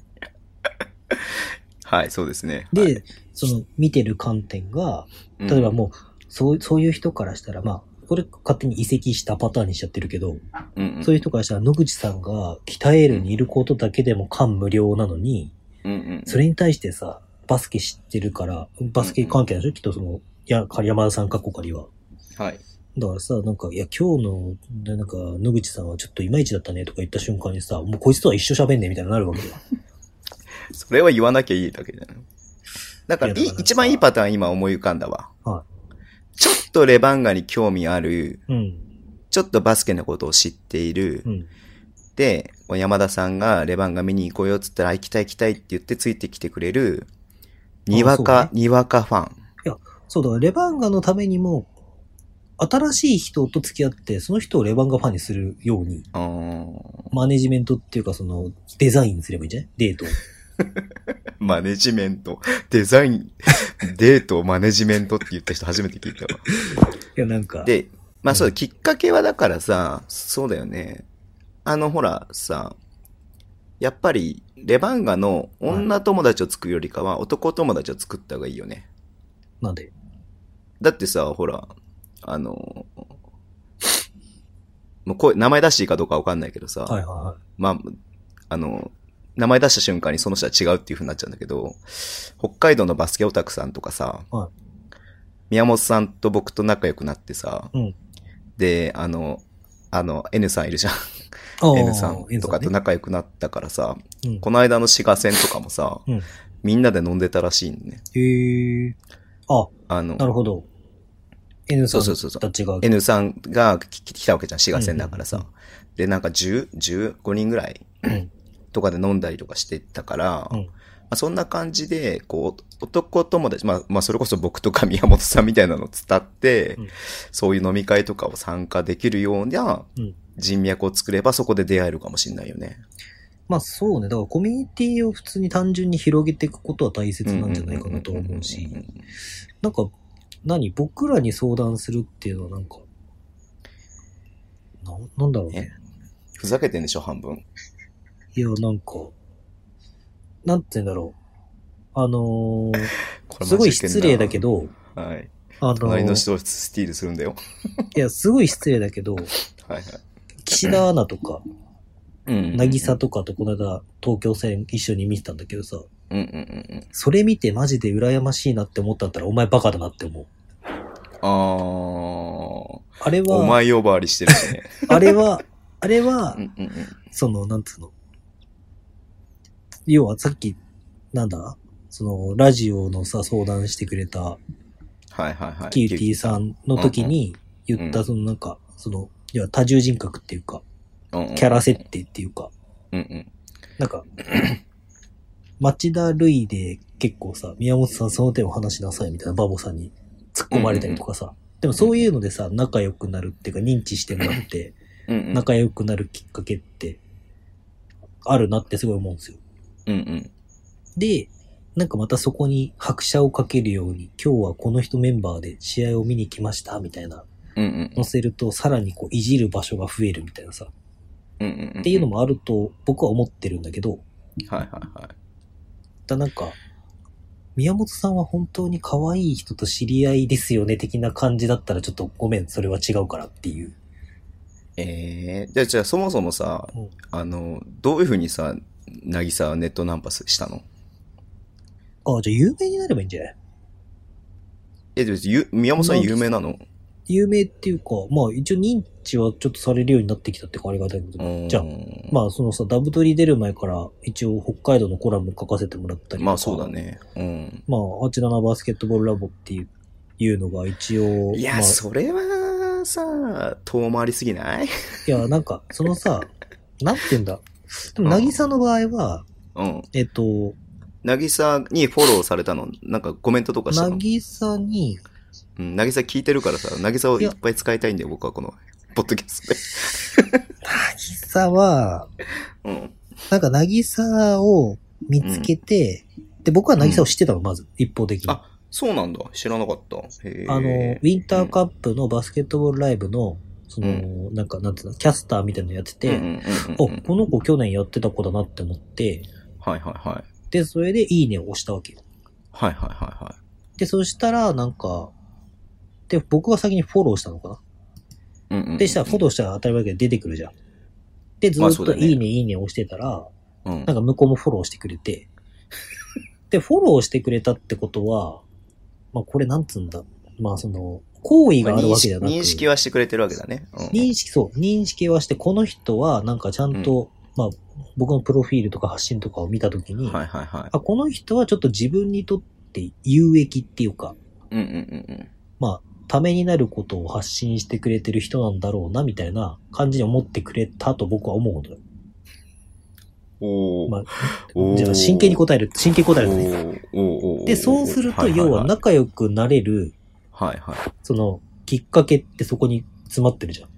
はい、そうですね。
で、
はい、
その、見てる観点が、例えばもう、そう、そういう人からしたら、まあ、これ勝手に移籍したパターンにしちゃってるけど、
うん、うんうん、
そういう人からしたら野口さんが鍛えるにいることだけでも感無量なのに、
うんうん、
それに対してさ、バスケ知ってるから、バスケ関係なんでしょきっとその、いや、山田さん過去借りは。
はい。
だからさ、なんか、いや、今日の、でなんか、野口さんはちょっといまいちだったねとか言った瞬間にさ、もうこいつとは一緒喋んねえみたいになるわけよ。
それは言わなきゃいいだけじゃないだからい
いやだからさ
一番いいパターン今思い浮かんだわ。
は
ちょっとレバンガに興味ある、
うん。
ちょっとバスケのことを知っている。
うん。
で、こう山田さんがレバンガ見に行こうよっつったら、あ行きたい行きたいって言ってついてきてくれる、にわ
あ
か、
そう
にわかファン。
そう、だからレバンガのためにも、新しい人と付き合って、その人をレバンガファンにするように、
うーん
マネジメントっていうか、その、デザインすればいいん じゃないデートを。
マネジメント、デザイン、デートをマネジメントって言った人初めて聞いたわ。
いや、なんか。
で、まあそう
う
だ、きっかけはだからさ、そうだよね。あのほらさ、やっぱりレバンガの女友達を作るよりかは男友達を作った方がいいよね。
なんで。
だってさ、ほら、あの、もうこう名前出していいかどうかわかんないけどさ、
はいはいは
まあ、あの、名前出した瞬間にその人は違うっていう風になっちゃうんだけど、北海道のバスケオタクさんとかさ、
は
宮本さんと僕と仲良くなってさ、
うん
で、あの、あの、N さんいるじゃん。
い。あ
N さんとかと
な、
仲良くなったからさ、
うん
この間の滋賀戦とかもさ、
うん
みんなで飲んでたらしいんね。
へえ。あ、
あの、
なるほど。N さん
そうそうそうそう
たちが。
N さんが来来たわけじゃん、滋賀戦だからさ。で、なんか10、15人ぐらい
うん
とかで飲んだりとかしてたから、
うん
まあ、そんな感じで、こう、男友達、まあ、まあ、それこそ僕とか宮本さんみたいなのを伝って、
うん
そういう飲み会とかを参加できるような
うん
人脈を作ればそこで出会えるかもしれないよね。
まあそうね。だからコミュニティを普通に単純に広げていくことは大切なんじゃないかなと思うし
んんん。んうん
なんか、何僕らに相談するっていうのはなんか、なんなんだろうね。
ふざけてんでしょ、半分。
いや、なんか、なんて言うんだろう。あのー
これ
すごい失礼だけ
ど。
ど、
はい。
あの
隣の
ー
人をスティールするんだよ。
いや、すごい失礼だけど、
はいはい。
岸田アナとか、
うんうんうん
渚とかとこの間、東京戦一緒に見てたんだけどさ、
うんうんうんうん。
それ見てマジで羨ましいなって思ったんだったら、お前バカだなって思う。
あー、お
あれは、
前呼ばわりしてる しね。
あれは、あれは
う、んうんうん。
その、なんつうの。要はさっき、なんだその、ラジオのさ、相談してくれた、
はいはいはい。
キューティーさんの時に言っ
う
た、
ん
そのなんか、その、要は多重人格っていうか、
うんうん
キャラ設定っていうか、
うんうん。
なんか、町田瑠唯で結構さ、宮本さんその点を話しなさいみたいなバボさんに突っ込まれたりとかさ、でもそういうのでさ、仲良くなるっていうか認知してもらって、
うんうん。
仲良くなるきっかけって、あるなってすごい思うんですよ。
うんうん。
で、なんかまたそこに拍車をかけるように、今日はこの人メンバーで試合を見に来ました、みたいな、
うんうん。
載せるとさらにこういじる場所が増えるみたいなさ、
うんうんうん。
っていうのもあると僕は思ってるんだけど、
はいはいはい。
だなんか、宮本さんは本当に可愛い人と知り合いですよね、的な感じだったらちょっとごめん、それは違うからっていう。
えー、じゃあ、じゃあそもそもさ
うん、
あの、どういうふうにさ、なぎさはネットナンパしたの
ああ、じゃあ有名になればいいんじゃない
え、でもゆ宮本さん有名なの
有名っていうか、まあ一応認知はちょっとされるようになってきたってかありがたいけど、じゃあ、
まあ、
まあそのさ、ダブトリ出る前から一応北海道のコラム書かせてもらったりとか。
まあそうだ。ね。うん。
まあ、あちらのバスケットボールラボっていう、いうのが一応。
い
ま
や、
あ、
それはさ、遠回りすぎない
いや、なんか、そのさ、なんて言うんだ。でも、
うん
なぎさの場合は、
うん。
えっと、
なぎさにフォローされたの、なんかコメントとかした
な
の
ぎさに、
うん、なぎさ聞いてるからさ、なぎさをいっぱい使いたいんだよ、僕はこの、ポッドキャス
なぎさは、
トで。うん。
なんか、なぎさを見つけて、で、僕はなぎさを知ってたの、まず、一方的に。あ
あそうなんだ。知らなかった。へー
の、ウィンターカップのバスケットボールライブの、その、
う
なんか、なんていうの、キャスターみたいなのやってて、
うんうんうん
お、
うん
この子去年やってた子だなって思って、
はいはいはい。
で、それでいいねを押したわけよ。
はいはいはいは
で、そしたら、なんか、で、僕が先にフォローしたのかな。
い。うんうんうん
で、したら、フォローしたら当たり前だけど出てくるじゃん。で、ず
まあ
ー
そ
っ
うだ
と
ね
いいね、いいね押してたら、
うん
なんか向こうもフォローしてく れて。で、フォローしてくれたってことは、まあこれなんつうんだ。まあその、好意があるわけじゃなく、
認識
は。
はしてくれてるわけだね。うん
認識、そう。認識はして、この人はなんかちゃんと、まあ僕のプロフィールとか発信とかを見たときに、
はいはいは
あ、この人はちょっと自分にとって有益っていうか、
い。うんうんうん
まあ、ためになることを発信してくれてる人なんだろうな、みたいな感じに思ってくれたと僕は思うのよ。
うん。おー
まあ
おー
じゃあ、真剣に答える、真剣に答えるね。
おーおーおーおー
で、そうすると、要は仲良くなれる、
はいはいはい
その、きっかけってそこに詰まってるじゃん。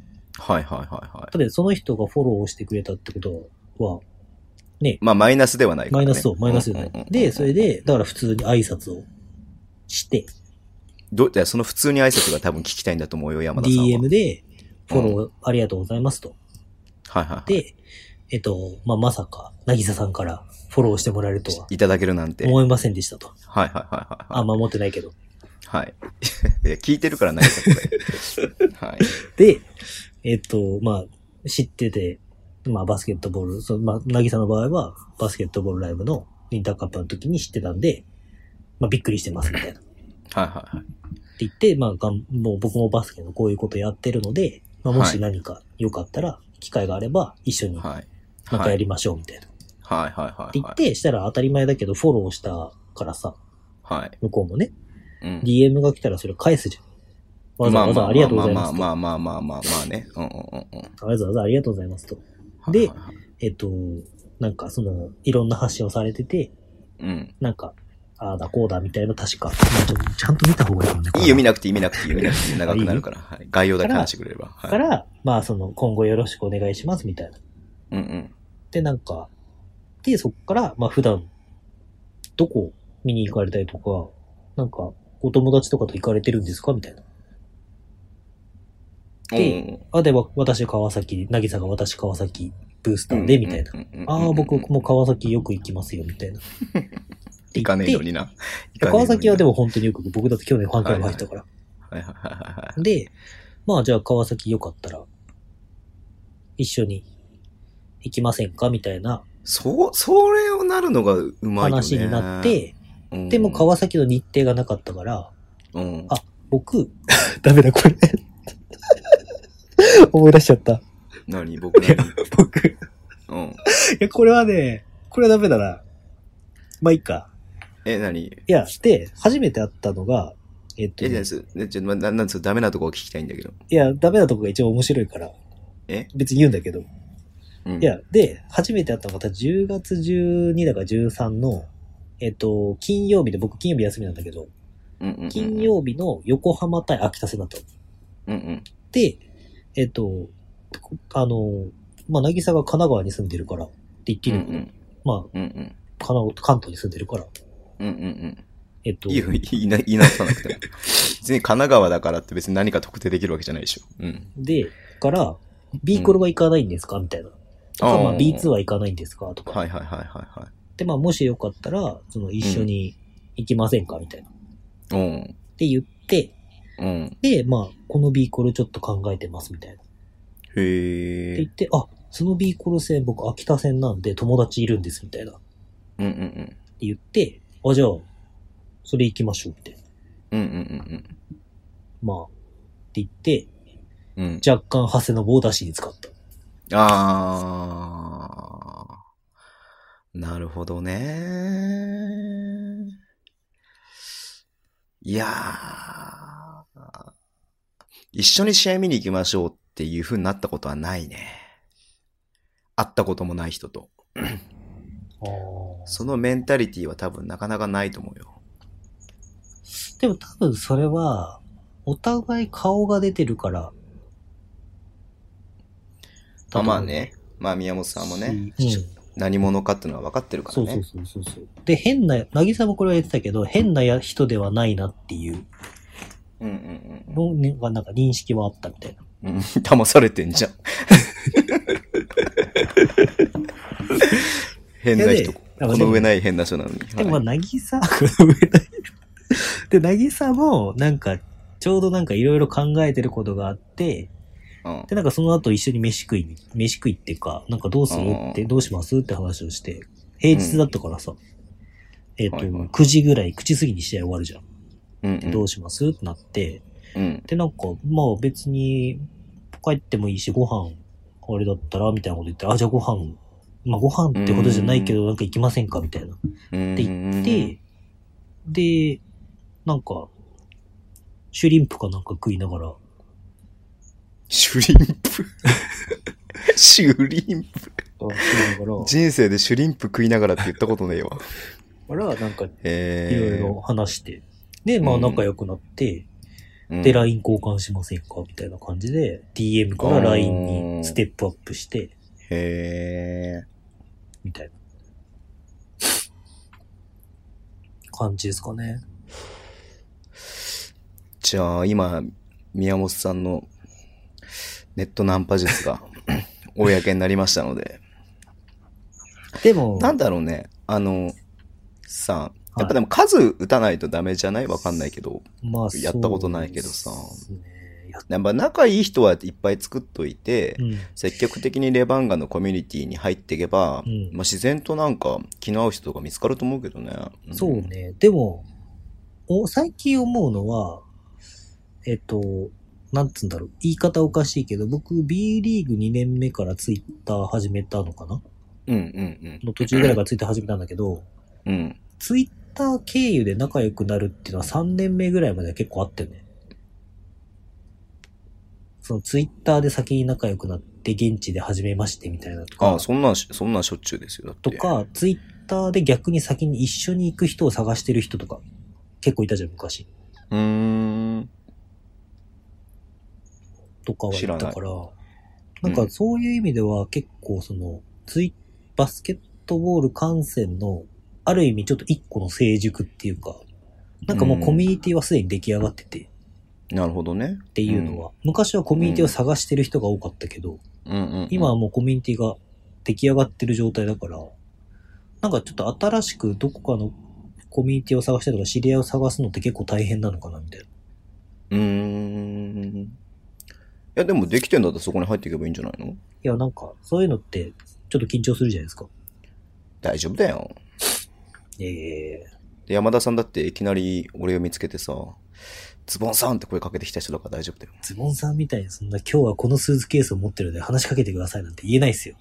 はいはいはいはい。
だって、その人がフォローしてくれたってことは、
まあ、マイナスではないからね
マイナスそう、マイナスじゃな
うんうんう
い
ん。
で、それで、だから普通に挨拶をして、
ど、じゃあその普通に挨拶が多分聞きたいんだと思うよ、山田さんは。
DM で、フォローありがとうございますと。
はいはいはい。
で、えっと、まあ、まさか、なぎささんからフォローしてもらえるとはい
ただけるなんて。はい
思いませんでしたと。
はいはい
あ、
はい。
守ってないけど。
はい。いや、聞いてるからないですよこれ。はい。
で、えっと、まあ、知ってて、まあ、バスケットボール、そのまあ、なぎさの場合は、バスケットボールライブのインターカップの時に知ってたんで、まあ、びっくりしてますみたいな。って
はいはいはい。
言って、まあ、がんもう僕もバスケのこういうことやってるので、まあ、もし何かよかったら、機会があれば、一緒にな
はい。
んかやりましょうみたいな。って
はいはいはい
言
は
っ
い。
て、したら当たり前だけど、フォローしたからさ、
はい。
向こうもね、
うん。
DM が来たらそれ返すじゃん。わざわざありがとうございますと。
まあまあまあまあまあまあまあね。うんうんうんうん。
わざわざありがとうございますと。
はい
で
はいはい、
えっと、なんかその、いろんな発信をされてて、
うん。
なんか、ああだこうだみたいな、確か。まあちょちゃんと見た方がいいよね。これ
いいよ、見なくていい、見なくていい、見なくていい。長くなるから。はい。概要だけ話してくれれば。はい。
から、まあその、今後よろしくお願いしますみたいな。
うんうん。
で、なんか、で、そっから、まあ普段、どこ見に行かれたりとか、なんか、お友達とかと行かれてるんですかみたいな。で
うんうん
あ、で、わ私川崎、なぎさが私川崎、ブースターで、みたいな。。ああ、僕も川崎よく行きますよ、みた いな。
行かねえのにな。行かねえのにな
川崎はでも、本当によく、僕だって去年ファンクラブ入ったから。
はいはいはいはい。
で、まあじゃあ川崎よかったら、一緒に行きませんかみたいな
そう、それをなるのがうまいよね。
話になって、
うん、
でも川崎の日程がなかったから、
うん。
あ僕、 ダメだこれ。 思い出しちゃった。い
何僕何
僕
うん。
や、これはね、これはダメだな。まあいいか。
え、何
いや、で、初めて会ったのが、えっと、
え、じゃ
い
あす、えちょ、ま、な、なんつうのダメなとこ聞きたいんだけど。
や、ダメなとこが一番面白いから、
え
別に言うんだけど。
うん。
いや、で、初めて会ったのが10月12だから13の、えっと、金曜日で、僕金曜日休みなんだけど、
うん、うんうん。
金曜日の横浜対秋田戦だった
う
の。
んうん。
で、えっと、こあの、まあ、なぎさが神奈川に住んでるからって言っていいのかな、
うん
まあ、
うん。うん
神奈川関東に住んでるから、
うん。うんうんうん。
えっと、
いいよ、 言いな、言い直さなくても。別に神奈川だからって別に何か特定できるわけじゃないでしょ。うん。
で、から、B コルは行かないんですかみたいな。とか、まあ、B2
は。
は行かないんですかとか。
はいはいはいはいは
で、まあ、もしよかったら、その、一緒に行きませんかみたいな。っ
い。うん。
て言って、
うん。
で、まあ、この B コルちょっと考えてますみたいな。って
へえ
言っ。て、あ、その B コル戦僕秋田戦なんで友達いるんですみたいな。って
うんうんうん。
言って、あ、じゃあ、それ行きましょうみたいな。
うんうん
まあ、って言って、
うんうん。うん。
若干派生の棒出しに使った。
あー。なるほどね。いやー。一緒に試合見に行きましょうっていう風になったことはないね。会ったこともない人と。そのメンタリティは多分なかなかないと思うよ。
でも多分それは、お互い顔が出てるから。
まあまあね。まあ宮本さんもね、
うん。
何者かってのは分かってるか
そ
ら
うそう
ね。
そうそうそう。で、変な、なぎさもこれは言ってたけど、変なや人ではないなっていう
うんうんうん。
のねが、なんか認識はあったみたいな。
うん、騙されてんじゃん。変な人。
い
こ
やで
の上ない変な人なのに。
でもまあ、
はい
なぎ さ、この上ないで、なぎさも、なんか、ちょうどなんかいろいろ考えてることがあって、
うん
で、なんかその後一緒に飯食いに、飯食いっていうか、なんかどうする
うん
って、どうしますって話をして、平日だったからさ、えっ、と、
はいはい
9時ぐらい、9時過ぎに試合終わるじゃん。
うん
でどうしますってなって、
うんうん
で、なんか、まあ別に、帰ってもいいし、ご飯、あれだったら、みたいなこと言って、あ、じゃあご飯、まあご飯ってことじゃないけど、なんか行きませんかみたい
う
な。
ん
って言って、で、なんか、シュリンプかなんか食いながら、
シュリンプ。シュリンプ。
食いながら、
人生でシュリンプ食いながらって言ったことねえわ。
からなんかいろい
え
ろ話して、で、まあ
うん
仲良くなって、
ー。
で、
うん
LINE 交換しませんかみたいな感じで、DM から LINE にステップアップして、
へ
みたいな。感じですかね。
ー。じゃあ、今、宮本さんのネットナンパ術 が公になりましたので。
でも、
なんだろうね、あの、さ、
い
やっぱでも数打たないとダメじゃないわかんないけど。
まあ、
やったことないけどさ
そうですねやっ
やっぱ仲いい人はいっぱい作っといて、
うん。
積極的にレバンガのコミュニティに入っていけば、
うん
まあ自然となんか気の合う人が見つかると思うけどね。ん
そう。ね。でも、お最近思うのは、えっと、なんつうんだろう。言い方おかしいけど、僕、B リーグ2年目からツイッター始めたのかな
うんうん
の途中ぐらいからツイッター始めたんだけど、
うん。うん。
ツイッター経由で仲良くなるっていうのは3年目ぐらいまでは結構あったよね。そのツイッターで先に仲良くなって現地で始めましてみたいなとか、
ああ、そんなんし、そんなんしょっちゅうですよ。だって。
とか、ツイッターで逆に先に一緒に行く人を探してる人とか、結構いたじゃん、昔。
うーん。
とかは
知
い
ら
た
ない
から、
う
なんんかそういう意味では結構その、ツイバスケットボール観戦の、ある意味ちょっと一個の成熟っていうか、なんかもうコミュニティはすでに出来上がってて
なるほどね。
っていうのは、昔はコミュニティを探してる人が多かったけど、
うんうん、うん。
今はもうコミュニティが出来上がってる状態だから、なんかちょっと新しくどこかのコミュニティを探したりとか知り合いを探すのって結構大変なのかなみたいな。
うーん。いや、でもできてんだったらそこに入っていけばいいんじゃないの
いや、なんかそういうのってちょっと緊張するじゃないですか。
大丈夫だよ。
ええ
で山田さんだっていきなり俺を見つけてさ、ズボンさんって声かけてきた人だから大丈夫だ よ。
ズボンさんみたいにそんな今日はこのスーツケースを持ってるので話しかけてくださいなんて言えないですよ。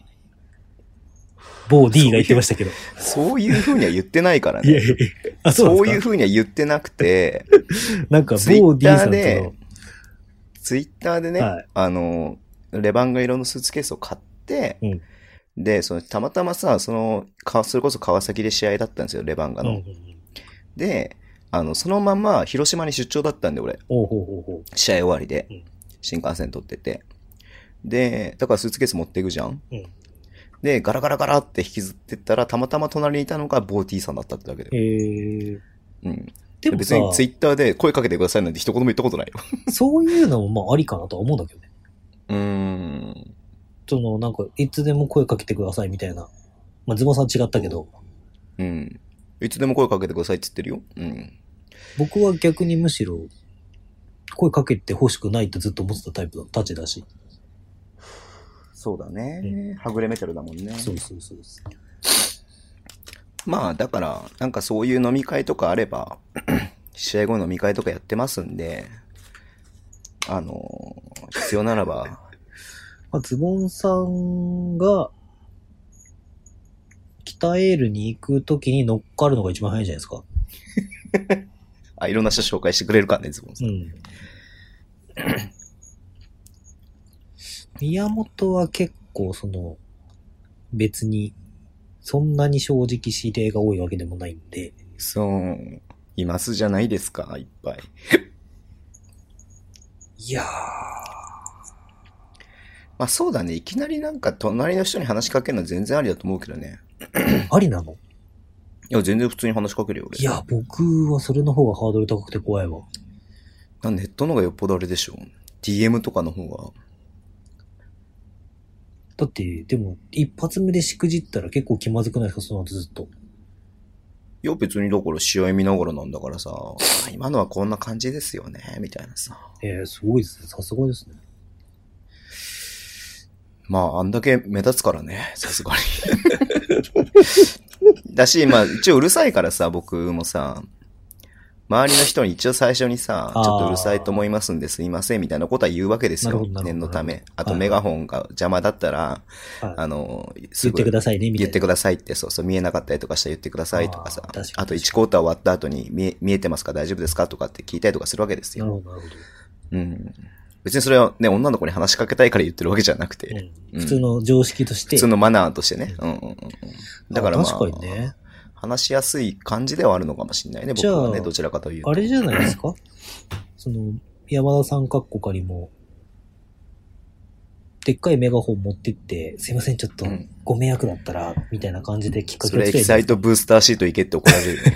某 D が言ってましたけど。
そういう風には言ってないから
いや
ね。
いやいや。あ、そう
そう
な
う
いんですか
風には言ってなくて、
なんか
ツイ
某
ッ
D
タ
さ
ー
んと
で
の、、
ツイッターでね、
はい
あの、レバンガ色のスーツケースを買って、
うん
で、その、たまたまさ、その、かそれこそ川崎で試合だったんですよ、レバンガ
うん
の。
うんうん
で、あの、そのまま広島に出張だったんで、俺、
おうほうほうほう。
試合終わりで
うん、
新幹線取ってて。で、だからスーツケース持っていくじゃん、
うん
で、ガラガラガラって引きずってったら、たまたま隣にいたのがボーティーさんだったってだけで。
えー、
うん。
でも
別
さ、
にツイッターで声かけてくださいなんて一言も言ったことないよ。
そういうのもまあありかなとは思うんだけどね。
うーん。
その、なんか、いつでも声かけてくださいみたいな。まあ、ズボンさん違ったけど、
うん。いつでも声かけてくださいって言ってるよ。うん。
僕は逆にむしろ、声かけて欲しくないってずっと思ってたタイプのたちだし。
そうだ
う
ね。はぐれメタルだもんね。
そうそうそうそう。
まあ、だから、なんかそういう飲み会とかあれば、 試合後の飲み会とかやってますんで、あの、必要ならば、
まあ、ズボンさんが、北エールに行くときに乗っかるのが一番早いじゃないですか。
あ、いろんな人紹介してくれるからね、ズボンさ。
うんん。宮本は結構その、別に、そんなに正直知り合いが多いわけでもないんで、
そう、いますじゃないですか、いっぱい。
いやー、
まあそうだね、いきなりなんか隣の人に話しかけるのは全然ありだと思うけどね。
ありなの
いや、全然普通に話しかけるよ、俺。
いや、僕はそれの方がハードル高くて怖いわ。
なんネットの方がよっぽどあれでしょ。DM とかの方が。
だって、でも、一発目でしくじったら結構気まずくないですか、その後ずっと。
いや、別にだから試合見ながらなんだからさ、あ今のはこんな感じですよね、みたいなさ。
えー、すごいですね。さすがですね。
まあ、あんだけ目立つから ね、さすがに。だし、まあ、一応うるさいからさ、僕もさ、周りの人に一応最初にさ、ち
あー
ょっとうるさいと思いますんですいません、みたいなことは言うわけです
なる
よ
ほど。なるほど
念のため。あ
は
と、
い
メガホンが邪魔だったら、
はい
あの、す
言っ
ぐ
てくださいね、みた
言
い
っ
な。
てくださいって、そうそう、見えなかったりとかしたら言ってくださいとかさ
あー確かに、
あと1クォーター終わった後に見え見えてますか大丈夫ですかとかって聞いたりとかするわけです
なる
よ。
ほど、なるほど。
うん。別にそれはね、女の子に話しかけたいから言ってるわけじゃなくて、
うん、普通の常識として。
普通のマナーとしてね。うんうんうんうん。だからまあ、
確かにね。
話しやすい感じではあるのかもしれないね、僕は
じゃ
ね、
あ
どちらかというと。
あれじゃない ですかその、山田さんかっこかりも、でっかいメガホン持ってって、すいません、ちょっと
うん、
ご迷惑だったら、みたいな感じできっか
そ
けを
れエキ
作れ
サ
ばい
イトブースターシート行けって怒られるよ ね。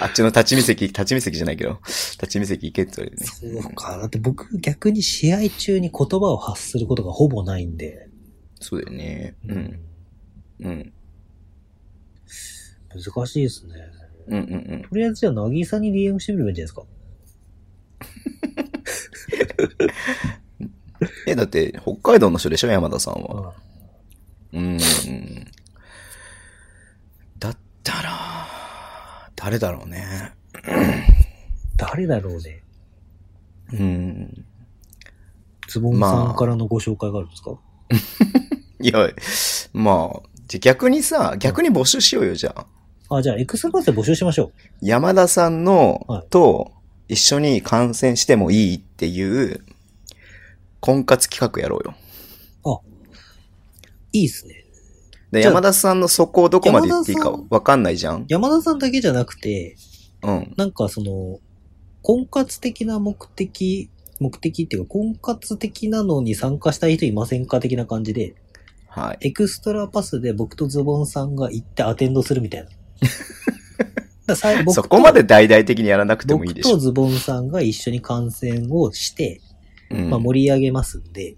あっちの立ち見席、立ち見席じゃないけど、立ち見席行けって言われるね。
いそうか。だって僕、逆に試合中に言葉を発することがほぼないんで、
そうだよね。うん。うん。
難しいですね。
うんうんうん。
とりあえずじゃあ、なぎさに DM してみればいいんじゃないですか
え、だって、北海道の人でしょ山田さんは。
う
う
ん
ん。だったら、誰だろうね。
誰だろうね。
うん。
ズボンさんからのご紹介があるんですか、
いや、まあ、じゃ逆にさ、逆に募集しようよ、じゃあ。
あ、じゃあ、エクスパースで募集しましょう。
山田さんの
はい
と、一緒に観戦してもいいっていう、婚活企画やろうよ。
いいっすね。
で、
じゃあ
山田さんのそこをどこまで言っていいか
山田
わかんないじゃん
山田さんだけじゃなくて、
うん。
なんかその、婚活的な目的、目的っていうか、婚活的なのに参加したい人いませんか的な感じで、
はい。
エクストラパスで僕とズボンさんが行ってアテンドするみたいな。だか らさい僕と
そこまで大々的にやらなくてもいいでし
僕
ょ
と。ズボンさんが一緒に観戦をして、
うん。
まあ、盛り上げますんで、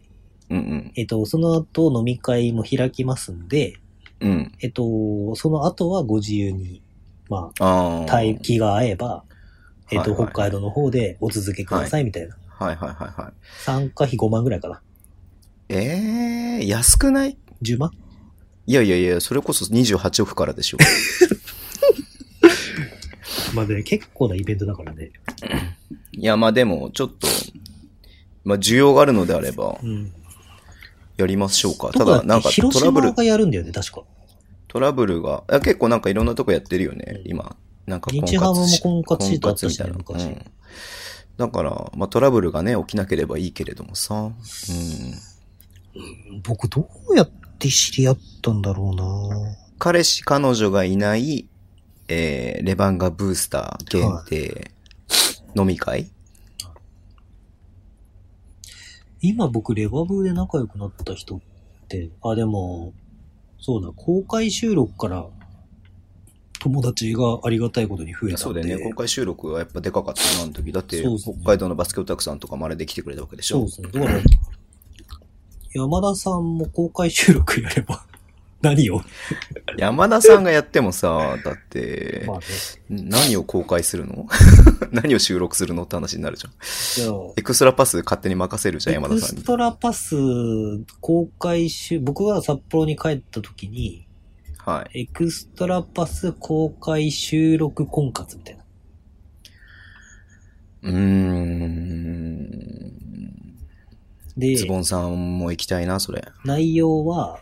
うんうん。
えっと、その後飲み会も開きますんで、
うん。
えっと、その後はご自由に、ま
あ
あ、
あ。は
待
い
機が合えば、えっと、
はいはい
北海道の方でお続けくださいみたいな。
はいはいはい。
参加費5万ぐらいかな。
ええー、安くない
10万
いやいやいや、それこそ28億からでしょ。
まあね、結構なイベントだからね。
いや、まあでも、ちょっと、まあ需要があるのであれば、
うん。
やりましょうか。
と
た
か
だ、なんか
広
トラブ
島
ル、
がやるんだよね、確か。
トラブルが、あ結構なんかいろんなとこやってるよね、今。なんか婚活
日ハムも
し
婚活シートあったしね
婚活みたいなうん
昔
だから、まあトラブルがね、起きなければいいけれどもさ。うん。
僕どうやって知り合ったんだろうな
彼氏、彼女がいない、えー、レバンガブースター限定飲み会、
今僕レバブーで仲良くなった人って、あ、でも、そうだ、公開収録から友達がありがたいことに増
い
えたんで。
やそうだよね。公開収録はやっぱでかかったな、あの時。だって、
そうですね
北海道のバスケオタクさんとかもあれで来てくれたわけでし
そう
ょ
ですね。だから、山田さんも公開収録やれば 何を
山田さんがやっても さ、だって、
まあね。
何を公開するの 何を収録するのって話になるじゃん。
じゃあ、
エクストラパス勝手に任せるじゃん、
エ
山田
ク
さん
ス
に。
トラパス公開収、僕が札幌に帰った時に、
はい。
エクストラパス公開収録婚活みたいな。
うーん。
で、
ズボンさんも行きたいな、それ。
内容は、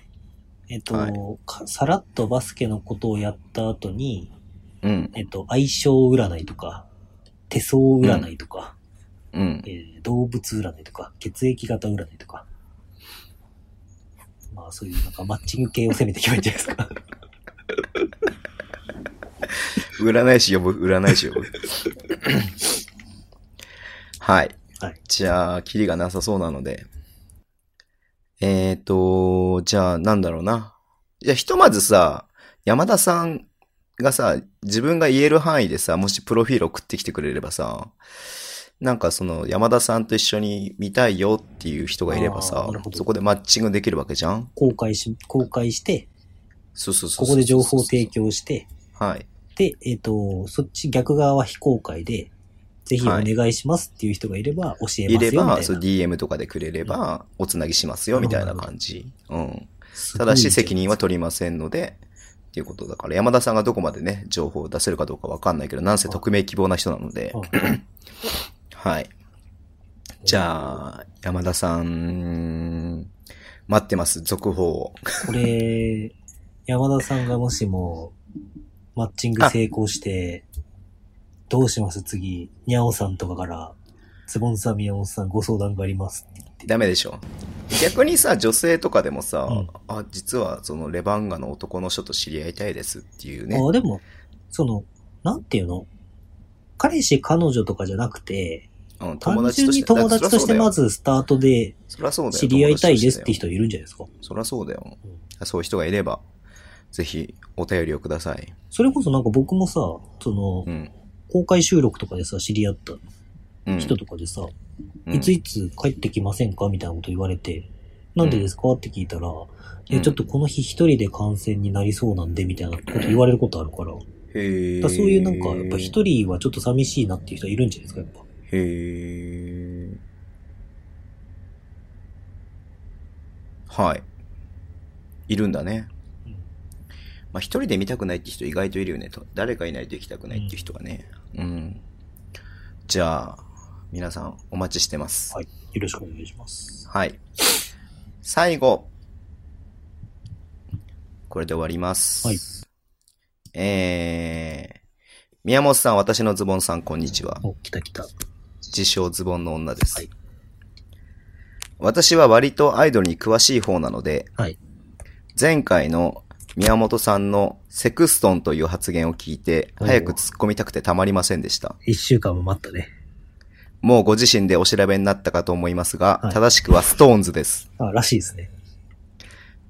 えっと、
はい
かさらっとバスケのことをやった後に、
うん。
えっと、相性占いとか、手相占いとか、
うん。
えー動物占いとか、血液型占いとか、まあそういうなんかマッチング系を攻めていけばいいんじゃないですか。
占い師呼ぶ、占い師 呼ぶ。はい。
はい
じゃあ、キリがなさそうなので。えーと、じゃあ、なんだろうな。じゃあ、ひとまずさ、山田さんがさ、自分が言える範囲でさ、もしプロフィール送ってきてくれればさ、なんかその、山田さんと一緒に見たいよっていう人がいれば
あ
さ
ーなるほ、ど
そこでマッチングできるわけじゃん
公開し、公開して、
そうそうそうそう
ここで情報提。供して、
はい。
で、えっ、と、そっち逆側は非公開で、ぜひお願いしますっていう人がいれば教
い
えますよ
れ
みたいな。
ば、そう DM とかでくれれば、おつなぎしますよ、みたいな感じ。うん。
すご
た
い
だし、責任は取りませんので、っていうことだから、山田さんがどこまでね、情報を出せるかどうかわかんないけど、なんせ匿名希望な人なので
あ、
はい。じゃあ、山田さん、待ってます、続報を。
これ、山田さんがもしも、マッチング成功して、どうします次、にゃおさんとかから、ズボンさん、みやおさんご相談がありますって言って。
ダメでしょ。逆にさ、女性とかでもさ、
うん
あ、実はそのレバンガの男の人と知り合いたいですっていうね。
あでも、その、なんていうの彼氏、彼女とかじゃなくて、
うん、
単純に友達としてまずスタートで
そりゃそうだよ
知り合いたいですって人いるんじゃないですか
そりゃそうだよ
うん。
そういう人がいれば、ぜひお便りをください。
それこそなんか僕もさ、その
う、ん。
公開収録とかでさ、知り合った
うん、
人とかでさ、
うん
いついつ帰ってきませんかみたいなこと言われて、なんでですかって聞いたら、いや、ちょっとこの日一人で感染になりそうなんで、みたいなこと言われることあるから。だか
へー
らそういうなんか、やっぱ一人はちょっと寂しいなっていう人いるんじゃないですか、やっぱ。
へーはい。いるんだね
うん。
まあ、一人で見たくないって人意外といるよねと。誰かいないと行きたくないっていう人がね。うん。じゃあ、皆さんお待ちしてます。
はい。よろしくお願いします。
はい。最後。これで終わります。
はい。
えー、宮本さん、私のズボンさん、こんにちは。
お、来た来た。
自称ズボンの女です。
はい
私は割とアイドルに詳しい方なので、
はい
前回の宮本さんのセクストンという発言を聞いて、
おう
早く突っ込みたくてたまりませんでした。
一週間も待ったね。
もうご自身でお調べになったかと思いますが、
はい
正しくはストーンズです。
あ、らしいですね。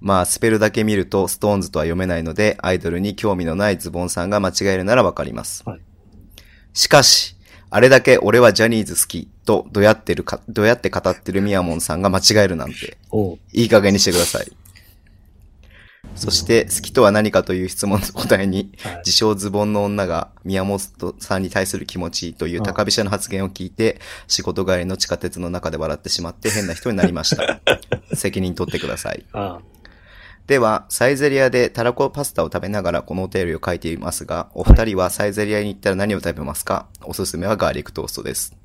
まあ、スペルだけ見るとストーンズとは読めないので、アイドルに興味のないズボンさんが間違えるならわかります。
はい
しかし、あれだけ俺はジャニーズ好きとどやってるか、どやって語ってるミヤモンさんが間違えるなんて、
おう
いい加減にしてください。そして、好きとは何かという質問の答えに、
はい
自称ズボンの女が宮本さんに対する気持ちという高飛車の発言を聞いて、仕事帰りの地下鉄の中で笑ってしまって変な人になりま した。責任取ってください。
あ
では、サイゼリアでタラコパスタを食べながらこのお便りを書いていますが、お二人はサイゼリアに行ったら何を食べますかおすすめはガーリックトーストです。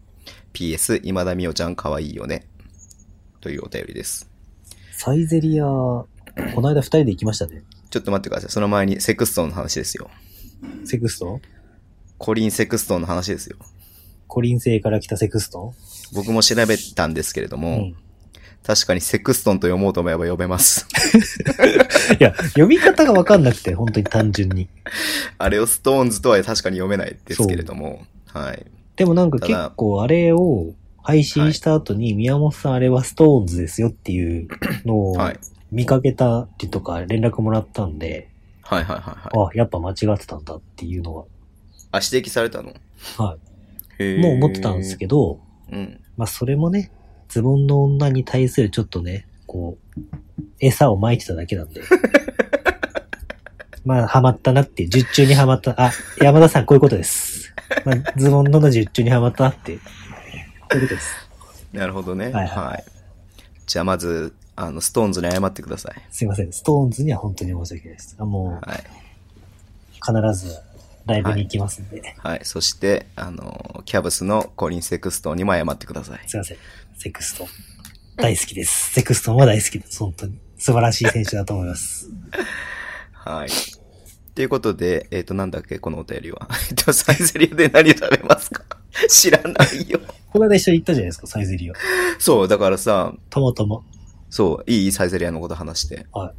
PS、今田美桜ちゃん可愛いよね。というお便りです。
サイゼリア、この間二人で行きましたね。
ちょっと待ってください。その前にセクストンの話ですよ。
セクストン
コリン・セクストンの話ですよ。
コリン星から来たセクスト
僕も調べたんですけれど
ン
も、
うん。
確かにセクストンと読もうと思えば読め ます。
いや、読み方がわかんなくて、本当に単純に。
あれをストーンズとは確かに読めないですけれども、はい。
でもなんか
ただ
結構あれを配信した後に、宮本さんあれはストーンズですよっていうのを
はい。
見かけたりとか連絡もらったんで、
はいはいはいはい。
あ、やっぱ間違ってたんだっていうのは、
あ、指摘されたの。
はいもう思ってたんです
け
けど、
ど。うん。
まあそれもね、ズボンの女に対するちょっとね、こう、餌を撒いてただけなんで。 まあ、ハマったなっていう、十中にハマった。あ、山田さん、こういうことです。まあ、ズボンの女十中にハマったなっていう。こういうことです。
なるほどね。は、
はいいは
じゃあまず、あの、ストーンズに謝ってください。
すいません。ストーンズには本当に申し訳ないです。あもう、
はい。
必ずライブに行きますんで。
はい。そして、あの、キャブスのコリン・セクストンにも謝ってください。
すいません。セクストン。大好きです。セクストンは大好きです。本当に。素晴らしい選手だと思います。
はい。ということで、えっ、と、なんだっけ、このお便りは。 えっと、サイゼリアで何食べますか知らないよ。
この間一緒に行ったじゃないですか、サイゼリア。
そう、だからさ、
ともとも。
そう、いいサイゼリアのこと話して。
はい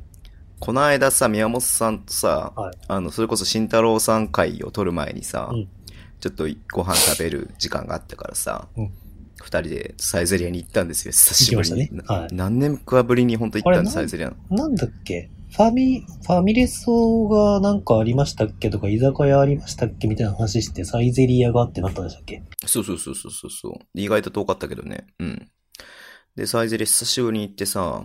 この間さ、宮本さんとさ、
はい
あの、それこそ慎太郎さん会を撮る前にさ、
うん
ちょっとご飯食べる時間があったからさ、
う
二、人
ん
でサイゼリアに行ったんですよ、久しぶりに。
行きましたねはい
な何年かぶりに本当行ったんです、
あ
サ
れ
イゼリアの。
なんだっけファミ、ファミレスがなんかありましたっけとか、居酒屋ありましたっけみたいな話して、サイゼリアがってなったんでしたっけ
そうそうそうそうそうそう。意外と遠かったけどね。うん。で、サイゼリア久しぶりに行ってさ、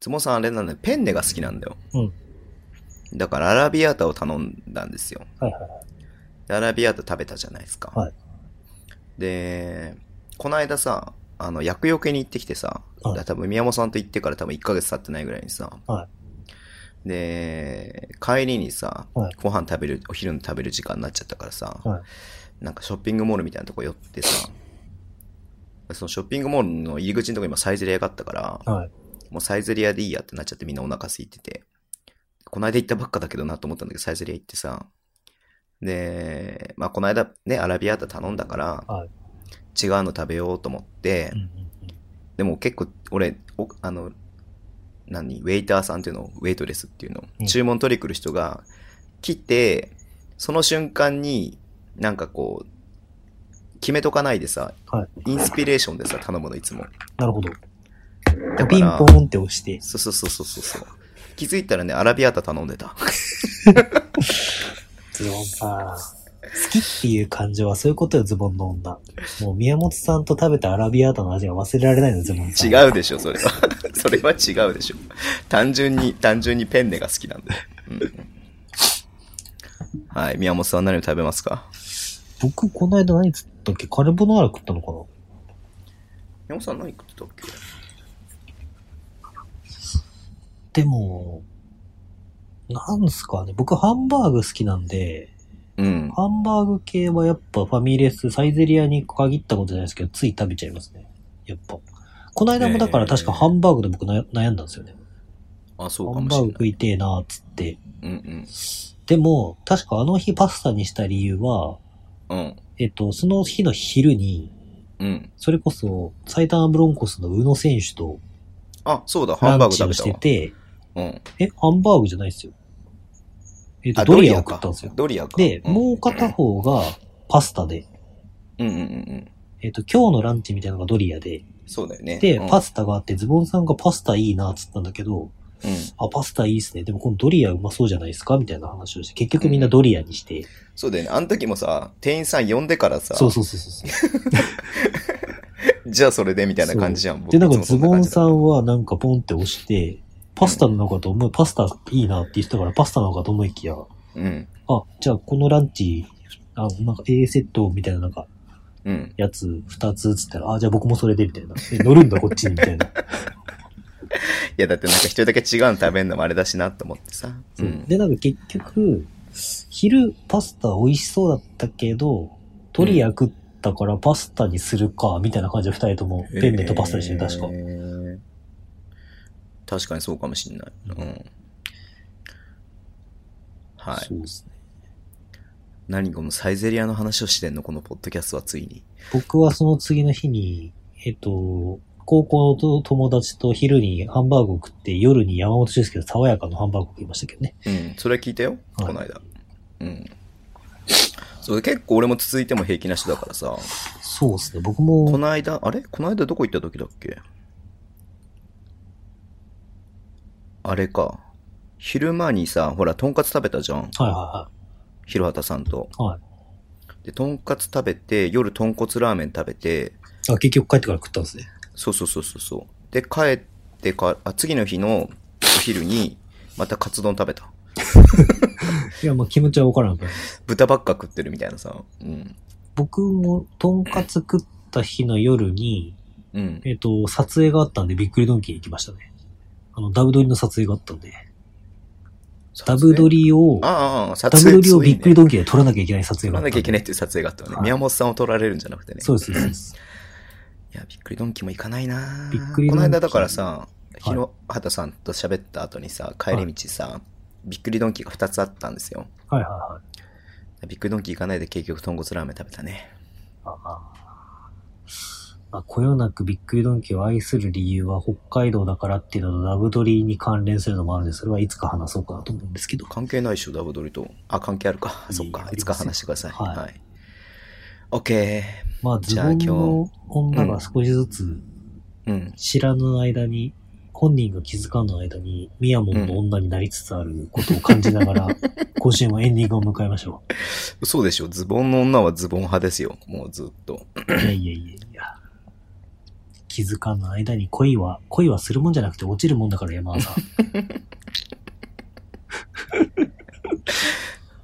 つもさんあれなんだよ、ペンネが好きなんだよ。
うん
だからアラビアータを頼んだんですよ。
はいはいはい。
でアラビアータ食べたじゃないですか。
はい
で、この間さ、あの、薬よけに行ってきてさ、
はい
だ多分宮本さんと行ってから多分1ヶ月経ってないぐらいにさ、
は
で、帰りにさ、
はい
ご飯食べる、お昼の食べる時間になっちゃったからさ、
はい
なんかショッピングモールみたいなとこ寄ってさ、そのショッピングモールの入り口のとこ今サイゼリアがあったから、
はい
もうサイゼリアでいいやってなっちゃってみんなお腹空いてて、この間行ったばっかだけどなと思ったんだけど、サイゼリア行ってさ、で、まあ、この間ね、アラビアータ頼んだから、
はい
違うの食べようと思って、
うんうん
でも結構、俺、おあの、何、ウェイターさんっていうの、ウェイトレスっていうの、
うん
注文取り来る人が来て、その瞬間に、なんかこう、決めとかないでさ、
は
インスピレーションでさ、頼むの、いつも。
なるほど。
から
ピンポンって押して。
そうそうそうそうそう。気づいたらね、アラビアータ頼んでた。
ズボンさ、好きっていう感情はそういうことよ、ズボンの女。もう宮本さんと食べたアラビアータの味が忘れられないの、ズボンさん。
違うでしょ、それは。 それは違うでしょ。単純に、単純にペンネが好きなんで。うん、はい、宮本さん何を食べますか
僕、この間何つったっけカルボナーラ食ったのかな
宮本さん何食ってたっけ
でも、なんすかね。僕、ハンバーグ好きなんで、
うん。
ハンバーグ系はやっぱファミレス、サイゼリアに限ったことじゃないですけど、つい食べちゃいますね。やっぱ。この間もだから確かハンバーグで僕な悩んだんですよね。
あ、そ
ハ
うか
ン
も
バ
し
ー
れな
グ食
い。
いてえなーっつって。
うんうん。
でも、確かあの日パスタにした理由は、
うん。
えっと、その日の昼に、
うん。
それこそ、埼玉ブロンコスの宇野選手と
あ、そうだ、ハ
ラ
ンバ
ン
ーグ
チ
食
を
べ
したて
わ。
て、
うん。
え、ハンバーグじゃないですよ。えっと、
あ、
ド
ド
リ
リア
アを食っ
か
たんですよ。。
ドリアか。
で、
うん
もう片方がパスタで、
うんうんうんうん。
えっと、今日のランチみたいなのがドリアで、
そうだよね。
で
う、ん
パスタがあって、ズボンさんがパスタいいなっつったんだけど、
うん。
あ、パスタいいっすね。でもこのドリアうまそうじゃないですかみたいな話をして、結局みんなドリアにして。
そうだよね。あの時もさ、店員さん呼んでからさ、
そうそうそうそうそ
じゃあそれでみたいな感じじゃん。
う。
僕
で、なんか
いつ
ズ
もそ
ボン
感じだ
さんはなんかポンって押して、パスタの中と思い、パスタいいなって言ってたからパスタなのかと思いきや、
うん。
あ、じゃあこのランチ、あ、なんか A セットみたいななんか
うん。
やつ2つっつったら、あ、じゃあ僕もそれでみたいな。え乗るんだこっちにみたいな。
いや、だってなんか一人だけ違うの食べるのもあれだしなと思ってさ。う。
そうんで、なんか結局、昼パスタ美味しそうだったけど、ドリア食ったからパスタにするか、みたいな感じで二人ともペンネとパスタでしたね、確か
へ。ー確かにそうかもしんない。うん。は
そ
い。
うですね。
何このサイゼリアの話をしてんのこのポッドキャストはついに。
僕はその次の日に、えっと、高校の友達と昼にハンバーグを食って、夜に山本修介の爽やかのハンバーグを食いましたけどね。
うん。それは聞いたよ。
はい
この間。うん。そう、結構俺も続いても平気な人だからさ。
そうですね、僕
こ
も、
の間、あれこの間どこ行った時だっけあれか。昼間にさ、ほら、とんかつ食べたじゃん。
はいは
広畑さんと。
いはい。はい。
で、とんかつ食べて、夜豚骨ラーメン食べて、
あ、結局帰ってから食ったんですね。
そうそうそうそうそう。で、帰ってか、あ、次の日のお昼に、またカツ丼食べた。
いや、まあ気持ちはわからんから。
豚ばっか食ってるみたいなさ。うん。
僕も、とんかつ食った日の夜に、
うん。
えっ、と、撮影があったんで、びっくりドンキーに行きましたね。あの、ダブドリの撮影があったんで、ダブド
リ。
リを、ダ
ああ、撮
ブドリを
そうい
び
い
っ
ね
くりドンキーで撮らなきゃいけない撮影
撮
があ
らなん
った
きゃ
で。
いけないっていう撮影があったのね。
はい
宮本さんを撮られるんじゃなくてね。
そうです、そうです。
いや、びっくりドンキーも行かないな
びっくりドンキー
この間だからさ、
はい
ひろはたさんと喋った後にさ、帰り道さ、びっくりドンキーが2つあったんですよ。
はいはいはい。
びっくりドンキー行かないで結局豚骨ラーメン食べたね。
ああまあ、こよなくびっくりドンキーを愛する理由は北海道だからっていうのとダブドリに関連するのもあるんで、それはいつか話そうかなと思うんですけど。
関係ないでしょ、ダブドリと。あ、関係あるか。
いい
そっか
あ。り
いつか話してください。
はい
はい。オッケ
まあ、ズボン
じゃあ今
の女が少しずつ
ー。うん。
知らぬ間に、本人が気づかぬ間に、ミヤモンの女になりつつあることを感じな がら、今週もエンディングを迎えましょ
そうでしょ。ズボンの女はズボン派ですよ。もうずっと。
う。いやいやいやいや。気づかぬ間に恋は、恋はするもんじゃなくて落ちるもんだから山田さん。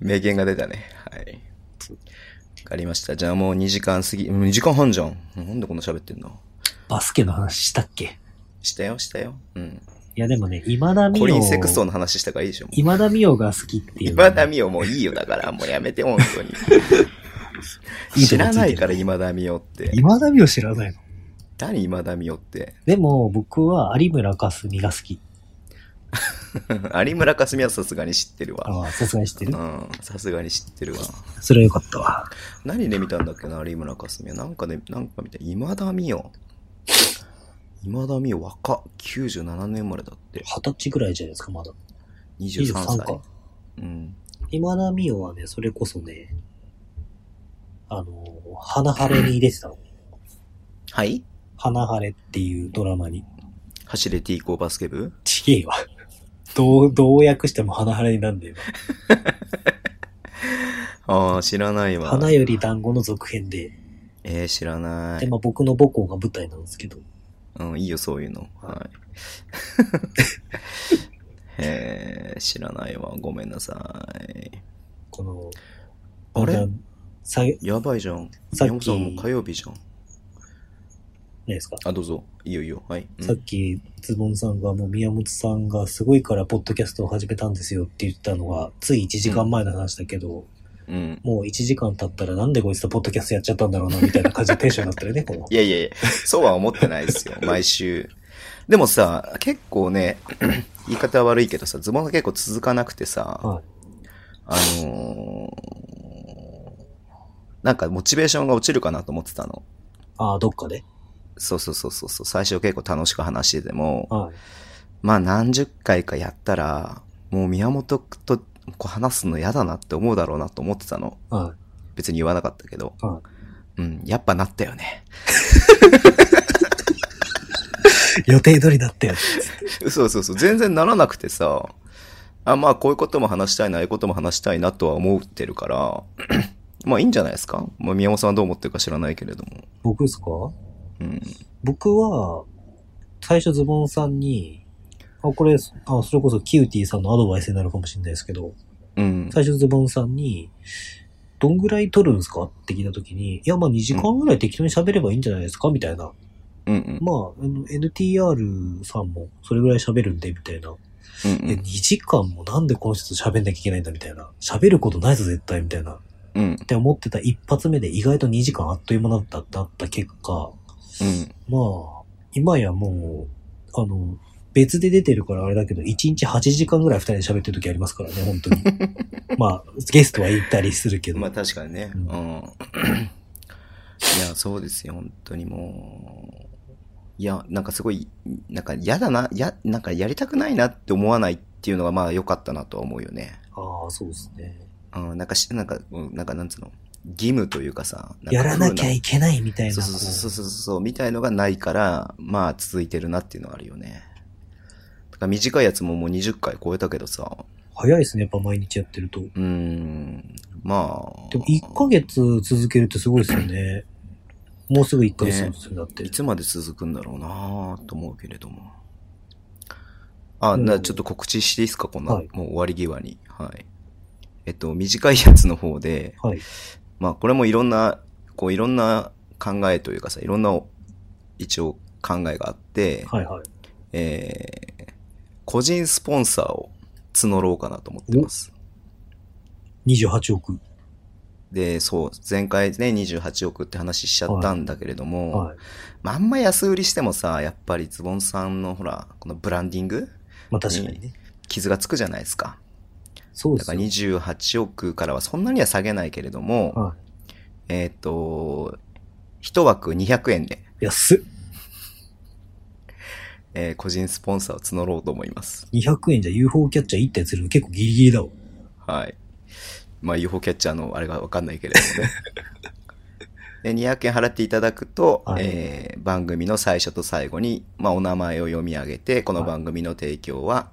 名言が出たね。はい。わかりました。じゃあもう2時間過ぎ、2時間半じゃん。なんでこんな喋ってんの
バスケの話したっけ
したよ、したよ。うん。
いやでもね、今田美
コリ
桜
ン・セクストンの話したからいいでしょ。もう
今田美桜が好きっていうのは
今田美桜もういいよ、だから、もうやめて、本当に。
いいとこついて
知
る
らないから、今田美桜って。
今田美桜知らないの
何、今田美桜って。
でも僕は有村架純が好き。
有村架純はさすがに知ってるわ。
ああ、さすがに知って
う
る
ん、さすがに知ってるわ。
それはよかったわ。
何で見たんだっけな、有村架純は。なんかで、なんか見た。今田美桜。今田美桜若っ。97年生まれだって。
二十歳ぐらいじゃないですか、まだ。
23歳。
23か
うん。
今田美桜はね、それこそね、あの、花晴れに出てたの。
はい
花晴れっていうドラマに。
走れ T 校バスケ部
ちげえわ。どう、どう訳しても花晴れになんだよ。
ああ、知らないわ。
花より団子の続編で。
えー、知らな
で、
い。
まあ僕の母校が舞台なんですけど。
うん、いいよ、そういうの。 はい。へえ、知らないわ。ごめんなさい。
この、
あれ
まださ、ない
やばいじゃん。
さっき
宮本さんもう火曜日じゃん。
ですか。
あ、どうぞ。いいよ、いいよ。はい。うん
さっき、ズボンさんが、もう宮本さんがすごいから、ポッドキャストを始めたんですよって言ったのが、つい1時間前の話だけど、
うん。
もう1時間経ったら、なんでこいつとポッドキャストやっちゃったんだろうな、みたいな感じのテンションになってるね、この。
いやいやいや、そうは思ってないですよ。毎週。でも さ、結構ね、言い方は悪いけどさ、ズボンが結構続かなくてさ、
は
あのーなんかモチベーションが落ちるかなと思ってたの。
ああ、どっかで。
そうそうそうそうそう。最初結構楽しく話してても、
はい。
まあ何十回かやったら、もう宮本とこう話すの嫌だなって思うだろうなと思ってたの。
は
別に言わなかったけど。
は
うん、やっぱなったよね。
予定通りだったよ。
そうそうそう。全然ならなくてさ、あ、まあこういうことも話したいな、ああいうことも話したいなとは思ってるから、 まあいいんじゃないですか。まあ宮本さんはどう思ってるか知らないけれども。
僕ですか
うん。
僕は、最初ズボンさんに、あ、これ、あ、それこそキューティーさんのアドバイスになるかもしれないですけど、
うん。
最初ズボンさんに、どんぐらい撮るんですかって聞いたときに、いや、まあ2時間ぐらい適当に喋ればいいんじゃないですかみたいな。
うんうん。
まあ、あの NTR さんもそれぐらい喋るんで、みたいな。
うんう
え、2
ん
時間もなんでこの人と喋んなきゃいけないんだ、みたいな。喋ることないぞ、絶対、みたいな。っ
うん。
て思ってた一発目で意外と2時間あっという間だった、だった結果、
うん。
まあ、今やもう、あの、別で出てるからあれだけど、1日8時間ぐらい2人で喋ってる時ありますからね、本当 に。まあ、ゲストは行ったりするけど。
まあ確かにね。う。
うんん
いや、そうですよ、本当にもう。いや、なんかすごい、なんか嫌だな、や、なんかやりたくないなって思わないっていうのがまあ良かったなとは思うよね。
ああ、そうですね。
うん、なんかし、なんか、うんなんかなんつうの、義務というかさ、んか
やらなきゃ
い
いけないみたいな。
そうそうそうそうそうそう、みたいのがないから、まあ続いてるなっていうのはあるよね。だから短いやつももう20回超えたけどさ、
こう早いですね、やっぱ毎日やってると。
うーん、まあ。
でも1ヶ月続けるってすごいですよね。もうすぐ1ヶ月なんですよ、だって
い。つまで続くんだろうなぁと思うけれども。あ、
うん
な、ちょっと告知していいですかこんな、
はい
もう終わり際に。はい。えっと、短いやつの方で、
はい。
まあ、これもいろんな、こう、いろんな考えというかさ、いろんな、一応考えがあって、
はいはい。
えー、個人スポンサーを募ろうかなと思ってます。
28億。
で、そう、前回ね、28億って話しちゃったんだけれども、
はい。
まあ、あんま安売りしてもさ、やっぱりズボンさんのほら、このブランディング
まあ確かにね。
傷がつくじゃないですか。
そうで
だか
す
ら
ね。
28億からはそんなには下げないけれども、
は
えっ、と、一枠200円で、
安っ。
えー個人スポンサーを募ろうと思います。
200円じゃ UFO キャッチャー1体釣るの結構ギリギリだわ。
はい。まあ UFO キャッチャーのあれがわかんないけれど もね。で、200円払っていただくと、
はい
えー番組の最初と最後に、まあ、お名前を読み上げて、この番組の提供は、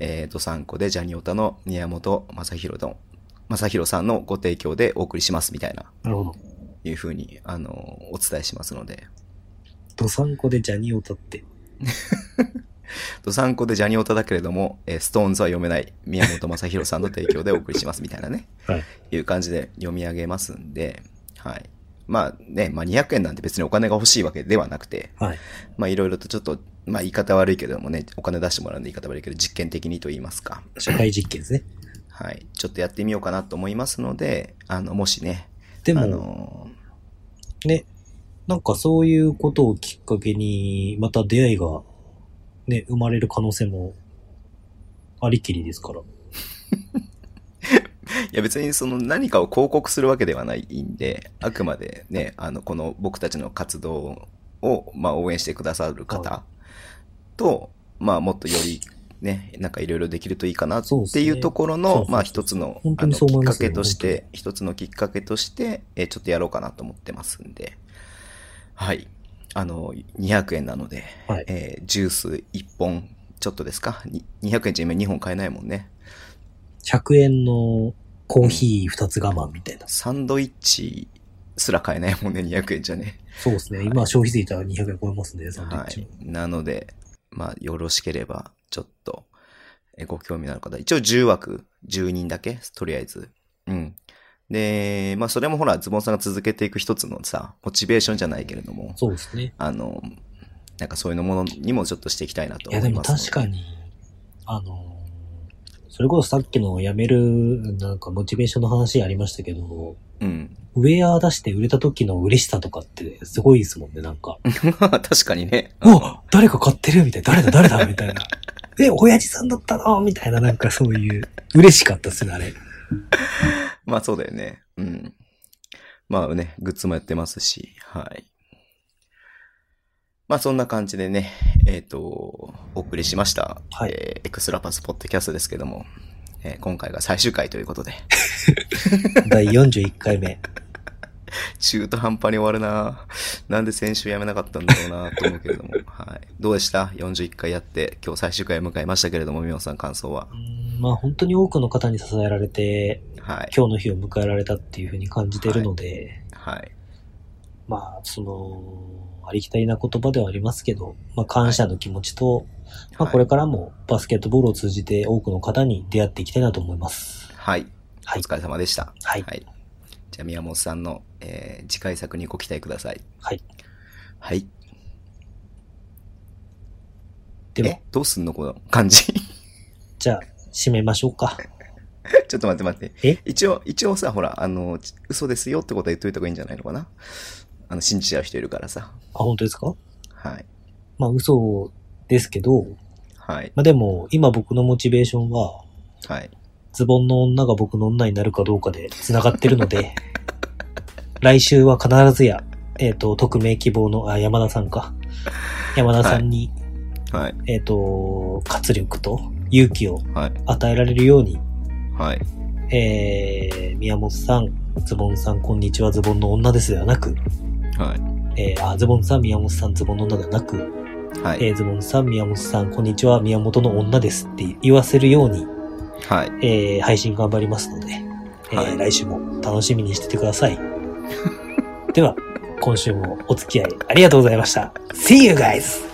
えー、ドサンコでジャニオタの宮本正宏の、正宏さんのご提供でお送りします、みたいな、
なるほど。
いうふうに、あの、お伝えしますので、
ドサンコでジャニオタって。
ドサンコでジャニオタだけれども、えー、ストーンズは読めない、宮本正宏さんの提供でお送りしますみたいなね、
はい、
いう感じで読み上げますんで、はい。まあね、まあ200円なんて別にお金が欲しいわけではなくて、
はい。
まあいろいろとちょっと、まあ言い方悪いけどもね、お金出してもらうんで言い方悪いけど、実験的にと言いますか、
社会実験ですね。
はい。ちょっとやってみようかなと思いますので、あの、もしね、
で
あ
も、
の
ね、なんかそういうことをきっかけに、また出会いが、ね、生まれる可能性も、ありきりですから。
ーいや別にその何かを広告するわけではないんで、あくまでね、あの、この僕たちの活動を、まあ応援してくださる方と、まあもっとより、ね、なんかいろいろできるといいかなっ
そうです
て
ね
いうところ
そう
の
そ、う
まあ一つの、
本
あ
当
の、
に
き
そう
っ
思いま
か
すよ
けとして、一つのきっかけとして、えーちょっとやろうかなと思ってますんで、はい。あの、200円なので、
はい
えージュース1本ちょっとですかに ?200 円じゃ今2本買えないもんね。
100円のコーヒー2つ我慢みたいな。
サンドイッチすら買えないもんね、200円じゃね。
そうですね。今、消費税いたら200円超えますね、サンドイッ
は
チ
い
も。。
なので、まあ、よろしければ、ちょっと、えご興味のある方、一応10枠、10人だけ、とりあえず。うん。で、まあ、それもほら、ズボンさんが続けていく一つのさ、モチベーションじゃないけれども、
そうですね。
あの、なんかそういうのものにもちょっとしていきたいなと
いや、
思
で
い
も
ますの
確かに、あのー、それこそさっきの辞める、なんかモチベーションの話ありましたけど、
うん。
ウェア出して売れた時の嬉しさとかってすごいですもんね、なんか。
確かにね。
うわ誰か買ってるみたいな。誰だ 誰だみたいな。え、親父さんだったのみたいな、なんかそういう、嬉しかったっすね、あれ。
まあそうだよね。うん。まあね、グッズもやってますし、はい。まあそんな感じでね、えっ、と、お送りしました。
はい
えーエクストラパスポッドキャストですけども、えー今回が最終回ということで、
第41回目。
中途半端に終わるななんで先週やめなかったんだろうなと思うけれ ども、はい。どうでした ?41 回やって、今日最終回迎えましたけれども、みおさん感想は
う。んまあ本当に多くの方に支えられて、
はい。
今日の日を迎えられたっていうふうに感じているので、
はい。
まあ、その、ありきたりな言葉ではありますけど、まあ感謝の気持ちと、まあこれからもバスケットボールを通じて多くの方に出会っていきたいなと思います。
はい。
はい
お疲れ様でした。
はい。
じゃあ、宮本さんの、えー次回作にご期待ください。
はい。
はい。
では
え、どうすんのこの感じ。 ち
じゃあ、締めましょうか。
ょっと待って待って。
え
一応、一応さ、ほら、あの、ち嘘ですよってことは言っといた方がいいんじゃないのかなあの、信じちゃう人いるからさ。
あ、本当ですか
はい。
まあ嘘ですけど、
はい。
まあでも今僕のモチベーションは、
はい。
ズボンの女が僕の女になるかどうかで繋がってるの で、来週は必ずや、えっ、と、匿名希望の、あ、山田さんか。山田さんに、
はい。
えっ、と、活力と勇気を
はい。
与えられるように、
はい。
えー、宮本さん、ズボンさん、こんにちは、ズボンの女ですではなく、
はい。
えー、あ、ズボンさん、宮本さん、ズボンの女ではなく、
はい。
えー、ズボンさん、宮本さん、こんにちは、宮本の女ですって言わせるように、
はい。
えー、配信頑張りますので、えー
はい
来週も楽しみにしててください。では、今週もお付き合いありがとうございました。See you guys!